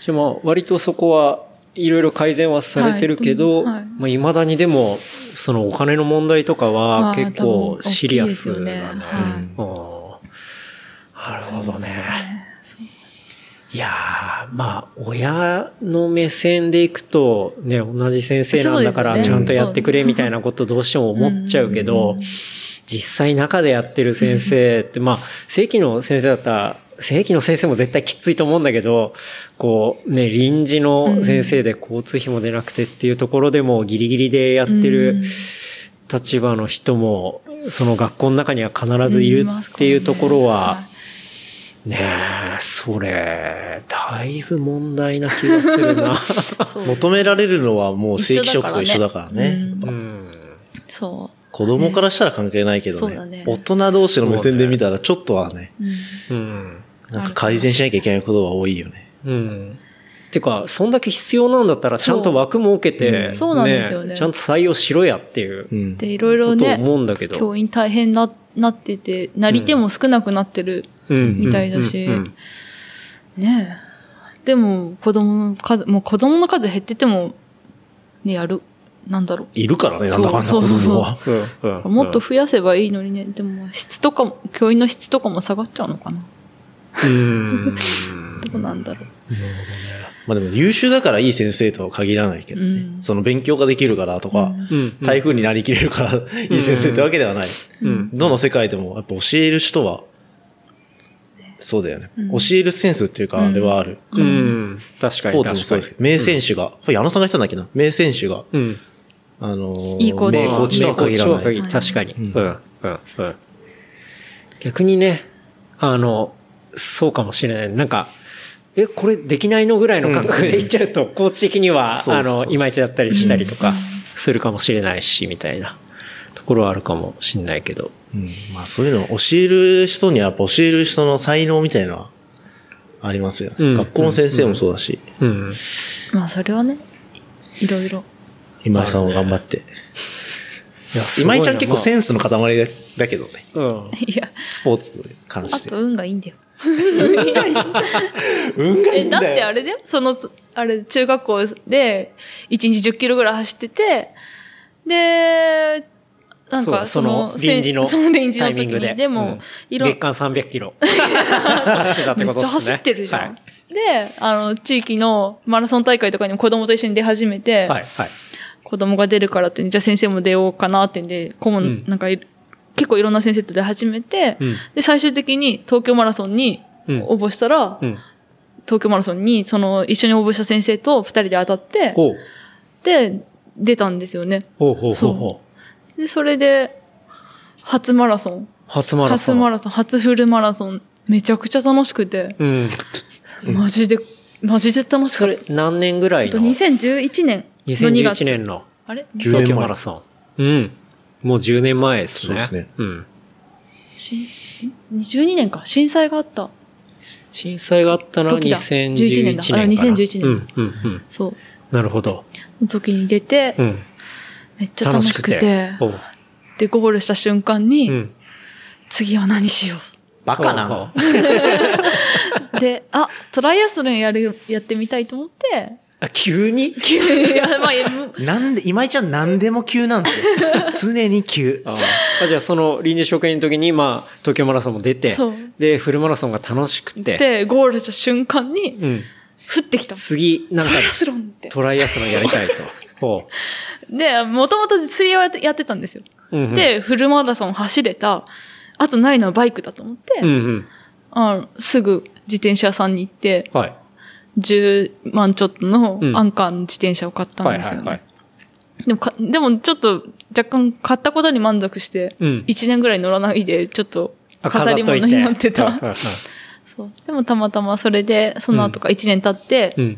[SPEAKER 2] じゃあまあ割とそこはいろいろ改善はされてるけど、
[SPEAKER 3] はいはい
[SPEAKER 2] まあ未だにでも、そのお金の問題とか
[SPEAKER 3] ま
[SPEAKER 2] は
[SPEAKER 3] あ
[SPEAKER 2] 結
[SPEAKER 3] 多
[SPEAKER 2] 構
[SPEAKER 3] 分
[SPEAKER 2] シリアスだね。
[SPEAKER 3] 大きいですよね
[SPEAKER 4] う
[SPEAKER 3] はい
[SPEAKER 4] ん
[SPEAKER 2] あーなるほどね。
[SPEAKER 3] そう
[SPEAKER 2] いやー、まあ、親の目線でいくと、ね、同じ先生なんだか
[SPEAKER 3] そう
[SPEAKER 2] ら
[SPEAKER 3] です
[SPEAKER 2] ち
[SPEAKER 3] よ
[SPEAKER 2] ゃ
[SPEAKER 3] ね
[SPEAKER 2] んとやってくれみたいなことどうしても思っちゃうけど、実際中でやってる先生って、まあ、正規の先生だったら、正規の先生も絶対きついと思うんだけど、こう、ね、臨時の先生で交通費も出なくてっていうところでもギリギリでやって
[SPEAKER 3] うん
[SPEAKER 2] る立場の人も、その学校の中には必ずいるっていうところは、ねえ、それ、だいぶ問題な気がする な。
[SPEAKER 3] そう
[SPEAKER 4] 求められるのはもう正規職と一緒だからね。
[SPEAKER 3] うん
[SPEAKER 2] うん。
[SPEAKER 3] そ
[SPEAKER 4] 子供からしたら関係ないけど
[SPEAKER 3] ねそうだ
[SPEAKER 4] ね
[SPEAKER 3] ね。
[SPEAKER 4] 大人同士の目線で見たらちょっとはね、
[SPEAKER 3] う。うん
[SPEAKER 2] うん。
[SPEAKER 4] なんか改善しなきゃいけないことが多いよね。
[SPEAKER 2] うん。てか、そんだけ必要なんだったら、ちゃんと枠設けて、
[SPEAKER 3] そうなんですよね
[SPEAKER 2] ちゃんと採用しろやっていうう
[SPEAKER 4] うん。
[SPEAKER 3] で、いろいろ
[SPEAKER 2] ことを
[SPEAKER 3] ね、
[SPEAKER 2] 思うんだけど。
[SPEAKER 3] 教員大変な、なってて、なり手も少なくなってる。
[SPEAKER 2] うん
[SPEAKER 3] みたいだし
[SPEAKER 2] うんうん
[SPEAKER 3] ねえ。でも、子供の数、もう子供の数減ってても、ね、やる。なんだろう。
[SPEAKER 4] いるからね、なんだかんだ
[SPEAKER 3] そ
[SPEAKER 4] 子
[SPEAKER 3] うそうそう
[SPEAKER 4] 供は。
[SPEAKER 2] うんうんうん
[SPEAKER 3] もっと増やせばいいのにね。でも、質とかも、教員の質とかも下がっちゃうのかな。
[SPEAKER 2] うん。
[SPEAKER 3] どうなんだろう。
[SPEAKER 4] まあでも優秀だからいい先生とは限らないけどね。
[SPEAKER 3] うん
[SPEAKER 4] その勉強ができるからとか、
[SPEAKER 2] うんうん
[SPEAKER 4] 台風になりきれるからいい先生ってわけではない。
[SPEAKER 2] うん
[SPEAKER 4] どの世界でもやっぱ教える人は、そうだよね。
[SPEAKER 3] ん
[SPEAKER 4] 教えるセンスっていうか、あれはある。
[SPEAKER 2] うん。確か
[SPEAKER 4] ス
[SPEAKER 2] に。
[SPEAKER 4] ポーツもそうですけ
[SPEAKER 2] 確
[SPEAKER 4] ど、名選手が、これ矢野さんが言ってたんだっけな、名選手が、
[SPEAKER 2] かにうん。
[SPEAKER 4] あのー、
[SPEAKER 3] いいコーチ
[SPEAKER 4] 名コーチとは限ら
[SPEAKER 2] 名コーチとは
[SPEAKER 4] ない。
[SPEAKER 2] 限ら確かに。
[SPEAKER 4] ん
[SPEAKER 2] うん、うん、うん。逆にね、あの、そうかもしれない。なんか、え、これできないのぐらいの感覚でいっちゃうと、 コーチ的には、
[SPEAKER 4] そうそうそう
[SPEAKER 2] あの、いまいちだったりしたりとか、するかもしれないし、みたいなところはあるかもしれないけど。
[SPEAKER 4] うん、まあそういうの教える人にはやっぱ教える人の才能みたいなのはありますよね、
[SPEAKER 2] うん
[SPEAKER 4] 学校の先生もそうだし、
[SPEAKER 2] うん。
[SPEAKER 3] まあ、それはね、いろいろ。
[SPEAKER 4] 今井さんも頑張って。
[SPEAKER 2] いやすご
[SPEAKER 4] 今
[SPEAKER 2] い
[SPEAKER 4] 井
[SPEAKER 2] な
[SPEAKER 4] ちゃん結構
[SPEAKER 2] まあ
[SPEAKER 4] センスの塊だけどね。
[SPEAKER 2] うん。
[SPEAKER 3] いや、
[SPEAKER 4] スポーツに関
[SPEAKER 3] あ
[SPEAKER 4] して
[SPEAKER 3] と。運がいいんだよ。
[SPEAKER 4] 運がいい
[SPEAKER 3] え、
[SPEAKER 4] ん
[SPEAKER 3] だっ
[SPEAKER 4] だ
[SPEAKER 3] てあ
[SPEAKER 4] よ。
[SPEAKER 3] れだよ。その、あれ、中学校で、1日10キロぐらい走ってて、で、なん
[SPEAKER 2] そう
[SPEAKER 3] か、
[SPEAKER 2] だ
[SPEAKER 3] そ
[SPEAKER 2] その、、
[SPEAKER 3] の
[SPEAKER 2] 臨時の、
[SPEAKER 3] せんそ の臨時
[SPEAKER 2] タ
[SPEAKER 3] の
[SPEAKER 2] イミ
[SPEAKER 3] 時
[SPEAKER 2] ング
[SPEAKER 3] に、
[SPEAKER 2] で。
[SPEAKER 3] でも、
[SPEAKER 2] うん
[SPEAKER 3] いろ、
[SPEAKER 2] 月間300キロ。 走ってたってこ
[SPEAKER 3] めっ
[SPEAKER 2] と
[SPEAKER 3] ち
[SPEAKER 2] で
[SPEAKER 3] ゃ
[SPEAKER 2] すね。
[SPEAKER 3] 走ってるじゃん。
[SPEAKER 2] はい
[SPEAKER 3] で、あの、地域のマラソン大会とかにも子供と一緒に出始めて、
[SPEAKER 2] はい、はい。
[SPEAKER 3] 子供が出るからって、じゃあ先生も出ようかなってんで、顧問、
[SPEAKER 2] うん
[SPEAKER 3] なんかいる、結構いろんな先生と出始めて、
[SPEAKER 2] うん
[SPEAKER 3] で、最終的に東京マラソンに
[SPEAKER 2] うん
[SPEAKER 3] 応募したら、
[SPEAKER 2] うん。
[SPEAKER 3] 東京マラソンに、その、一緒に応募した先生と二人で当たって、
[SPEAKER 2] ほう。
[SPEAKER 3] で、出たんですよね。
[SPEAKER 2] ほうほうほう
[SPEAKER 3] そ
[SPEAKER 2] ほう。
[SPEAKER 3] で、それで、初マラソン。
[SPEAKER 2] 初マラソ
[SPEAKER 3] 初
[SPEAKER 2] ン。
[SPEAKER 3] マラソン、初フルマラソン。めちゃくちゃ楽しくて、
[SPEAKER 2] うん。
[SPEAKER 3] マジで、マジで楽し
[SPEAKER 2] そ
[SPEAKER 3] かっ
[SPEAKER 2] れ何年ぐらい
[SPEAKER 3] た。
[SPEAKER 2] の
[SPEAKER 3] 2011年の2月。
[SPEAKER 2] 2011年の
[SPEAKER 3] あれ
[SPEAKER 4] 10
[SPEAKER 2] 東
[SPEAKER 4] 年
[SPEAKER 2] 京
[SPEAKER 4] 前
[SPEAKER 2] マラソン。うん。もう10年前ですね。
[SPEAKER 4] そうですね
[SPEAKER 2] うん。
[SPEAKER 3] しん12年か。震災があった。
[SPEAKER 2] 震災があったのは
[SPEAKER 3] 時だ
[SPEAKER 2] 2011年かな。
[SPEAKER 3] 11年だあ2011年
[SPEAKER 2] うん、うん、うん。
[SPEAKER 3] そう。
[SPEAKER 2] なるほど。
[SPEAKER 3] その時に出て、
[SPEAKER 2] うん。
[SPEAKER 3] めっちゃ楽しくて。
[SPEAKER 2] おう
[SPEAKER 3] で、ゴールした瞬間に、
[SPEAKER 2] うん。
[SPEAKER 3] 次は何し よう。
[SPEAKER 4] バカな
[SPEAKER 2] ほ
[SPEAKER 4] の。
[SPEAKER 2] うほう
[SPEAKER 3] で、あ、トライアスロンやる、やってみたいと 思って、
[SPEAKER 2] あ、急に
[SPEAKER 3] いや、まあ、いやむ
[SPEAKER 4] なんで、今井ちゃん何でも急なんですよ。常に急。
[SPEAKER 2] ああじゃあその臨時職員の時に、まあ、東京マラソンも出て
[SPEAKER 3] そう、
[SPEAKER 2] で、フルマラソンが楽しくて、
[SPEAKER 3] で、ゴールした瞬間に、
[SPEAKER 2] うん。
[SPEAKER 3] 降ってきた。ト
[SPEAKER 2] 次、なんか
[SPEAKER 3] ライア、スロンって。
[SPEAKER 2] トライアスロンやり たいと。ほ
[SPEAKER 3] で、もともと水泳をやってやってたんですよ。
[SPEAKER 2] う。うんうん、
[SPEAKER 3] で、フルマラソン走れた。あとないのはバイクだと思って、
[SPEAKER 2] うんうん。
[SPEAKER 3] あすぐ自転車屋さんに行って、
[SPEAKER 2] はい。
[SPEAKER 3] 10万ちょっとの
[SPEAKER 2] うん
[SPEAKER 3] アンカーの自転車を買ったん
[SPEAKER 2] はい
[SPEAKER 3] です
[SPEAKER 2] は
[SPEAKER 3] よね。
[SPEAKER 2] いはい。
[SPEAKER 3] でもか、でもちょっと若干買ったことに満足して、
[SPEAKER 2] うん。
[SPEAKER 3] 1年ぐらい乗らないで、ちょっと
[SPEAKER 2] あ
[SPEAKER 3] 飾り物
[SPEAKER 2] 飾っといて
[SPEAKER 3] になって
[SPEAKER 2] はいはい
[SPEAKER 3] た。
[SPEAKER 2] はい
[SPEAKER 3] そう。でもたまたまそれで、その後か1年経って
[SPEAKER 2] う、ん。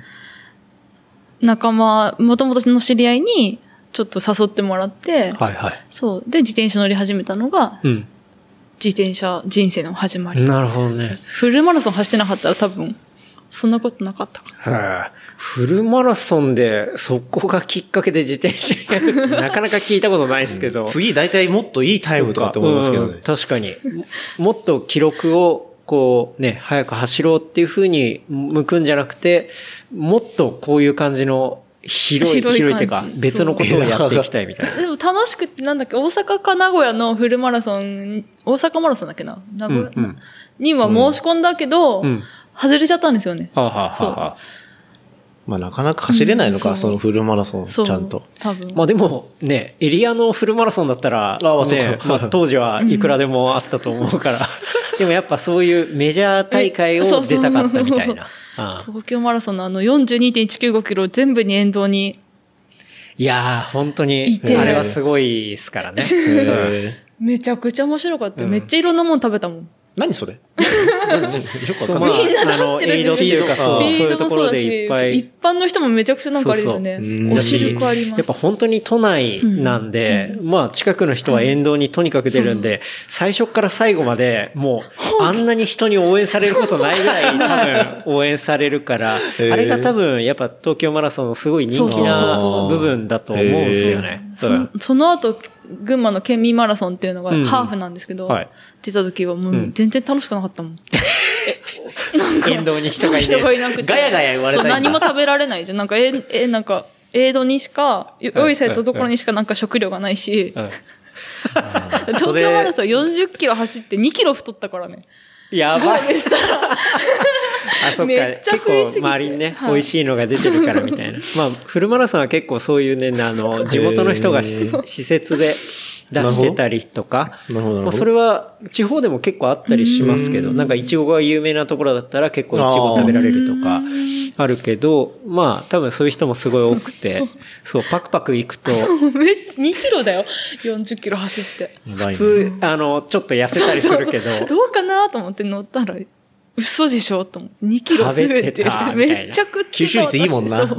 [SPEAKER 3] 仲間、もともとの知り合いに、ちょっと誘ってもらって、
[SPEAKER 2] はいはい。
[SPEAKER 3] そう。で、自転車乗り始めたのが、
[SPEAKER 2] うん。
[SPEAKER 3] 自転車人生の始まり。
[SPEAKER 2] なるほどね。
[SPEAKER 3] フルマラソン走ってなかったら多分、そんなことなかったかな。
[SPEAKER 2] はいフルマラソンで、そこがきっかけで自転車やる ってなかなか聞いたことないですけど。
[SPEAKER 4] 次大体もっといいタイムとかって思いますけど
[SPEAKER 2] う
[SPEAKER 4] ね
[SPEAKER 2] ん。確かに。もっと記録を、こうね、早く走ろうっていうふうに向くんじゃなくて、もっとこういう感じの広い、
[SPEAKER 3] 広い
[SPEAKER 2] 広
[SPEAKER 3] 感じ
[SPEAKER 2] いっていうか、別のことをやっていきたいみたいな。
[SPEAKER 3] でも楽しくって、なんだっけ、大阪か名古屋のフルマラソン、大阪マラソンだっけな名
[SPEAKER 2] う
[SPEAKER 3] 古
[SPEAKER 2] ん
[SPEAKER 3] 屋、
[SPEAKER 2] うん。
[SPEAKER 3] には申し込んだけど、
[SPEAKER 2] うん。
[SPEAKER 3] 外れちゃったんですよね。
[SPEAKER 2] はあ、はあはあはあ
[SPEAKER 4] まあなかなか走れないの
[SPEAKER 3] う
[SPEAKER 4] か、
[SPEAKER 3] ん
[SPEAKER 4] そのフルマラソン、
[SPEAKER 3] そう。
[SPEAKER 4] ちゃんと。。
[SPEAKER 3] 多分。
[SPEAKER 2] まあでもね、エリアのフルマラソンだったら、
[SPEAKER 4] あま
[SPEAKER 2] ね
[SPEAKER 4] あそうか
[SPEAKER 2] まあ当時はいくらでもあったと思う から、でもやっぱそういうメジャー大会を出たかったみたいな。ああ
[SPEAKER 3] 東京マラソンのあの42.195キロ全部に沿道に、
[SPEAKER 2] いやー、本当に
[SPEAKER 3] い、て
[SPEAKER 2] あれはすごいですから ね。
[SPEAKER 4] へー
[SPEAKER 3] めちゃくちゃ面白かったよ。
[SPEAKER 2] うん
[SPEAKER 3] めっちゃいろんなもん食べたもん。
[SPEAKER 4] 何それ何何よくわ
[SPEAKER 2] そう
[SPEAKER 4] か
[SPEAKER 2] ん
[SPEAKER 4] な
[SPEAKER 2] ま
[SPEAKER 4] い
[SPEAKER 2] あ、あの、
[SPEAKER 3] 走ってる
[SPEAKER 2] エイドっていうか、そう
[SPEAKER 4] あ
[SPEAKER 2] そう
[SPEAKER 3] フ
[SPEAKER 4] ー
[SPEAKER 3] ィー
[SPEAKER 2] い
[SPEAKER 3] ル
[SPEAKER 2] う
[SPEAKER 3] ド
[SPEAKER 2] と
[SPEAKER 3] も
[SPEAKER 2] こ
[SPEAKER 3] そう
[SPEAKER 2] ろ
[SPEAKER 3] だ
[SPEAKER 2] で
[SPEAKER 3] し、
[SPEAKER 2] いっぱい
[SPEAKER 3] 一。般の人もめちゃくちゃなんかあれですよね。
[SPEAKER 4] そうそううん
[SPEAKER 3] お汁粉あります。
[SPEAKER 2] やっぱ本当に都内なんで、まあ近くの人は沿道にとにかく出るんで、最初から最後までもうあんなに人に応援されることないぐらい多分応援されるから、あ
[SPEAKER 4] へー
[SPEAKER 2] れが多分やっぱ東京マラソンのすごい人気
[SPEAKER 4] そうそうそ
[SPEAKER 2] な
[SPEAKER 4] う
[SPEAKER 2] 部分だと思うんですよね。
[SPEAKER 3] そのその後、群馬の県民マラソンっていうのが
[SPEAKER 2] うん
[SPEAKER 3] ハーフなんですけど、
[SPEAKER 2] はい
[SPEAKER 3] 出た時はも
[SPEAKER 2] う
[SPEAKER 3] うん全然楽しくなか ったもん。
[SPEAKER 2] 沿道に人がい
[SPEAKER 3] そう人がいな
[SPEAKER 2] なく
[SPEAKER 3] くて
[SPEAKER 2] て。ガヤガヤ言われ
[SPEAKER 3] そう、
[SPEAKER 2] た
[SPEAKER 3] 何も
[SPEAKER 2] り。
[SPEAKER 3] 食べられないじゃん。なんか、え、え、なんか、エイドにしか、よ用意されたところにしかなんか食料がないし、
[SPEAKER 2] うん
[SPEAKER 3] 東京マラソン40キロ走って2キロ太ったからね。
[SPEAKER 2] やば い。
[SPEAKER 3] したら、
[SPEAKER 2] あ、そっか。
[SPEAKER 3] めっちゃ
[SPEAKER 2] 結
[SPEAKER 3] 食いすぎて
[SPEAKER 2] 構周りにね、
[SPEAKER 3] はい
[SPEAKER 2] 美味しいのが出てるからみたいな。まあ、フルマラソンは結構そういうね、あの、地元の人がし施設で出してたりとか、
[SPEAKER 4] なるほどなるほど
[SPEAKER 2] まあ、それは地方でも結構あったりしますけど、なんかイチゴが有名なところだったら結構イチゴ食べられるとか、あるけど、まあ、多分そういう人もすごい多くて、 そう、パクパク行くと、
[SPEAKER 3] めっちゃ2キロだよ。40キロ走って。
[SPEAKER 2] 普通、あの、ちょっと痩せたりするけど
[SPEAKER 3] そうそう、どうかなと思って乗ったら、嘘でしょと思って、2キロ増えてる
[SPEAKER 2] 食べてたみたいな
[SPEAKER 3] めっちゃ食ってた。
[SPEAKER 4] 吸収率いいもんな
[SPEAKER 3] そ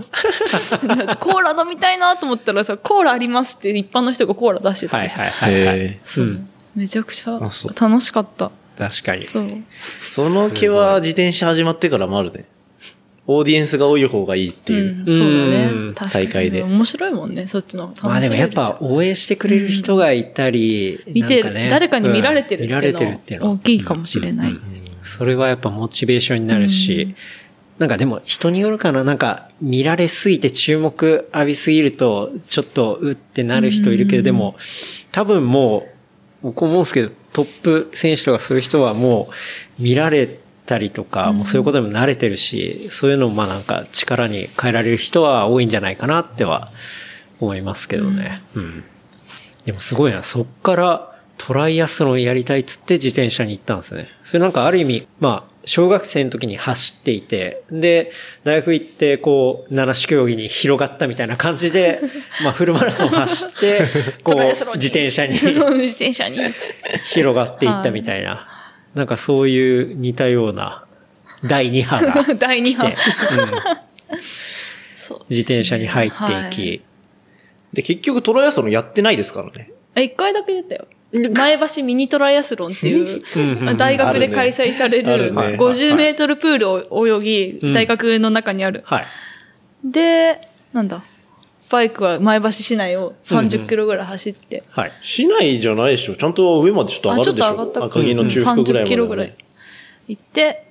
[SPEAKER 3] うなんかコーラ飲みたいなと思ったらさ、コーラありますって一般の人がコーラ出してた
[SPEAKER 2] は
[SPEAKER 3] り
[SPEAKER 2] い
[SPEAKER 3] さ、
[SPEAKER 2] はいはいはい。
[SPEAKER 4] へー
[SPEAKER 3] そう、
[SPEAKER 2] うん
[SPEAKER 3] めちゃくちゃ
[SPEAKER 4] あそう
[SPEAKER 3] 楽しかった。
[SPEAKER 2] 確かに。
[SPEAKER 3] そう。
[SPEAKER 4] その気は自転車始まってからもあるね。オーディエンスが多い方がいいっていう。
[SPEAKER 3] ん、そうだ
[SPEAKER 2] う
[SPEAKER 3] ね。
[SPEAKER 2] ん
[SPEAKER 3] 確かに
[SPEAKER 4] 大会で
[SPEAKER 3] 面白いもんね、そっちの。
[SPEAKER 2] まあでもやっぱ応援してくれる人がいたり、
[SPEAKER 3] 見て
[SPEAKER 2] なん
[SPEAKER 3] る、
[SPEAKER 2] かね
[SPEAKER 3] 誰かに見られてるっ
[SPEAKER 2] うん
[SPEAKER 3] て
[SPEAKER 2] 見られてるって
[SPEAKER 3] い
[SPEAKER 2] いうう
[SPEAKER 3] のは大
[SPEAKER 2] の。
[SPEAKER 3] きいかもしれない。
[SPEAKER 2] それはやっぱモチベーションになるし、
[SPEAKER 3] うん
[SPEAKER 2] なんかでも人によるかな、なんか見られすぎて注目浴びすぎると、ちょっとうってなる人いるけど、でも多分もう、僕思うんですけど、トップ選手とかそういう人はもう見られたりとか、もうそういうことにも慣れてるし、そういうのもまあなんか力に変えられる人は多いんじゃないかなっては思いますけどね。うんでもすごいな、そっからトライアスロンやりたいっつって自転車に行ったんですね。それなんかある意味、まあ、小学生の時に走っていて、で、大学行って、こう、七種競技に広がったみたいな感じで、 まあ、フルマラソン走って、こ
[SPEAKER 3] ト
[SPEAKER 2] う
[SPEAKER 3] ライアスロ、ン
[SPEAKER 2] 自転車に
[SPEAKER 3] 自転車に。
[SPEAKER 2] 広がっていったみたいな、なんかそういう似たような第2波が来て、
[SPEAKER 3] 第二波
[SPEAKER 2] うん
[SPEAKER 3] そうですね
[SPEAKER 2] 自転車に入っていき、
[SPEAKER 3] はい
[SPEAKER 4] で、結局トライアスロンやってないですからね。
[SPEAKER 3] え一回だけ出たよ。前橋ミニトライアスロンっていう、大学で開催され
[SPEAKER 4] ある
[SPEAKER 3] る
[SPEAKER 4] ね
[SPEAKER 3] 50メートルプールを泳
[SPEAKER 2] う
[SPEAKER 3] ぎ、
[SPEAKER 2] ん
[SPEAKER 3] 大学の中にある。
[SPEAKER 2] はい。
[SPEAKER 3] で、なんだ、バイクは前橋市内を30キロぐらい走って、
[SPEAKER 2] はい。
[SPEAKER 4] 市内じゃないでしょ。ちゃんと上までちょっと上がるでしょ。
[SPEAKER 3] あちょっと上がった
[SPEAKER 4] 赤城の中腹ぐらい
[SPEAKER 3] 30
[SPEAKER 4] まで、ね。
[SPEAKER 3] キロぐらい行って、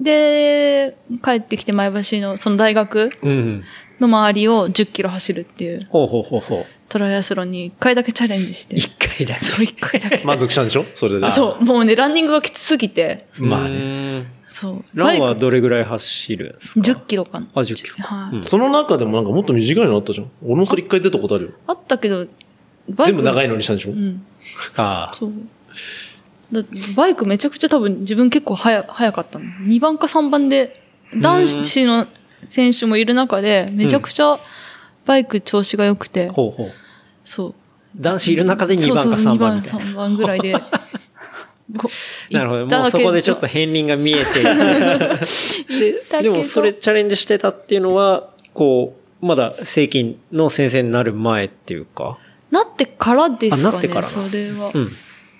[SPEAKER 3] で、帰ってきて前橋のその大学
[SPEAKER 2] うん。
[SPEAKER 3] の周りを10キロ走るっていう
[SPEAKER 2] ほうほうほうほう。
[SPEAKER 3] トライアスロンに一回だけチャレンジして。
[SPEAKER 2] 一回だけ。そう、一回だけ。
[SPEAKER 4] 満足したんでしょそれで。
[SPEAKER 3] そう、もうね、ランニングがきつすぎて、
[SPEAKER 4] まあね。
[SPEAKER 2] ね。
[SPEAKER 3] そう。
[SPEAKER 2] ランはどれぐらい走るんですか
[SPEAKER 3] 10キロかな。
[SPEAKER 2] あ、10キロ。
[SPEAKER 3] はい。
[SPEAKER 4] その中でもなんかもっと短いのあったじゃん。俺もそれ一回出たことあるよ。
[SPEAKER 3] あったけど、バイク
[SPEAKER 4] 全部長
[SPEAKER 3] い。
[SPEAKER 4] いのにしたんでしょ
[SPEAKER 3] うん。
[SPEAKER 2] ああ。
[SPEAKER 3] そう。だバイクめちゃくちゃ多分自分結構早早かったの。2番か3番で、男子の選手もいる中で、めちゃくちゃバイク調子が良くて、
[SPEAKER 2] ほうほう。
[SPEAKER 3] そう。
[SPEAKER 2] 男子いる中で2番か
[SPEAKER 3] そうそう
[SPEAKER 2] 3番みたい
[SPEAKER 3] そう
[SPEAKER 2] な。
[SPEAKER 3] 2番、3番ぐらいで。ご
[SPEAKER 2] なるほど。もうそこでちょっと。片鱗が見えて
[SPEAKER 3] たけ
[SPEAKER 2] で。で
[SPEAKER 3] ど
[SPEAKER 2] もそれチャレンジしてたっていうのは、こう、まだ正規の先生になる前っていうか。
[SPEAKER 3] なってからですかね。
[SPEAKER 2] あなってからなんで
[SPEAKER 3] それは。
[SPEAKER 2] うん。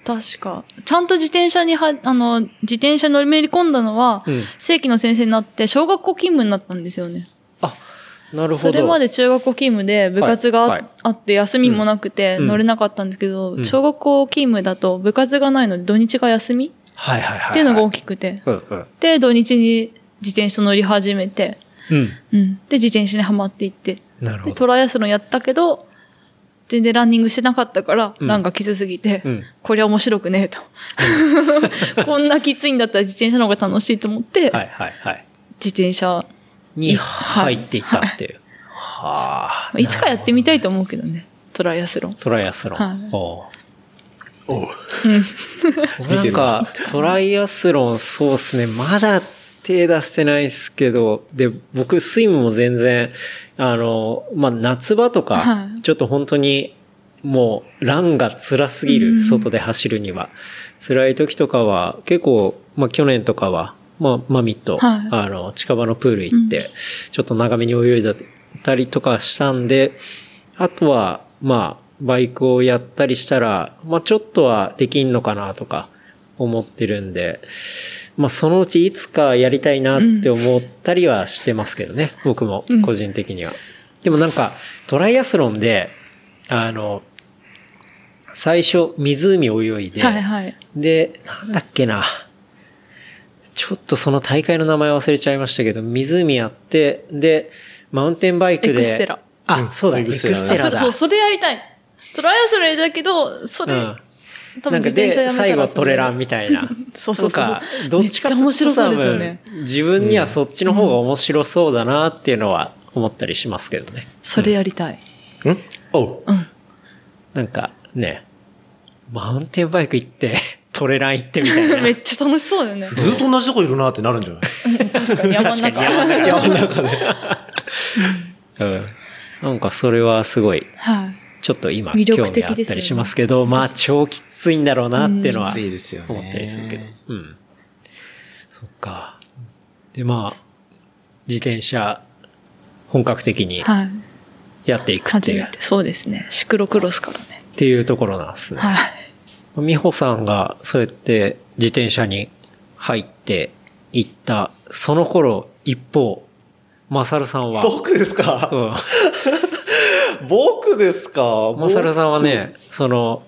[SPEAKER 3] 確か。ちゃんと自転車には、あの、自転車に乗りめり込んだのは、
[SPEAKER 2] うん
[SPEAKER 3] 正規の先生になって、小学校勤務になったんですよね。
[SPEAKER 2] あ、なるほど。
[SPEAKER 3] それまで中学校勤務で部活があ,、
[SPEAKER 2] はいはい
[SPEAKER 3] あって休みもなくて
[SPEAKER 2] うん
[SPEAKER 3] 乗れなかったんですけど、
[SPEAKER 2] うん
[SPEAKER 3] 小学校勤務だと部活がないので土日が休み
[SPEAKER 2] はいはいはいはい。
[SPEAKER 3] っていうのが大きくて。
[SPEAKER 2] うんうん。
[SPEAKER 3] で、土日に自転車乗り始めて、
[SPEAKER 2] うん。
[SPEAKER 3] うん。で、自転車にはまっていって。
[SPEAKER 2] なるほ
[SPEAKER 3] で、
[SPEAKER 2] ど。
[SPEAKER 3] トライアスロンやったけど、全然ランニングしてなかったから、
[SPEAKER 2] うん
[SPEAKER 3] ランがきつすぎて、
[SPEAKER 2] うん
[SPEAKER 3] これは面白くねえと。 こんなきついんだったら自転車の方が楽しいと思って、
[SPEAKER 2] はいはいはい。
[SPEAKER 3] 自転車、
[SPEAKER 2] に
[SPEAKER 3] はい
[SPEAKER 2] 入っていったっていう。はあ。
[SPEAKER 3] いつかやってみたいと思うけどね、トライアスロン。
[SPEAKER 2] トライアスロン。
[SPEAKER 3] はい
[SPEAKER 2] おう
[SPEAKER 4] おう
[SPEAKER 2] なんか、トライアスロン、そうっすね。まだ手出してないっすけど、で、僕、スイムも全然、あの、まあ、夏場とか、
[SPEAKER 3] はい
[SPEAKER 2] ちょっと本当に、もう、ランが辛すぎ
[SPEAKER 3] うん
[SPEAKER 2] る、外で走るには。辛い時とかは、結構、まあ、去年とかは、まあ、マミと、
[SPEAKER 3] はい
[SPEAKER 2] あの、近場のプール行って、ちょっと長めに泳いだたりとかしたんで、あとは、まあ、バイクをやったりしたら、まあ、ちょっとはできんのかなとか思ってるんで、まあ、そのうちいつかやりたいなって思ったりはしてますけどね、僕も
[SPEAKER 3] うん、
[SPEAKER 2] 個人的には。でもなんか、トライアスロンで、あの、最初、湖泳いで、
[SPEAKER 3] はいはい。
[SPEAKER 2] で、なんだっけな。ちょっとその大会の名前忘れちゃいましたけど、湖やって、で、マウンテンバイクで。
[SPEAKER 3] エクステラ。
[SPEAKER 2] あ、そうだ、
[SPEAKER 4] エ
[SPEAKER 2] エ
[SPEAKER 4] ク
[SPEAKER 2] ク
[SPEAKER 4] ス
[SPEAKER 2] ス
[SPEAKER 4] テ
[SPEAKER 2] テ
[SPEAKER 4] ラ
[SPEAKER 2] ラ
[SPEAKER 3] あそれ
[SPEAKER 2] だ。
[SPEAKER 3] そう、それやりたい。トライアスロンやりたいけど、それ、
[SPEAKER 2] うん
[SPEAKER 3] 多分
[SPEAKER 2] なん
[SPEAKER 3] 自
[SPEAKER 2] か
[SPEAKER 3] 転車
[SPEAKER 2] で、
[SPEAKER 3] やめたら。
[SPEAKER 2] 最後トレランみたいな
[SPEAKER 3] そうそうそう
[SPEAKER 2] なんか、どっちかっつ
[SPEAKER 3] めっちゃ面
[SPEAKER 2] う
[SPEAKER 3] 白
[SPEAKER 2] と
[SPEAKER 3] そう
[SPEAKER 2] 多
[SPEAKER 3] ですよね
[SPEAKER 2] 分、自分にはそっちの方が面白そうだなっていうのは思ったりしますけどね。
[SPEAKER 3] それやりたい。
[SPEAKER 4] んおう
[SPEAKER 2] なんかね、マウンテンバイク行って、 トレラン行ってみたいな。
[SPEAKER 3] めっちゃ楽しそうだ よね。
[SPEAKER 4] ずっと同じとこいるなってなるんじゃない
[SPEAKER 3] 確かに山の中。
[SPEAKER 4] 山の中で。
[SPEAKER 2] うん。なんかそれはすごい
[SPEAKER 3] はい。
[SPEAKER 2] ちょっと今、
[SPEAKER 3] 魅
[SPEAKER 2] 興
[SPEAKER 3] 力的
[SPEAKER 2] 味あっ
[SPEAKER 3] ですよ
[SPEAKER 2] た
[SPEAKER 3] ね
[SPEAKER 2] りしますけど、まあ、超きついんだろうなっていうのは、
[SPEAKER 4] きついですよね
[SPEAKER 2] 思ったりするけど。うん。そっか。で、まあ、自転車、本格的に
[SPEAKER 3] はい。
[SPEAKER 2] やっていくって
[SPEAKER 3] 初
[SPEAKER 2] いう、
[SPEAKER 3] めて。そうですね。シクロクロスからね。
[SPEAKER 2] っていうところなんですね。
[SPEAKER 3] はい。
[SPEAKER 2] 美穂さんが、そうやって自転車に入っていった、その頃、一方、マサルさんは、
[SPEAKER 4] 僕ですか
[SPEAKER 2] うん。
[SPEAKER 4] 僕ですか
[SPEAKER 2] マサルさんはね、その、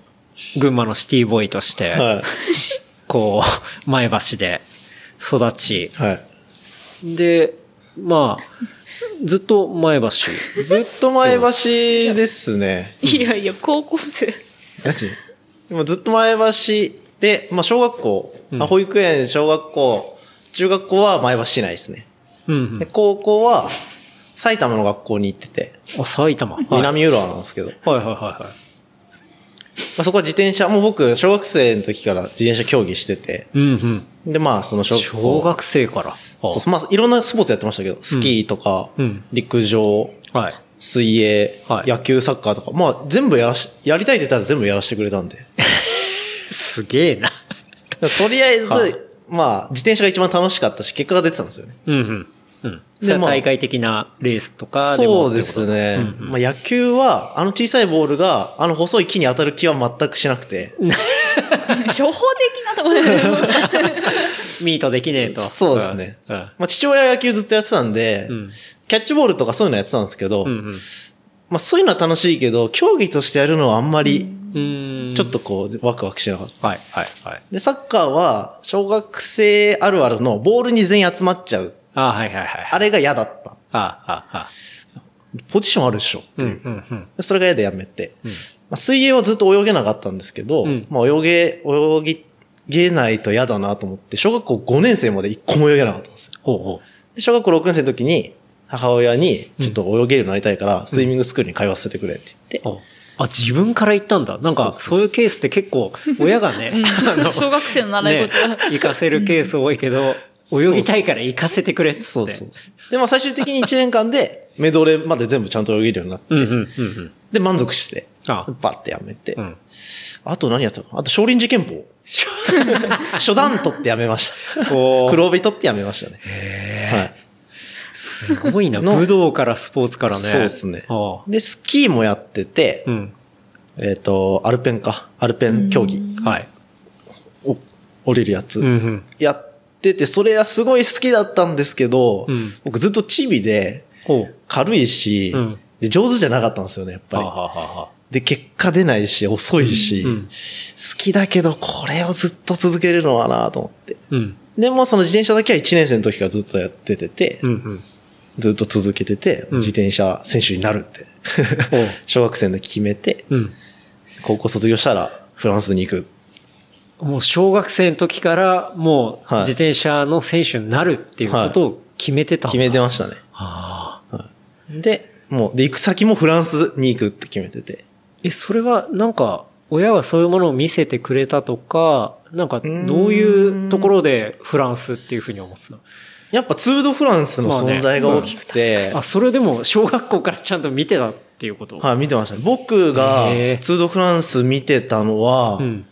[SPEAKER 2] 群馬のシティボーイとして、
[SPEAKER 4] は
[SPEAKER 2] こう、前橋で育ち。
[SPEAKER 4] い。はい。
[SPEAKER 2] で、まあ、ずっと前橋。
[SPEAKER 4] ずっと前橋ですね。
[SPEAKER 3] いやいや、高校生。
[SPEAKER 4] 何今ずっと前橋で、まあ小学校、
[SPEAKER 2] うん
[SPEAKER 4] あ保育園、小学校、中学校は前橋市内ですね。
[SPEAKER 2] うん、う
[SPEAKER 4] で
[SPEAKER 2] ん。
[SPEAKER 4] 高校は埼玉の学校に行ってて、
[SPEAKER 2] あ、埼玉。はい、はい
[SPEAKER 4] 南浦和なんですけど、ま
[SPEAKER 2] はいは
[SPEAKER 4] あそこは自転車、もう僕小学生の時から自転車競技してて、
[SPEAKER 2] いはい。うんうん。
[SPEAKER 4] でまあその小学校。
[SPEAKER 2] 小学生から。あ
[SPEAKER 4] そうそうまあいろんなスポーツやってましたけど、スキーとか、
[SPEAKER 2] うん
[SPEAKER 4] 陸上、
[SPEAKER 2] はい。
[SPEAKER 4] 水泳、
[SPEAKER 2] はい
[SPEAKER 4] 野球、サッカーとか、まあ全部やらし、やりたいって言ったら全部やらせてくれたんで。
[SPEAKER 2] すげえな。
[SPEAKER 4] だからとりあえず、
[SPEAKER 2] はい
[SPEAKER 4] まあ、自転車が一番楽しかったし、結果が出てたんですよね。
[SPEAKER 2] うんうん。うん。
[SPEAKER 4] で
[SPEAKER 2] それは
[SPEAKER 4] まあ
[SPEAKER 2] 大会的なレースとかでも
[SPEAKER 4] そうですね。まあ、野球は、あの小さいボールが、あの細い木に当たる気は全くしなくて。
[SPEAKER 3] 初歩的なところで。
[SPEAKER 2] ミートできねえと。
[SPEAKER 4] そうですね。
[SPEAKER 2] うん。
[SPEAKER 4] まあ、父親は野球ずっとやってたんで、
[SPEAKER 2] うん
[SPEAKER 4] キャッチボールとかそういうのやってたんですけど、
[SPEAKER 2] うん。うん
[SPEAKER 4] まあ、そういうのは楽しいけど、競技としてやるのはあんまり、
[SPEAKER 2] うん。うん
[SPEAKER 4] ちょっ。とこう、ワクワクしなかった。
[SPEAKER 2] はいはいはい。
[SPEAKER 4] で、サッカーは、小学生あるあるの、ボールに全員集まっちゃう。
[SPEAKER 2] あはいはいはい。
[SPEAKER 4] あれが嫌だった。
[SPEAKER 2] あああ。
[SPEAKER 4] ポジションあるでしょ。
[SPEAKER 2] うんうんうん。
[SPEAKER 4] でそれが嫌でやめて。まあ、水泳はずっと泳げなかったんですけど、
[SPEAKER 2] うん
[SPEAKER 4] まあ泳げ、泳ぎ、げないと嫌だなと思って、小学校5年生まで一個も泳げなかったんですよ。
[SPEAKER 2] ほうほ
[SPEAKER 4] で小学校6年生の時に、母親に、ちょっと泳げるようになりたいから、スイミングスクールに通わせてくれって言って、
[SPEAKER 2] う。ほうあ、自分から言ったんだ。なんか、そういうケースって結構、親がね、あ の
[SPEAKER 3] 小学生の習い
[SPEAKER 2] ね
[SPEAKER 3] 事は、、
[SPEAKER 2] 行かせるケース多いけど、泳ぎたいから行かせてくれっつって。
[SPEAKER 4] そうそう。で、まあ最終的に1年間でメドレーまで全部ちゃんと泳げるようになって、
[SPEAKER 2] うんうんうん
[SPEAKER 4] で、満足して、
[SPEAKER 2] あ
[SPEAKER 4] バッてやめて、
[SPEAKER 2] うん。うん。
[SPEAKER 4] あと何やってたのあと少林寺 拳法。初段取ってやめました。
[SPEAKER 2] こう
[SPEAKER 4] 黒帯取ってやめましたね。はい。
[SPEAKER 2] すごいな。
[SPEAKER 4] の
[SPEAKER 2] 武道からスポーツからね。
[SPEAKER 4] そうですね
[SPEAKER 2] ああ
[SPEAKER 4] で、スキーもやってて、
[SPEAKER 2] うん。
[SPEAKER 4] えっ、と、アルペンか。アルペン競技
[SPEAKER 2] はい。
[SPEAKER 4] を降りるやつ。
[SPEAKER 2] うんうん。
[SPEAKER 4] やってて、それはすごい好きだったんですけど、
[SPEAKER 2] うん
[SPEAKER 4] 僕ずっとチビで
[SPEAKER 2] ほう。
[SPEAKER 4] 軽いし、
[SPEAKER 2] うん
[SPEAKER 4] で上手じゃなかったんですよね、やっぱ
[SPEAKER 2] は
[SPEAKER 4] り。
[SPEAKER 2] あ、はあはあはあ
[SPEAKER 4] で、結果出ないし、遅いし、
[SPEAKER 2] うん
[SPEAKER 4] 好きだけど、これをずっと続けるのはなと思って。
[SPEAKER 2] うん。
[SPEAKER 4] でも、その自転車だけは1年生の時からずっとやっててて、
[SPEAKER 2] うんうん。
[SPEAKER 4] ずっと続けてて、
[SPEAKER 2] うん
[SPEAKER 4] 自転車選手になるって、
[SPEAKER 2] ほう。
[SPEAKER 4] 小学生の時決めて、
[SPEAKER 2] うん。
[SPEAKER 4] 高校卒業したらフランスに行く。
[SPEAKER 2] もう小学生の時からもう
[SPEAKER 4] はい
[SPEAKER 2] 自転車の選手になるっていうことを決めてたんだ
[SPEAKER 4] 決めてましたね。
[SPEAKER 2] ああ
[SPEAKER 4] で、もう、で、行く先もフランスに行くって決めてて。
[SPEAKER 2] え、それはなんか親はそういうものを見せてくれたとか、なんかどういうところでフランスっていうふうに思ってたの
[SPEAKER 4] やっぱツールドフランスの存在が大きくて、
[SPEAKER 2] あ、それでも小学校からちゃんと見てたっていうこと
[SPEAKER 4] はい、見てましたね。僕が
[SPEAKER 2] へー
[SPEAKER 4] ツールドフランス見てたのは、
[SPEAKER 2] うん。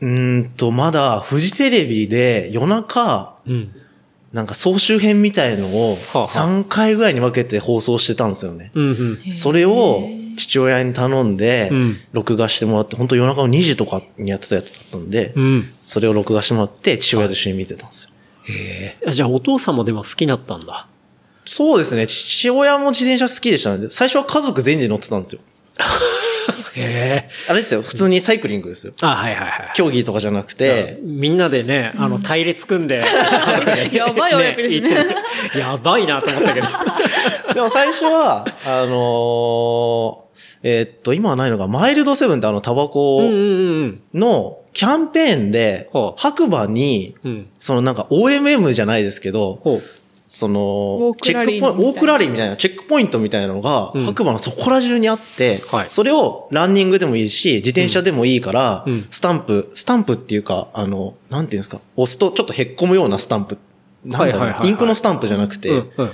[SPEAKER 4] うーんと、まだ、フジテレビで夜中、
[SPEAKER 2] うん。
[SPEAKER 4] なんか総集編みたいのを
[SPEAKER 2] はあはあ
[SPEAKER 4] 3回ぐらいに分けて放送してたんですよね。
[SPEAKER 2] うんうん。
[SPEAKER 4] それを父親に頼んで
[SPEAKER 2] うん、
[SPEAKER 4] 録画してもらって、本当夜中の2時とかにやってたやつだったんで
[SPEAKER 2] う、ん。
[SPEAKER 4] それを録画してもらって父親と一緒に見てたんですよ。
[SPEAKER 2] へえ。じゃあお父さんもでも好きだったんだ。
[SPEAKER 4] そうですね。父親も自転車好きでしたので、最初は家族全員で乗ってたんですよ。
[SPEAKER 2] へえ。
[SPEAKER 4] あれですよ。普通にサイクリングですよ。
[SPEAKER 2] あ、はいはいはい。
[SPEAKER 4] 競技とかじゃなくて、
[SPEAKER 2] みんなでね、あの、隊列組んで、
[SPEAKER 3] やばい親子です ね
[SPEAKER 2] 行ってるやばいなと思ったけど。
[SPEAKER 4] でも最 初は、あのーえーっと、今はないのが、マイルドセブンってあの、タバ
[SPEAKER 2] うん
[SPEAKER 4] コ
[SPEAKER 2] うん
[SPEAKER 4] のキャンペーンで
[SPEAKER 2] ほ、う
[SPEAKER 4] 白馬に、
[SPEAKER 2] うん。うん。
[SPEAKER 4] そのなんか OMM じゃないですけど、
[SPEAKER 2] ほう。
[SPEAKER 4] そ
[SPEAKER 3] ウォ
[SPEAKER 4] の
[SPEAKER 3] ー、ク
[SPEAKER 4] チェ
[SPEAKER 3] ラ
[SPEAKER 4] ッ
[SPEAKER 3] リーみ
[SPEAKER 4] ク
[SPEAKER 3] たいな
[SPEAKER 4] ポイント、ウォークラリーみたいなチェックポイントみたいなのが、
[SPEAKER 2] うん
[SPEAKER 4] 白馬のそこら中にあって、
[SPEAKER 2] はい
[SPEAKER 4] それをランニングでもいいし、自転車でもいいから、
[SPEAKER 2] うん
[SPEAKER 4] スタンプ、スタンプっていうか、あの、なんていうんですか、押すとちょっとへっこむようなスタンプ。なんだ
[SPEAKER 2] はいは
[SPEAKER 4] ろう
[SPEAKER 2] いはいは
[SPEAKER 4] ないインクのスタンプじゃなくて、
[SPEAKER 2] うんうんうん。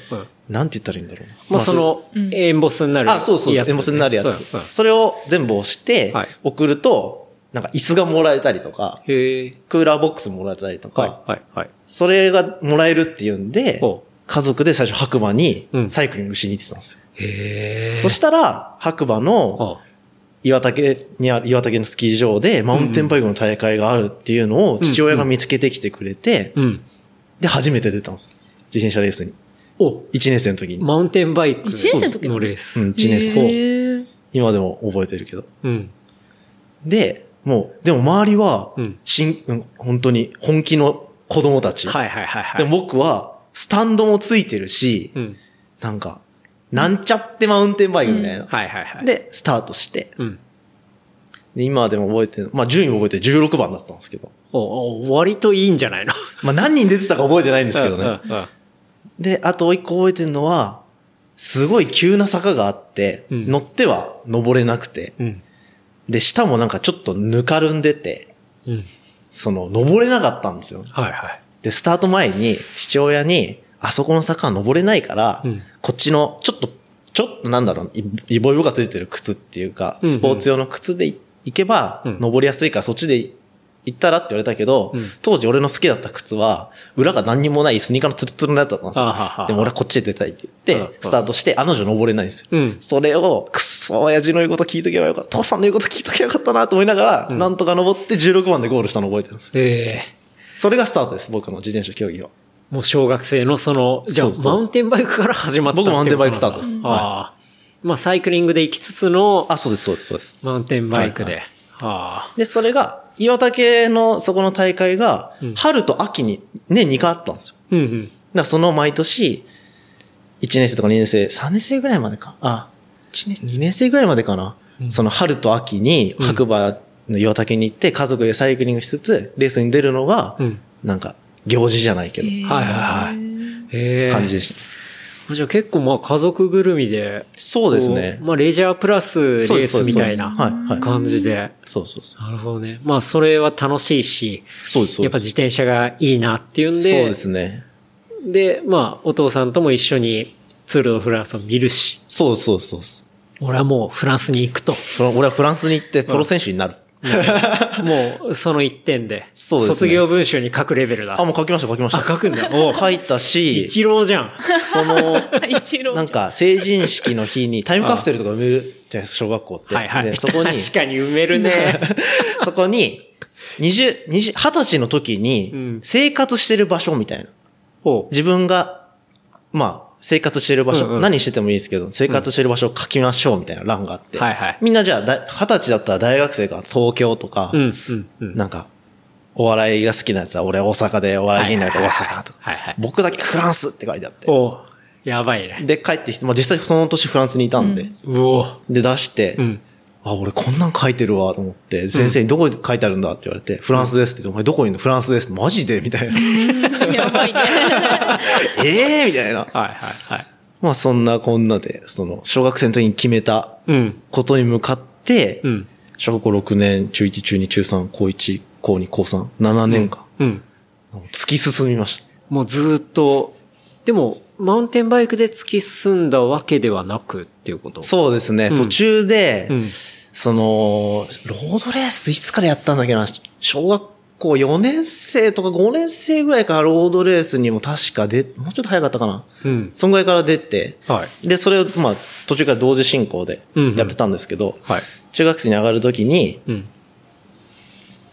[SPEAKER 4] なんて言ったらいいんだろうな。
[SPEAKER 2] まあ、その、エンボスになるやつ。
[SPEAKER 4] あ、そうそうそう、エモスになるやつ。
[SPEAKER 2] うんうん
[SPEAKER 4] それを全部押して
[SPEAKER 2] はい、
[SPEAKER 4] 送ると、なんか椅子がもらえたりとか、
[SPEAKER 2] へえ。
[SPEAKER 4] クーラーボックスもらえたりとか、
[SPEAKER 2] はいはいはい。
[SPEAKER 4] それがもらえるっていうんで、
[SPEAKER 2] ほ
[SPEAKER 4] 家族で最初白馬に
[SPEAKER 2] うん
[SPEAKER 4] サイクリングしに行ってたんですよ。
[SPEAKER 2] う。へえ。
[SPEAKER 4] そしたら、白馬の
[SPEAKER 2] は
[SPEAKER 4] 岩竹にある、岩竹のスキー場でマウンテンバイクの大会があるっていうのを父親が見つけてきてくれて、
[SPEAKER 2] うん。
[SPEAKER 4] で、初めて出たんです。自転車レースに。お !1 年生の時に。
[SPEAKER 2] マウンテンバイク
[SPEAKER 3] 一年生の時
[SPEAKER 2] のレース。
[SPEAKER 4] うん、1年生。
[SPEAKER 3] へー
[SPEAKER 4] 今でも覚えてるけど。
[SPEAKER 2] うん。
[SPEAKER 4] で、もう、でも周りは
[SPEAKER 2] うん、
[SPEAKER 4] しん、うん、本当に本気の子供たち。
[SPEAKER 2] はいはいはいはい。
[SPEAKER 4] でも僕は、スタンドもついてるし、
[SPEAKER 2] うん。
[SPEAKER 4] なんか、なんちゃってマウンテンバイクみたいな。
[SPEAKER 2] はいはいはい。、
[SPEAKER 4] で、スタートして、
[SPEAKER 2] うん。
[SPEAKER 4] で今でも覚えてる、まあ順位覚えてる16番だったんですけど、
[SPEAKER 2] おお割といいんじゃないの
[SPEAKER 4] まあ何人出てたか覚えてないん ですけどね。
[SPEAKER 2] うんうんうん
[SPEAKER 4] で、あと一個覚えてるのは、すごい急な坂があって、
[SPEAKER 2] うん
[SPEAKER 4] 乗っては登れなくて、
[SPEAKER 2] うん。
[SPEAKER 4] で、下もなんかちょっとぬかるんでて、
[SPEAKER 2] うん。
[SPEAKER 4] その、登れなかったんですよ。
[SPEAKER 2] はいはい。
[SPEAKER 4] で、スタート前に父親に、あそこの坂は登れないから、
[SPEAKER 2] うん
[SPEAKER 4] こっちの、ちょっと、ちょっとなんだろう、イイボイボがついてる靴っていうか、
[SPEAKER 2] うんうん
[SPEAKER 4] スポーツ用の靴でい行けば、
[SPEAKER 2] うん
[SPEAKER 4] 登りやすいからそっちで行ったらって言われたけど、
[SPEAKER 2] うん
[SPEAKER 4] 当時俺の好きだった靴は、裏が何にもないスニーカーのツルツルのやつだったんです
[SPEAKER 2] あは
[SPEAKER 4] よ。
[SPEAKER 2] は。
[SPEAKER 4] でも俺はこっちで出たいって言っ
[SPEAKER 2] うん
[SPEAKER 4] て、スタートして、あの女登れないんですよ。
[SPEAKER 2] うん。
[SPEAKER 4] それを、くっそ、親父の言うこと聞いとけばよかった、父さんの言うこと聞いとけばよかったなと思いながら、
[SPEAKER 2] うん
[SPEAKER 4] なんとか登って16番でゴールしたの覚えてるんですよ。
[SPEAKER 2] ええ
[SPEAKER 4] それがスタートです、僕の自転車競技は。
[SPEAKER 2] もう小学生のその、じゃあ
[SPEAKER 4] そうそうそう
[SPEAKER 2] マウンテンバイクから始まった
[SPEAKER 4] 僕マウンテンバイクスタート
[SPEAKER 2] っ
[SPEAKER 4] で
[SPEAKER 2] て
[SPEAKER 4] す
[SPEAKER 2] いうことなんだ
[SPEAKER 4] はい
[SPEAKER 2] ああ。まあサイクリングで行きつつの
[SPEAKER 4] あ、そうです、そうです、そうです。
[SPEAKER 2] マウンテンバイクで。
[SPEAKER 4] はい
[SPEAKER 2] あ
[SPEAKER 4] で、それが、岩竹のそこの大会が
[SPEAKER 2] うん、
[SPEAKER 4] 春と秋に年2回あったんですよ。だか
[SPEAKER 2] あ。うんうん。
[SPEAKER 4] らその毎年、1年生とか2年生、3年生ぐらいまでか。あ、1年、2年生ぐらいまでかな。
[SPEAKER 2] うん
[SPEAKER 4] その春と秋に
[SPEAKER 2] うん
[SPEAKER 4] 白馬の岩竹に行って家族でサイクリングしつつ、レースに出るのが
[SPEAKER 2] う、ん。
[SPEAKER 4] なんか、行事じゃないけど、
[SPEAKER 2] はいはいはい。ええ
[SPEAKER 4] 感じでした。
[SPEAKER 2] じゃあ結構まあ家族ぐるみで、
[SPEAKER 4] そうですね
[SPEAKER 2] こ。まあレジャープラスレ
[SPEAKER 4] そうで
[SPEAKER 2] ー
[SPEAKER 4] すそう
[SPEAKER 2] スみ
[SPEAKER 4] です
[SPEAKER 2] たい
[SPEAKER 4] は、
[SPEAKER 2] ない
[SPEAKER 4] はい。
[SPEAKER 2] 感じで。
[SPEAKER 4] そうそうそう。
[SPEAKER 2] なるほどね。まあそれは楽しいし、
[SPEAKER 4] そうです、そうです。
[SPEAKER 2] やっぱ自転車がいいなっていうん
[SPEAKER 4] そう
[SPEAKER 2] で
[SPEAKER 4] で、すね。
[SPEAKER 2] で、まあお父さんとも一緒にツール・ド・フランスを見るし、
[SPEAKER 4] そうそうそうです。
[SPEAKER 2] 俺はもうフランスに行 くと。
[SPEAKER 4] フラン俺はフランスに行ってプロ選手になる。
[SPEAKER 2] もうその一点で、
[SPEAKER 4] そうですね
[SPEAKER 2] 卒業文集に書くレベルだ。
[SPEAKER 4] あ、もう書きました、書きまし
[SPEAKER 2] あ、
[SPEAKER 4] た。
[SPEAKER 2] 書くんだ。おう
[SPEAKER 4] 書いたし、
[SPEAKER 2] 一郎じゃん。
[SPEAKER 4] その、
[SPEAKER 3] 一郎
[SPEAKER 4] なんか成人式の日にタイムカプセルとか埋めるじゃないですか、小学校って。
[SPEAKER 2] はいはい。
[SPEAKER 4] でそこに、
[SPEAKER 2] 確かに埋めるね。
[SPEAKER 4] そこに、二十、二十、二十歳の時
[SPEAKER 2] うん
[SPEAKER 4] に、生活してる場所みたいな。
[SPEAKER 2] おう
[SPEAKER 4] 自分が、まあ、生活してる場所、
[SPEAKER 2] うんうん
[SPEAKER 4] 何しててもいいですけど、生活してる場所を書きましょうみたいな欄があって、
[SPEAKER 2] はいはい
[SPEAKER 4] みんなじゃあ、だ二十歳だったら大学生が東京とか、
[SPEAKER 2] うん、うん、うん。
[SPEAKER 4] なんか、お笑いが好きなやつは俺大阪でお笑い芸人になるから大阪とか、
[SPEAKER 2] はいはい。
[SPEAKER 4] 僕だけフランスって書いてあって、
[SPEAKER 2] おうやばいね。
[SPEAKER 4] で、帰ってきて、まあ実際その年フランスにいたんで、
[SPEAKER 2] うお
[SPEAKER 4] で出して、
[SPEAKER 2] うん。
[SPEAKER 4] あ、俺こんなん書いてるわと思って、先生にどこに書いてあるんだって言われて、フランスですって言って、お前どこにいるのフランスですってマジでみたいな。
[SPEAKER 3] やばいね。
[SPEAKER 4] ええみたいな。
[SPEAKER 2] はいはいはい。
[SPEAKER 4] まあそんなこんなで、その、小学生の時に決めた
[SPEAKER 2] うん。
[SPEAKER 4] ことに向かって、
[SPEAKER 2] うん。
[SPEAKER 4] 小学校6年、中1、中2、中3、高1、高2、高3、7年間、
[SPEAKER 2] うん。
[SPEAKER 4] 突き進みました。
[SPEAKER 2] もうずーっと、でも、マウンテンバイクで突き進んだわけではなくっていうこと。
[SPEAKER 4] そうですね、
[SPEAKER 2] うん
[SPEAKER 4] 途中で、
[SPEAKER 2] うん。
[SPEAKER 4] その、ロードレースいつからやったんだっけな、小学校4年生とか5年生ぐらいからロードレースにも確かで、もうちょっと早かったかな。
[SPEAKER 2] うん。
[SPEAKER 4] そんぐらいから出て、
[SPEAKER 2] はい。
[SPEAKER 4] で、それを、まあ、途中から同時進行で
[SPEAKER 2] うんうん
[SPEAKER 4] やってたんですけど、
[SPEAKER 2] はい。
[SPEAKER 4] 中学生に上がるときに、
[SPEAKER 2] うん。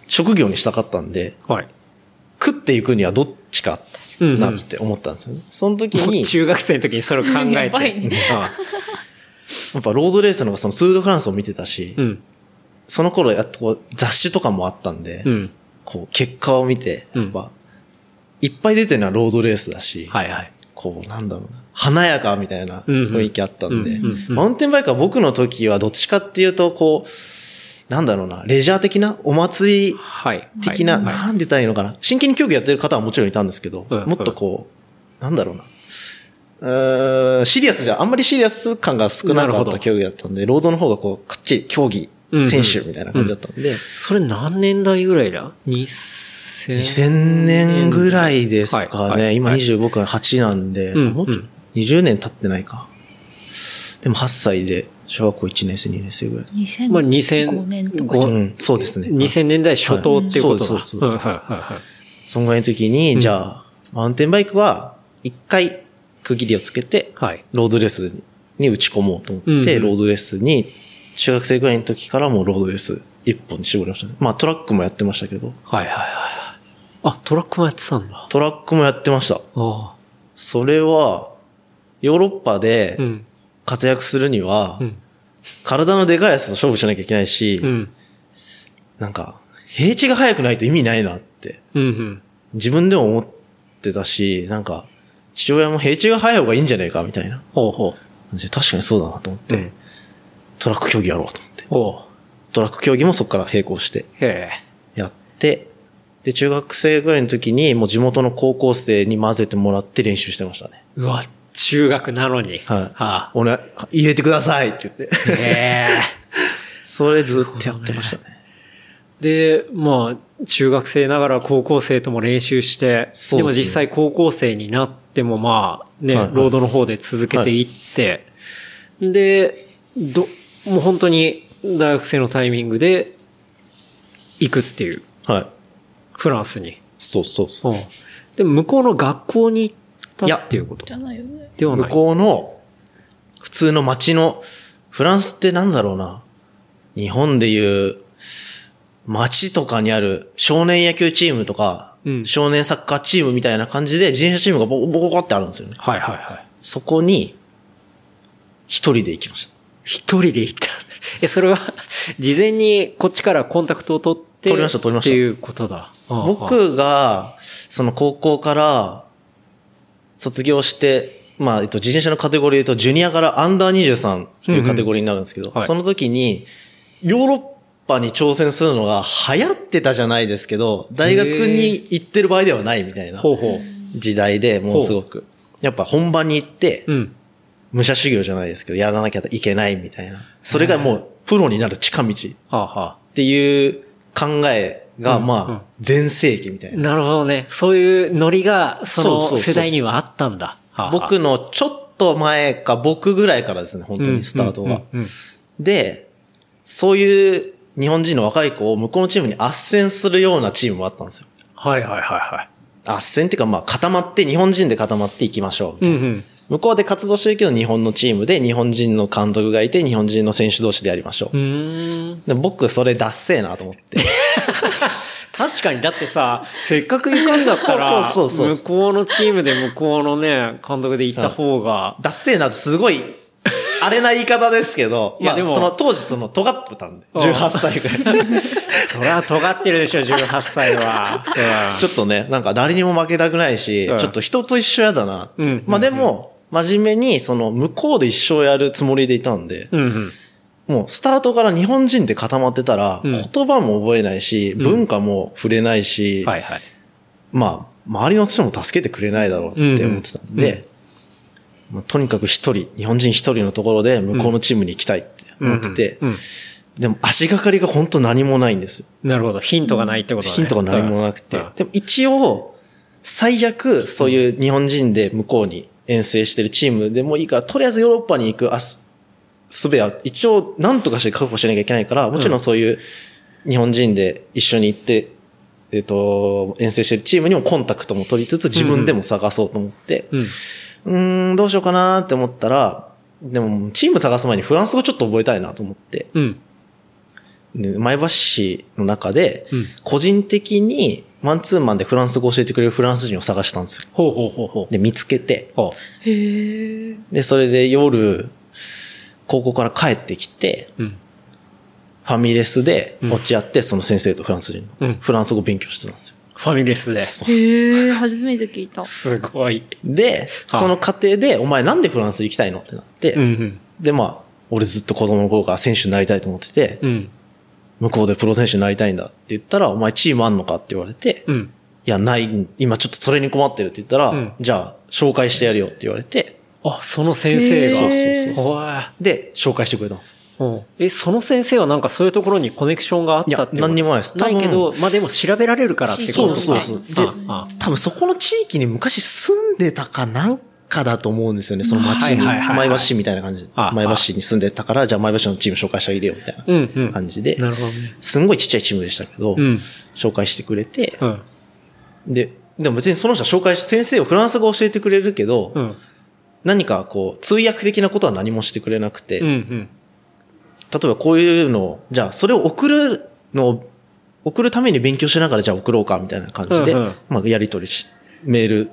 [SPEAKER 4] 職業にしたかったんで、
[SPEAKER 2] はい。
[SPEAKER 4] 食っていくにはどっちか
[SPEAKER 2] うんうん
[SPEAKER 4] なって思ったんですよね。その時に、
[SPEAKER 2] 中学生の時にそれを考えて。
[SPEAKER 3] やばいね
[SPEAKER 2] ああ
[SPEAKER 4] やっぱロードレースの方がそのツールドフランスを見てたし、
[SPEAKER 2] うん。
[SPEAKER 4] その頃やっとこう雑誌とかもあったんで、
[SPEAKER 2] うん。
[SPEAKER 4] こう結果を見て、やっぱ、いっぱい出てるのはロードレースだし、
[SPEAKER 2] はいはい。
[SPEAKER 4] こうなんだろうな、華やかみたいな
[SPEAKER 2] うんうん
[SPEAKER 4] 雰囲気あったんで、
[SPEAKER 2] うんうんうん
[SPEAKER 4] マウンテンバイクは僕の時はどっちかっていうと、こう、なんだろうな、レジャー的なお祭り
[SPEAKER 2] はい。
[SPEAKER 4] 的な、
[SPEAKER 2] はいはい
[SPEAKER 4] なんで言ったらいいのかな。真剣に競技やってる方はもちろんいたんですけど、
[SPEAKER 2] うん
[SPEAKER 4] もっとこう、なんだろうな。うーんシリアスじゃ、あんまりシリアス感が少な
[SPEAKER 2] なる
[SPEAKER 4] か
[SPEAKER 2] ほ
[SPEAKER 4] っ
[SPEAKER 2] ど
[SPEAKER 4] た競技だったんで、労働の方がこう、かっちり競技
[SPEAKER 2] うんうん、
[SPEAKER 4] 選手みたいな感じだったんで、
[SPEAKER 2] それ何年代ぐらいだ ?2000。
[SPEAKER 4] 2000年ぐらいですかね。
[SPEAKER 2] はいはい
[SPEAKER 4] 今
[SPEAKER 2] はい
[SPEAKER 4] 25から8なんで、
[SPEAKER 2] うん
[SPEAKER 4] もうちょ
[SPEAKER 2] うん
[SPEAKER 4] 20年経ってないか。でも8歳で、小学校1年生、2年生ぐらい。
[SPEAKER 2] まあ2005
[SPEAKER 3] 2005年と
[SPEAKER 2] う
[SPEAKER 3] か
[SPEAKER 2] ん
[SPEAKER 4] う
[SPEAKER 3] じゃん。
[SPEAKER 4] ん、そうですね。
[SPEAKER 2] 2000年代初頭っていうことだ。
[SPEAKER 4] はいそうですそうです
[SPEAKER 2] はいはいはい
[SPEAKER 4] そんぐらいの時に、
[SPEAKER 2] うん
[SPEAKER 4] じゃあ、マウンテンバイクは、一回区切りをつけて、
[SPEAKER 2] はい。
[SPEAKER 4] ロードレースに打ち込もうと思って、
[SPEAKER 2] うんうん
[SPEAKER 4] ロードレースに、中学生ぐらいの時からもうロードレース一本に絞りましたね。まあトラックもやってましたけど、
[SPEAKER 2] はいはいはいはい。あ、トラックもやってたんだ。あ
[SPEAKER 4] トラックもやってました。
[SPEAKER 2] あ。
[SPEAKER 4] それは、ヨーロッパで
[SPEAKER 2] うん。
[SPEAKER 4] 活躍するには、
[SPEAKER 2] うん。
[SPEAKER 4] 体のでかいやつと勝負しなきゃいけないし、
[SPEAKER 2] うん。
[SPEAKER 4] なんか、平地が速くないと意味ないなって、
[SPEAKER 2] うんうん。
[SPEAKER 4] 自分でも思ってたし、なんか、父親も平地が速い方がいいんじゃないかみたいな。
[SPEAKER 2] ほうほ
[SPEAKER 4] で確かにそうだなと思って、
[SPEAKER 2] う。うん。
[SPEAKER 4] トラック競技やろうと思って。
[SPEAKER 2] ほ
[SPEAKER 4] トラック競技もそこから並行して
[SPEAKER 2] う。へえ。
[SPEAKER 4] やって、で、中学生ぐらいの時に、もう地元の高校生に混ぜてもらって練習してましたね。
[SPEAKER 2] うわ、中学なのに。
[SPEAKER 4] はい
[SPEAKER 2] はあ。
[SPEAKER 4] 俺、入れてくださいって言って。
[SPEAKER 2] へえ。
[SPEAKER 4] それずっとやってましたね。
[SPEAKER 2] で、まあ、中学生ながら高校生とも練習して、で
[SPEAKER 4] そうですね
[SPEAKER 2] も実際高校生になってもまあ、ね、
[SPEAKER 4] はいはい
[SPEAKER 2] ロードの方で続けていって、で、ど、もう本当に大学生のタイミングで行くっていう、
[SPEAKER 4] はい。
[SPEAKER 2] フランスに。
[SPEAKER 4] そうそうそうう。
[SPEAKER 2] ん。で、向こうの学校に行った
[SPEAKER 4] いや
[SPEAKER 2] っていうこと
[SPEAKER 3] じゃないよね。
[SPEAKER 2] ではな
[SPEAKER 4] 向
[SPEAKER 2] い。
[SPEAKER 4] こうの、普通の街の、フランスってなんだろうな。日本でいう、街とかにある少年野球チームとか、
[SPEAKER 2] うん
[SPEAKER 4] 少年サッカーチームみたいな感じで自転車チームがボコボコボコってあるんですよね。
[SPEAKER 2] はいはいはい。
[SPEAKER 4] そこに、一人で行きました。
[SPEAKER 2] 一人で行った。え、それは、事前にこっちからコンタクトを取って。
[SPEAKER 4] 取りました取りました
[SPEAKER 2] っていうことだ。ああ、
[SPEAKER 4] 僕が、その高校から、卒業して、まあ、えっと、自転車のカテゴリーで言うと、ジュニアからアンダー23っていうカテゴリーになるんですけど、
[SPEAKER 2] はい
[SPEAKER 4] その時に、ヨーロッパに挑戦するのが流行ってたじゃないですけど、大学に行ってる場合ではないみたいな
[SPEAKER 2] ほうほう。
[SPEAKER 4] 時代でもうすごく。やっぱ本番に行って、
[SPEAKER 2] うん。
[SPEAKER 4] 武者修行じゃないですけど、やらなきゃいけないみたいな。それがもう、プロになる近道っ
[SPEAKER 2] はあ、は
[SPEAKER 4] ていう考えが、
[SPEAKER 2] うんう
[SPEAKER 4] ま
[SPEAKER 2] ん
[SPEAKER 4] あ、全盛期みたい
[SPEAKER 2] あ、
[SPEAKER 4] な。
[SPEAKER 2] なるほどね。そういうノリが、そ
[SPEAKER 4] そうそうそ
[SPEAKER 2] の
[SPEAKER 4] う
[SPEAKER 2] 世代にはあったんだ。はあはあ
[SPEAKER 4] 僕のちょっと前か、僕ぐらいからですね、本当にスタートが。
[SPEAKER 2] うんうんうんうん
[SPEAKER 4] で、そういう日本人の若い子を向こうのチームに斡旋するようなチームもあったんですよ。
[SPEAKER 2] はいはいはいは
[SPEAKER 4] 斡旋っていうか、まあ、固まって、日本人で固まっていきましょうみたいな。
[SPEAKER 2] い。うんうん。
[SPEAKER 4] 向こうで活動してるけど日本のチームで日本人の監督がいて日本人の選手同士でやりましょう。
[SPEAKER 2] うーん。
[SPEAKER 4] で僕それダッセーなと思って。
[SPEAKER 2] 確かに、だってさ、せっかく行くんだったら、
[SPEAKER 4] そうそうそうそう
[SPEAKER 2] 向こうのチームで向こうのね、監督で行った方が、
[SPEAKER 4] ダッセーなってすごい、あれな言い方ですけど、
[SPEAKER 2] いや
[SPEAKER 4] まあ
[SPEAKER 2] でも
[SPEAKER 4] その当時その尖ってたんで、
[SPEAKER 2] うん
[SPEAKER 4] 18歳ぐらい。
[SPEAKER 2] そりゃ尖ってるでしょ、18歳は。
[SPEAKER 4] ちょっとね、なんか誰にも負けたくないし、
[SPEAKER 2] うん
[SPEAKER 4] ちょっと人と一緒やだなって。
[SPEAKER 2] うん
[SPEAKER 4] まあでも、真面目にその向こうで一生やるつもりでいたんで、
[SPEAKER 2] うんうん。
[SPEAKER 4] もうスタートから日本人で固まってたら、
[SPEAKER 2] うん
[SPEAKER 4] 言葉も覚えないし、
[SPEAKER 2] ん
[SPEAKER 4] 文化も触れないし、
[SPEAKER 2] はいはい。
[SPEAKER 4] まあ、周りの人も助けてくれないだろうって思ってたん
[SPEAKER 2] うんうん
[SPEAKER 4] で、まあとにかく一人、日本人一人のところで向こうのチームに行きたいって思ってて、
[SPEAKER 2] うんうん
[SPEAKER 4] でも足がかりが本当何もないんですよ。
[SPEAKER 2] なるほど。ヒントがないってことだね。
[SPEAKER 4] ヒントが何もなくて
[SPEAKER 2] うん。
[SPEAKER 4] でも一応、最悪、そういう日本人で向こうに遠征してるチームでもいいから、とりあえずヨーロッパに行くあす、すべは、一応何とかして確保しなきゃいけないから、もちろんそういう日本人で一緒に行って、えっ、と、遠征してるチームにもコンタクトも取りつつ、自分でも探そうと思って、
[SPEAKER 2] うん。
[SPEAKER 4] うーん、どうしようかなーって思ったら、でも、チーム探す前にフランス語ちょっと覚えたいなと思って、
[SPEAKER 2] うん。
[SPEAKER 4] で前橋市の中で
[SPEAKER 2] うん、
[SPEAKER 4] 個人的にマンツーマンでフランス語を教えてくれるフランス人を探したんですよ。
[SPEAKER 2] ほうほうほうほう。
[SPEAKER 4] で、見つけて、
[SPEAKER 2] ほ
[SPEAKER 3] へえ。
[SPEAKER 4] で、それで夜、高校から帰ってきて、
[SPEAKER 2] う。うん。
[SPEAKER 4] ファミレスで
[SPEAKER 2] うん
[SPEAKER 4] 落ち合って、その先生とフランス人
[SPEAKER 2] うん
[SPEAKER 4] の、フランス語を勉強してたんですよ。
[SPEAKER 2] ファミレスで。
[SPEAKER 4] そうです
[SPEAKER 3] へえ、初めて聞いた。
[SPEAKER 2] すごい。
[SPEAKER 4] で、
[SPEAKER 2] はあ
[SPEAKER 4] その過程で、お前なんでフランス行きたいのってなって、
[SPEAKER 2] うんうん。
[SPEAKER 4] で、まあ、俺ずっと子供の頃から選手になりたいと思ってて、
[SPEAKER 2] うん。
[SPEAKER 4] 向こうでプロ選手になりたいんだって言ったら、お前チームあんのかって言われて、
[SPEAKER 2] うん。
[SPEAKER 4] いや、ない、今ちょっとそれに困ってるって言ったら、
[SPEAKER 2] うん
[SPEAKER 4] じゃあ、紹介してやるよって言われて、
[SPEAKER 2] あ、その先生が。
[SPEAKER 3] へー
[SPEAKER 2] そうそう
[SPEAKER 4] で、紹介してくれたんです。
[SPEAKER 2] そうおい。え、その先生はなんかそういうところにコネクションがあっ
[SPEAKER 4] い
[SPEAKER 2] た
[SPEAKER 4] や
[SPEAKER 2] っ、てこと
[SPEAKER 4] 何にもないです。
[SPEAKER 2] ないけ
[SPEAKER 4] 多
[SPEAKER 2] ど
[SPEAKER 4] 分、、
[SPEAKER 2] まあでも調べられるからってこと
[SPEAKER 4] そうそうそう
[SPEAKER 2] ね
[SPEAKER 4] で
[SPEAKER 2] ああ
[SPEAKER 4] 多分そこの地域に昔住んでたかなんかだと思うんですよね、その町
[SPEAKER 2] は
[SPEAKER 4] に。
[SPEAKER 2] いはいはいはい
[SPEAKER 4] 前橋市みたいな感じで。
[SPEAKER 2] あ
[SPEAKER 4] 前橋市に住んでたから、じゃあ前橋のチーム紹介してあげるよ、みたい
[SPEAKER 2] うんうん。
[SPEAKER 4] な感じで。
[SPEAKER 2] なるほどね。
[SPEAKER 4] すんごいちっちゃいチームでしたけ
[SPEAKER 2] う
[SPEAKER 4] ど、
[SPEAKER 2] ん。
[SPEAKER 4] 紹介してくれて
[SPEAKER 2] う、ん。
[SPEAKER 4] で、でも別にその人は紹介し、先生をフランス語を教えてくれるけど、
[SPEAKER 2] うん。
[SPEAKER 4] 何かこう、通訳的なことは何もしてくれなくて、
[SPEAKER 2] うんうん。
[SPEAKER 4] 例えばこういうのを、じゃあそれを送るのを、送るために勉強しながらじゃあ送ろうかみたいな感じで、
[SPEAKER 2] うんうん
[SPEAKER 4] まあやり取りし、メール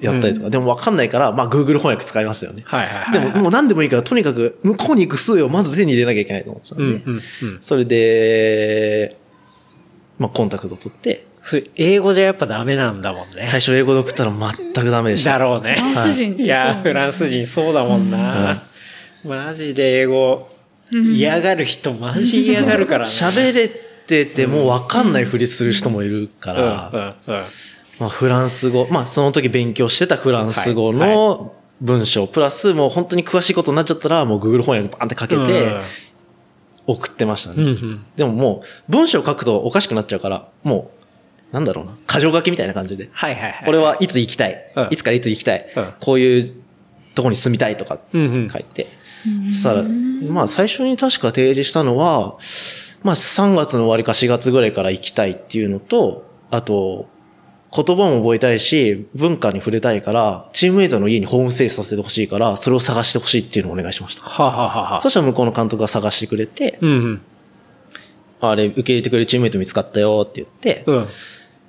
[SPEAKER 4] やったりとか、でもわかんないから、まあ Google 翻訳使いますよね。
[SPEAKER 2] はいはいはい。
[SPEAKER 4] でももう何でもいいから、とにかく向こうに行く数をまず手に入れなきゃいけないと思ってたん
[SPEAKER 2] う
[SPEAKER 4] で、
[SPEAKER 2] んうんうん。
[SPEAKER 4] それで、まあコンタクト取って、
[SPEAKER 2] それ英語じゃやっぱダメなんだもんね。
[SPEAKER 4] 最初英語で送ったら全くダメでし
[SPEAKER 2] だ
[SPEAKER 4] た。
[SPEAKER 2] ろうね。
[SPEAKER 3] フランス人って
[SPEAKER 2] い
[SPEAKER 3] そうな
[SPEAKER 2] や、
[SPEAKER 3] の
[SPEAKER 2] フランス人そうだもんな。マジで英語、嫌がる人マジ嫌がるからね。
[SPEAKER 4] 喋れててもわかんないふりする人もいるか
[SPEAKER 2] うん
[SPEAKER 4] ら、
[SPEAKER 2] うんうん。
[SPEAKER 4] まあ、フランス語、まあ、その時勉強してたフランス語
[SPEAKER 2] はい
[SPEAKER 4] の文章、プラスもう本当に詳しいことになっちゃったら、もう Google 翻訳バンってかけて送ってました
[SPEAKER 2] う
[SPEAKER 4] ね。
[SPEAKER 2] んうん。
[SPEAKER 4] でももう、文章書くとおかしくなっちゃうから、もう、なんだろうな、箇条書きみたいな感じで。
[SPEAKER 2] はいはいはい。
[SPEAKER 4] これはいつ行きたい、
[SPEAKER 2] うん
[SPEAKER 4] いつからいつ行きたい、
[SPEAKER 2] うん
[SPEAKER 4] こういうとこに住みたいとか
[SPEAKER 2] う
[SPEAKER 4] 書
[SPEAKER 2] んうん
[SPEAKER 4] いて。そしたら、まあ最初に確か提示したのは、まあ3月の終わりか4月ぐらいから行きたいっていうのと、あと、言葉も覚えたいし、文化に触れたいから、チームメイトの家にホームステイさせてほしいから、それを探してほしいっていうのをお願いしました。
[SPEAKER 2] はあはあはあはあ
[SPEAKER 4] そしたら向こうの監督が探してくれて、
[SPEAKER 2] うんうん。
[SPEAKER 4] あれ、受け入れてくれるチームメイト見つかったよって言って、
[SPEAKER 2] うん。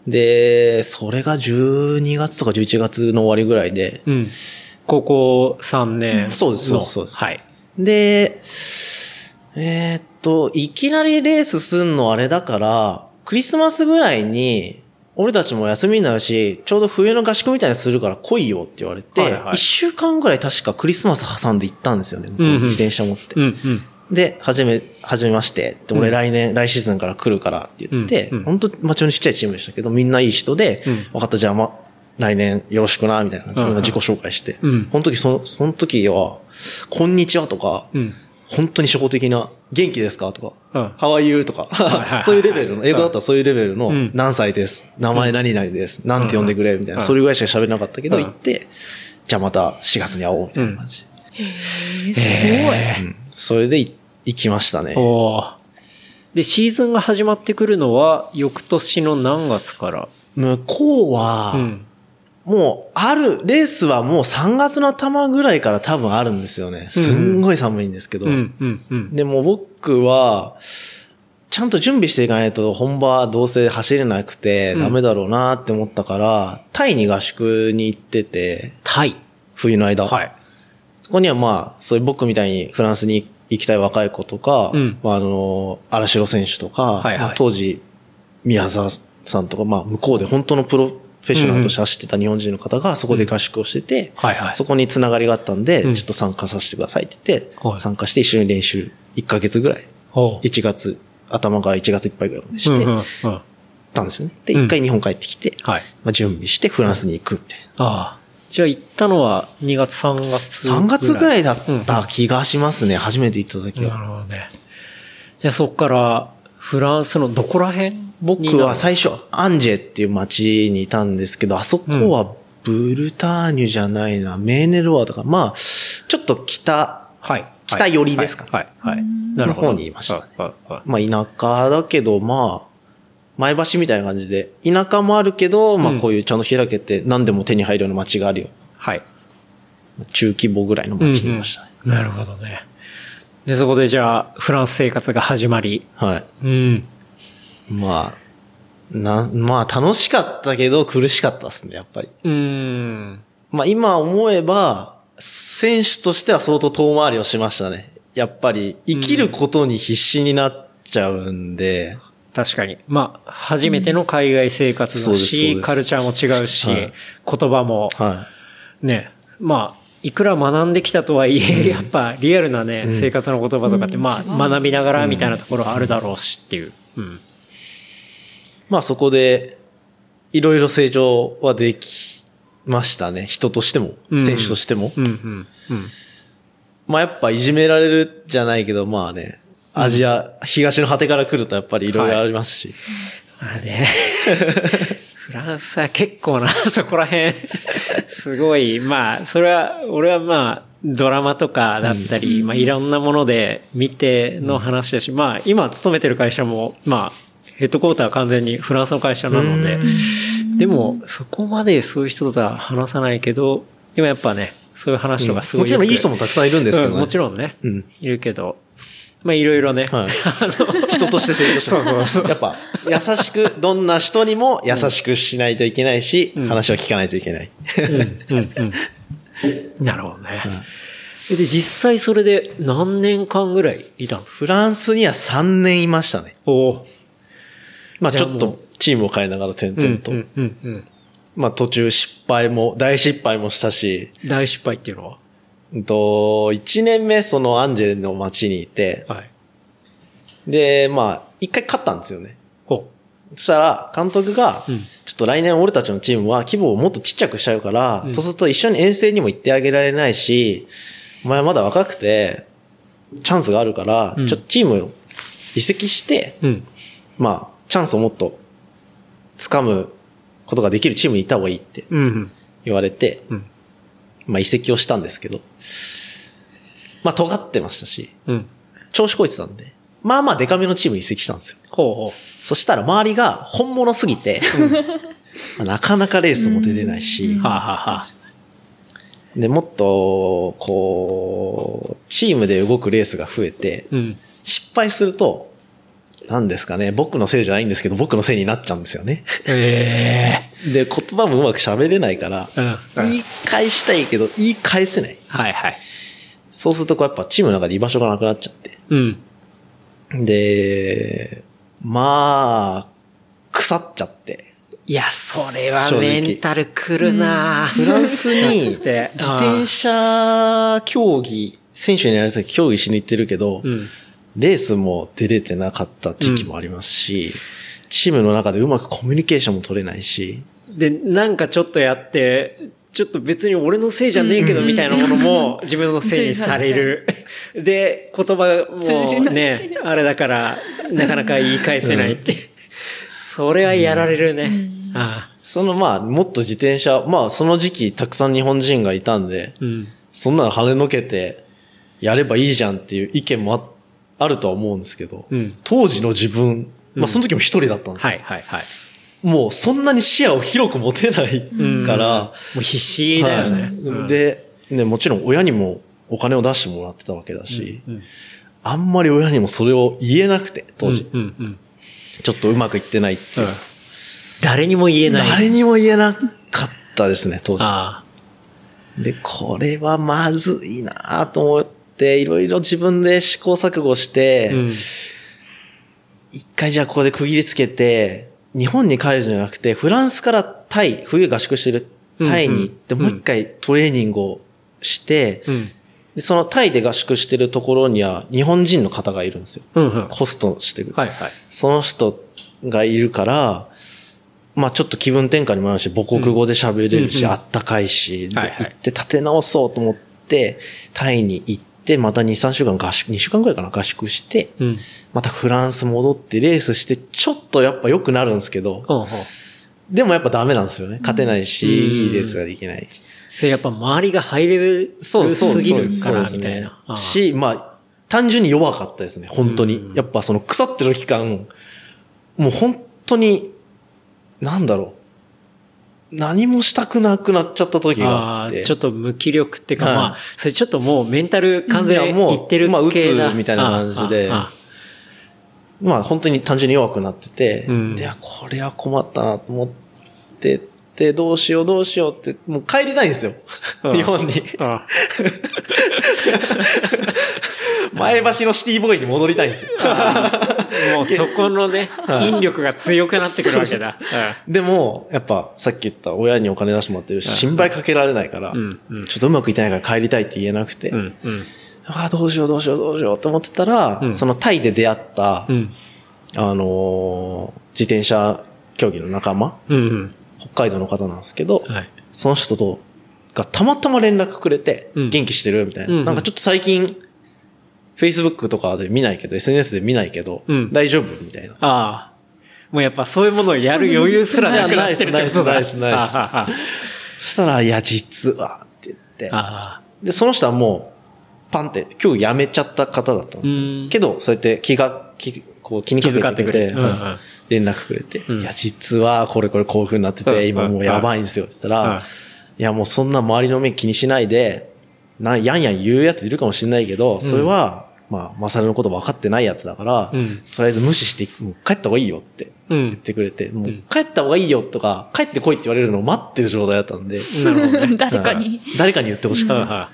[SPEAKER 4] で、それが12月とか11月の終わりぐらいで、
[SPEAKER 2] うん。高校3年の。
[SPEAKER 4] そうですそうですそうです
[SPEAKER 2] はい。
[SPEAKER 4] で、えーっと、いきなりレースすんのあれだから、クリスマスぐらいに、俺たちも休みになるし、ちょうど冬の合宿みたいにするから来いよって言われて、一、
[SPEAKER 2] はいはい
[SPEAKER 4] 週間ぐらい確かクリスマス挟んで行ったんですよね。
[SPEAKER 2] うんうん
[SPEAKER 4] 自転車持って。
[SPEAKER 2] うんうん。
[SPEAKER 4] で、はじめ、はじめましてって。俺
[SPEAKER 2] うん
[SPEAKER 4] 来年、来シーズンから来るからって言って、
[SPEAKER 2] うんうん
[SPEAKER 4] 本当町のちっちゃいチームでしたけど、みんないい人で、
[SPEAKER 2] うん
[SPEAKER 4] 分かった、じゃあま、来年よろしくな、みたいな感じで
[SPEAKER 2] うんうん
[SPEAKER 4] 今自己紹介して。
[SPEAKER 2] うん
[SPEAKER 4] その時、その、その時は、こんにちはとか、
[SPEAKER 2] うん。
[SPEAKER 4] 本当に初歩的な、元気ですかとか、
[SPEAKER 2] うん
[SPEAKER 4] How are you? と
[SPEAKER 2] いはいは
[SPEAKER 4] か
[SPEAKER 2] い、
[SPEAKER 4] そういうレベルの、英語だったらそういうレベル
[SPEAKER 2] う
[SPEAKER 4] の
[SPEAKER 2] ん、
[SPEAKER 4] 何歳です、名前何々です、なんて呼んでくれ、みたいな、
[SPEAKER 2] うん
[SPEAKER 4] それぐらいしか喋れなかったけど、
[SPEAKER 2] うん
[SPEAKER 4] 行って、じゃあまた4月に会おう、みたいな感じで。
[SPEAKER 3] えーすごい。
[SPEAKER 2] え
[SPEAKER 4] うんそれでい行きましたね
[SPEAKER 2] ー。おーで、シーズンが始まってくるのは、翌年の何月から
[SPEAKER 4] 向こうは、
[SPEAKER 2] うん。
[SPEAKER 4] もう、ある、レースはもう3月の頭ぐらいから多分あるんですよね。すんごい寒いんですけど。
[SPEAKER 2] うん、うん、うん。
[SPEAKER 4] でも僕は、ちゃんと準備していかないと本場どうせ走れなくて
[SPEAKER 2] うん
[SPEAKER 4] ダメだろうなって思ったから、タイに合宿に行ってて、
[SPEAKER 2] タイ。
[SPEAKER 4] 冬の間。
[SPEAKER 2] はい。
[SPEAKER 4] そこにはまあ、そういう僕みたいにフランスに行きたい若い子とか、
[SPEAKER 2] うん
[SPEAKER 4] まあ、あの、荒城選手とか、
[SPEAKER 2] はいはい
[SPEAKER 4] まあ当時、宮沢さんとか、まあ、向こうで本当のプロフェッショナルとして走ってた日本人の方がそこで合宿をしてて、
[SPEAKER 2] はいはい。
[SPEAKER 4] そこに繋がりがあったんで、
[SPEAKER 2] うん
[SPEAKER 4] ちょっと参加させてくださいって言って、
[SPEAKER 2] はい
[SPEAKER 4] 参加して一緒に練習、1ヶ月ぐらい、
[SPEAKER 2] おう
[SPEAKER 4] 1月、頭から1月いっぱいぐらいまでし
[SPEAKER 2] うん
[SPEAKER 4] て
[SPEAKER 2] うんうん
[SPEAKER 4] たんですよね。で、
[SPEAKER 2] うん
[SPEAKER 4] 1回日本帰ってきて、
[SPEAKER 2] はい。
[SPEAKER 4] まあ、準備してフランスに行くみたいな。
[SPEAKER 2] ああ。じゃあ行ったのは2月3月
[SPEAKER 4] 3月ぐら
[SPEAKER 2] い。
[SPEAKER 4] いだった気がしますね。初めて行った時
[SPEAKER 2] な
[SPEAKER 4] は。
[SPEAKER 2] るほどね。じゃあそこからフランスのどこら辺
[SPEAKER 4] 僕は最初、アンジェっていう町にいたんですけど、あそこはブルターニュじゃないな、メーネロワとか、まあ、ちょっと北、
[SPEAKER 2] はい。
[SPEAKER 4] 北寄りですか
[SPEAKER 2] はい。はい。はいなるほど。
[SPEAKER 4] の方にいました
[SPEAKER 2] はい。はいはい
[SPEAKER 4] まあ田舎だけど、まあ、前橋みたいな感じで、田舎もあるけど、ま
[SPEAKER 2] うん
[SPEAKER 4] あこういうちゃんと開けて何でも手に入るような街があるよ。
[SPEAKER 2] はい。
[SPEAKER 4] 中規模ぐらいの街にいましたね。
[SPEAKER 2] うんうんなるほどね。で、そこでじゃあ、フランス生活が始まり。
[SPEAKER 4] はい。
[SPEAKER 2] うん。
[SPEAKER 4] まあ、な、まあ楽しかったけど苦しかったですね、やっぱり。
[SPEAKER 2] うん。
[SPEAKER 4] まあ今思えば、選手としては相当遠回りをしましたね。やっぱり生きることに必死になっちゃうんで、
[SPEAKER 2] 確かに。まあ、初めての海外生活だ
[SPEAKER 4] うんそうですそう
[SPEAKER 2] し、
[SPEAKER 4] です
[SPEAKER 2] カルチャーも違うし、
[SPEAKER 4] はい
[SPEAKER 2] 言葉も、
[SPEAKER 4] は
[SPEAKER 2] ね、まあ、いくら学んできたとはいえ、やっぱリアルなね、
[SPEAKER 4] ん
[SPEAKER 2] 生活の言葉とかって、
[SPEAKER 3] うん
[SPEAKER 2] ま
[SPEAKER 3] 違う
[SPEAKER 2] あ、学びながらみたいなところはあるだろうしっていう。うん。
[SPEAKER 4] い。まあそこで、いろいろ成長はできましたね。人としても、
[SPEAKER 2] うん
[SPEAKER 4] 選手としても
[SPEAKER 2] う。ん、うん、うん。
[SPEAKER 4] まあやっぱいじめられるじゃないけど、まあね、アジア、東の果てから来るとやっぱりいろいろありますし、
[SPEAKER 2] まあね。フランスは結構な、 そこら辺、すごい、まあ、それは、俺はまあ、ドラマとかだったり、まあ、いろんなもので見ての話だし、まあ、今勤めてる会社も、まあ、ヘッドコーターは完全にフランスの会社なので
[SPEAKER 4] う、
[SPEAKER 2] でも、そこまでそういう人とは話さないけど、でもやっぱね、そういう話とかすご
[SPEAKER 4] も
[SPEAKER 2] い
[SPEAKER 4] ち
[SPEAKER 2] よ
[SPEAKER 4] ろ
[SPEAKER 2] く、
[SPEAKER 4] んいい人もたくさんいるんですけどね。
[SPEAKER 2] うんもちろんね、
[SPEAKER 4] うん
[SPEAKER 2] いるけど、まあ、いろいろね、
[SPEAKER 4] はい。人として成長してますやっぱ、優しく、どんな人にも優しくしないといけないし、
[SPEAKER 2] うん
[SPEAKER 4] 話は聞かないといけない。
[SPEAKER 2] うんうんうんなるほどね。えで、実際それで何年間ぐらいいたの
[SPEAKER 4] フランスには3年いましたね。
[SPEAKER 2] お
[SPEAKER 4] まあ
[SPEAKER 2] じゃ
[SPEAKER 4] ち
[SPEAKER 2] あも
[SPEAKER 4] ょ
[SPEAKER 2] う
[SPEAKER 4] っとチームを変えながら
[SPEAKER 2] う
[SPEAKER 4] 点
[SPEAKER 2] ん
[SPEAKER 4] 々と。
[SPEAKER 2] うんうんうん。
[SPEAKER 4] まあ途中失敗も、大失敗もしたし、
[SPEAKER 2] 大失敗っていうのは
[SPEAKER 4] うんと、1年目そのアンジェルの町にいて、
[SPEAKER 2] はい。
[SPEAKER 4] で、まあ1回勝ったんですよね。
[SPEAKER 2] お
[SPEAKER 4] そしたら、監督が、
[SPEAKER 2] うん
[SPEAKER 4] ちょっと来年俺たちのチームは規模をもっとちっちゃくしちゃうから、
[SPEAKER 2] うん
[SPEAKER 4] そうすると一緒に遠征にも行ってあげられないし、お前まだ若くて、チャンスがあるから、
[SPEAKER 2] うん
[SPEAKER 4] ちょっとチームを移籍して、
[SPEAKER 2] うん。
[SPEAKER 4] まあ、チャンスをもっと掴むことができるチームにいた方がいいって
[SPEAKER 2] うん
[SPEAKER 4] 言われて、
[SPEAKER 2] うん。
[SPEAKER 4] まあ移籍をしたんですけど、まあ尖ってましたし、
[SPEAKER 2] うん。
[SPEAKER 4] 調子こいてたんで、まあまあデカめのチームに移籍したんですよ。
[SPEAKER 2] ほうほ
[SPEAKER 4] そしたら周りが本物すぎて、まあなかなかレースも出れないし
[SPEAKER 2] う。、はあ、はあはあ、
[SPEAKER 4] で、もっと、こう、チームで動くレースが増えて、
[SPEAKER 2] うん。
[SPEAKER 4] 失敗すると、何ですかね、僕のせいじゃないんですけど、僕のせいになっちゃうんですよね。
[SPEAKER 2] ええ
[SPEAKER 4] で、言葉もうまく喋れないから、
[SPEAKER 2] うん。
[SPEAKER 4] 言い返したいけど、言い返せない。
[SPEAKER 2] はいはい。
[SPEAKER 4] そうすると、こうやっぱチームの中で居場所がなくなっちゃって。
[SPEAKER 2] うん。
[SPEAKER 4] で、まあ、腐っちゃって。
[SPEAKER 2] いや、それは
[SPEAKER 4] 正
[SPEAKER 2] メ
[SPEAKER 4] 直
[SPEAKER 2] ンタルくるな
[SPEAKER 4] フランスに
[SPEAKER 2] だって
[SPEAKER 4] 自転車競技、選手になりたい競技しに行ってるけど、
[SPEAKER 2] うん。
[SPEAKER 4] レースも出れてなかった時期もありますし、チームの中でうまくコミュニケーションも取れないし、
[SPEAKER 2] で、なんかちょっとやって、ちょっと別に俺のせいじゃねえけどみたいなものも自分のせいにされる。で、言葉
[SPEAKER 3] 通じ
[SPEAKER 2] も
[SPEAKER 3] ないし
[SPEAKER 2] ね、あれだから、なかなか言い返せないって。それはやられるね。ああ。
[SPEAKER 4] そのまあ、もっと自転車、まあその時期たくさん日本人がいたんで、
[SPEAKER 2] うん。
[SPEAKER 4] そんなの跳ねのけて、やればいいじゃんっていう意見もああるとは思うんですけど、
[SPEAKER 2] うん
[SPEAKER 4] 当時の自分、まあその時も一人だったんですよ。
[SPEAKER 2] はいはいはい。
[SPEAKER 4] もうそんなに視野を広く持てない
[SPEAKER 2] ん
[SPEAKER 4] から、
[SPEAKER 2] もう必死だよね。
[SPEAKER 4] はいで、ね、もちろん親にもお金を出してもらってたわけだし、
[SPEAKER 2] うん
[SPEAKER 4] あんまり親にもそれを言えなくて、当時。
[SPEAKER 2] うんうんうん
[SPEAKER 4] ちょっとうまくいってないっていう。
[SPEAKER 2] 誰にも言えない。
[SPEAKER 4] 誰にも言えなかったですね、当時。
[SPEAKER 2] あ
[SPEAKER 4] で、これはまずいなと思って、いろいろ自分で試行錯誤し
[SPEAKER 2] あ。
[SPEAKER 4] て、
[SPEAKER 2] うん。
[SPEAKER 4] 一回じゃあここで区切りつけて、日本に帰るんじゃなくて、フランスからタイ、冬合宿してるタイに行って、
[SPEAKER 2] うんうん
[SPEAKER 4] もう一回トレーニングをして、
[SPEAKER 2] うん。
[SPEAKER 4] でそのタイで合宿してるところには日本人の方がいるんですよ。
[SPEAKER 2] うんうん。
[SPEAKER 4] ホストしてる。
[SPEAKER 2] はいはい。
[SPEAKER 4] その人がいるから、まあちょっと気分転換にもなるし、母国語で喋れるし、
[SPEAKER 2] うんうん
[SPEAKER 4] あったかいし、で
[SPEAKER 2] はいはい
[SPEAKER 4] 行って立て直そうと思って、タイに行って、また2、3週間合宿、2週間くらいかな、合宿して、
[SPEAKER 2] うん。
[SPEAKER 4] またフランス戻ってレースして、ちょっとやっぱ良くなるんですけ
[SPEAKER 2] ほ
[SPEAKER 4] ど、
[SPEAKER 2] うほう
[SPEAKER 4] でもやっぱダメなんですよね。勝てないし、
[SPEAKER 2] うん
[SPEAKER 4] いいレースができない。
[SPEAKER 2] それやっぱ周りがハイレベルすぎるから、
[SPEAKER 4] そうです
[SPEAKER 2] みたいな。ああ
[SPEAKER 4] し、まあ、単純に弱かったですね、本当に。
[SPEAKER 2] うん
[SPEAKER 4] やっぱその腐ってる期間、もう本当に、なんだろう。何もしたくなくなっちゃった時があ
[SPEAKER 2] あ
[SPEAKER 4] っ
[SPEAKER 2] ー
[SPEAKER 4] て。
[SPEAKER 2] ちょっと無気力っていうか、
[SPEAKER 4] はい
[SPEAKER 2] まあ、それちょっともうメンタル完全
[SPEAKER 4] いや
[SPEAKER 2] に
[SPEAKER 4] もう
[SPEAKER 2] いってる
[SPEAKER 4] まあ
[SPEAKER 2] 系だ
[SPEAKER 4] 鬱みたいな感じで
[SPEAKER 2] あああ
[SPEAKER 4] まあ本当に単純に弱くなってて、
[SPEAKER 2] うん
[SPEAKER 4] で、あこれは困ったなと思ってて、どうしようどうしようって、もう帰りたいんですよ。
[SPEAKER 2] うん
[SPEAKER 4] 日本に。
[SPEAKER 2] ああ
[SPEAKER 4] 前橋のシティボーイに戻りたいんで すよ。
[SPEAKER 2] あもうそこのね、
[SPEAKER 4] い
[SPEAKER 2] 引力が強くなってくるわけだ。
[SPEAKER 4] でも、やっぱさっき言った親にお金出してもらってるし、心配かけられないから、
[SPEAKER 2] うんうん
[SPEAKER 4] ちょっとうまくいってないから帰りたいって言えなくて、
[SPEAKER 2] うん。うん。うん。
[SPEAKER 4] ああ、どうしようどうしようどうしようと思ってたら、
[SPEAKER 2] うん
[SPEAKER 4] そのタイで出会った、
[SPEAKER 2] うん。
[SPEAKER 4] あのー自転車競技の仲間、
[SPEAKER 2] うん。
[SPEAKER 4] 北海道の方なんですけど、
[SPEAKER 2] はい。
[SPEAKER 4] その人と、がたまたま連絡くれて、
[SPEAKER 2] うん
[SPEAKER 4] 元気してるみたいな、
[SPEAKER 2] うんうん
[SPEAKER 4] なんかちょっと最近、Facebook とかで見ないけど、SNS で見ないけど、
[SPEAKER 2] うん
[SPEAKER 4] 大丈夫みたいな。
[SPEAKER 2] ああ。もうやっぱそういうものをやる余裕すらなくなってるってことだ。
[SPEAKER 4] ナイスナイスナイスナイス
[SPEAKER 2] ああああ
[SPEAKER 4] そしたら、いや、実は、って言って、
[SPEAKER 2] ああ。
[SPEAKER 4] で、その人はもう、パンって、今日辞めちゃった方だったんです
[SPEAKER 2] うん
[SPEAKER 4] よ。けど、そうやって気が、気、こう気に
[SPEAKER 2] 気
[SPEAKER 4] かけ
[SPEAKER 2] 遣って
[SPEAKER 4] て
[SPEAKER 2] く
[SPEAKER 4] く
[SPEAKER 2] れ
[SPEAKER 4] れ
[SPEAKER 2] る。
[SPEAKER 4] て、
[SPEAKER 2] うんうん
[SPEAKER 4] はい連絡くれて、
[SPEAKER 2] うん
[SPEAKER 4] いや、実は、これこれこういう風になって
[SPEAKER 2] うん
[SPEAKER 4] て、今もうやばいんですよ、って言ったら、
[SPEAKER 2] うん
[SPEAKER 4] いや、もうそんな周りの目気にしないで、な、やんやん言うやついるかもしれないけど、それは、まあ、マサルのこと分かってないやつだから、
[SPEAKER 2] うん
[SPEAKER 4] とりあえず無視して、もう帰った方がいいよって
[SPEAKER 2] うん
[SPEAKER 4] 言ってくれて、も
[SPEAKER 2] う
[SPEAKER 4] うん帰った方がいいよとか、帰ってこいって言われるのを待ってる状態だったんで、
[SPEAKER 2] なるほどね。
[SPEAKER 3] 誰かに。
[SPEAKER 4] はい誰かに言ってほしくて、
[SPEAKER 2] うんうん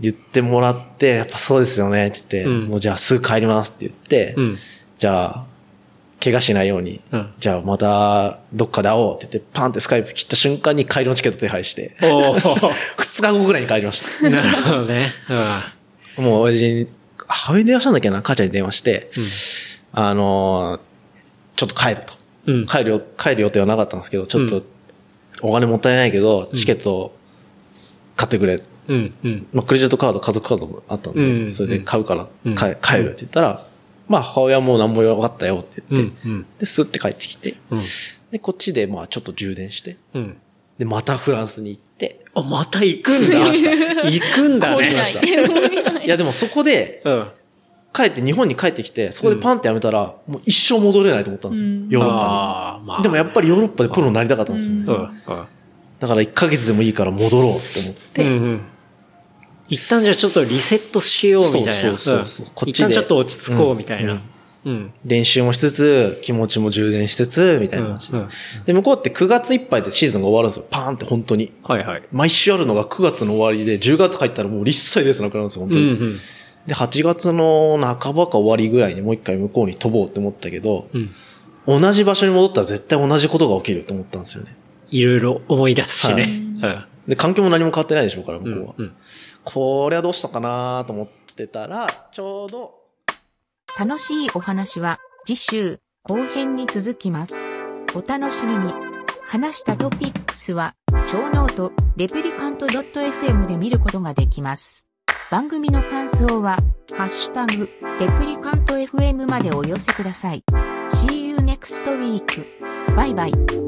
[SPEAKER 4] 言ってもらって、やっぱそうですよねって言って、
[SPEAKER 2] うん
[SPEAKER 4] もうじゃあすぐ帰りますって言って、
[SPEAKER 2] うん。
[SPEAKER 4] じゃあ、怪我しないように、
[SPEAKER 2] うん
[SPEAKER 4] じゃあまたどっかで会おうって言って、パンってスカイプ切った瞬間に帰りのチケット手配して、
[SPEAKER 2] おお。
[SPEAKER 4] 2日後ぐらいに帰りまし
[SPEAKER 2] なるほどね。
[SPEAKER 4] た。もう親父に、母親に電話したんだっけな、母ちゃんに電話して、あのーちょっと帰ると。
[SPEAKER 2] うん。うん。
[SPEAKER 4] 帰るよ、帰る予定はなかったんですけど、ちょっ
[SPEAKER 2] う
[SPEAKER 4] と、お金もったいないけど、チケット買ってくれ
[SPEAKER 2] うん。うん。
[SPEAKER 4] まあ、クレジットカード、家族カードもあったんで、
[SPEAKER 2] うん
[SPEAKER 4] それで買うから、
[SPEAKER 2] うん
[SPEAKER 4] か帰るって言ったら、まあ、母親も何も言わなかったよって
[SPEAKER 2] う
[SPEAKER 4] 言って、
[SPEAKER 2] ん。うん。
[SPEAKER 4] で、スッて帰ってきて、
[SPEAKER 2] うん。
[SPEAKER 4] で、こっちで、まあ、ちょっと充電して、
[SPEAKER 2] うん。
[SPEAKER 4] で、またフランスに行って、
[SPEAKER 2] あ、また行くん だ。行くんだ
[SPEAKER 3] 懲り
[SPEAKER 2] ね。
[SPEAKER 3] ないい。
[SPEAKER 4] ま いや、でもそこで、
[SPEAKER 2] うん。
[SPEAKER 4] 帰って、日本に帰ってきて、そこでパンってやめたら、もう一生戻れないと思ったんですよ、
[SPEAKER 3] うん
[SPEAKER 4] ヨーロッパ
[SPEAKER 2] ああ、ま
[SPEAKER 4] に。でもやっぱりヨーロッパでプロになりたかったんですよね。
[SPEAKER 2] う。
[SPEAKER 3] うん
[SPEAKER 4] だから1ヶ月でもいいから戻ろうって思って。
[SPEAKER 2] うん。うん。一旦じゃあちょっとリセットしようみたいな。
[SPEAKER 4] そうそうそうそうんこっ
[SPEAKER 2] 一
[SPEAKER 4] ちで
[SPEAKER 2] 旦ちょっと落ち着こうみたいな。うん。
[SPEAKER 4] 練習もしつつ、気持ちも充電しつつ、みたいな感じで。
[SPEAKER 2] うんうん
[SPEAKER 4] で、向こうって9月いっぱいでシーズンが終わるんですよ。パーンって本当に。
[SPEAKER 2] はいはい。
[SPEAKER 4] 毎週あるのが9月の終わりで、10月入ったらもう一切レースなくなるんですよ、本
[SPEAKER 2] う
[SPEAKER 4] 当
[SPEAKER 2] んう
[SPEAKER 4] に。
[SPEAKER 2] ん。
[SPEAKER 4] で、8月の半ばか終わりぐらいにもう一回向こうに飛ぼうって思ったけど、
[SPEAKER 2] うん。
[SPEAKER 4] 同じ場所に戻ったら絶対同じことが起きると思ったんですよね。
[SPEAKER 2] いろいろ思い出すし
[SPEAKER 4] は
[SPEAKER 2] ね
[SPEAKER 4] い。で、環境も何も変わってないでしょうから、
[SPEAKER 2] うん。う
[SPEAKER 4] 向こうは。
[SPEAKER 2] ん。
[SPEAKER 4] これはどうしたかなと思ってたら、ちょうど、
[SPEAKER 5] 楽しいお話は次週後編に続きます。お楽しみに。話したトピックスは、超ノート、レプリカント .fm で見ることができます。番組の感想は、ハッシュタグ、レプリカント FM までお寄せください。See you next week. バイバイ。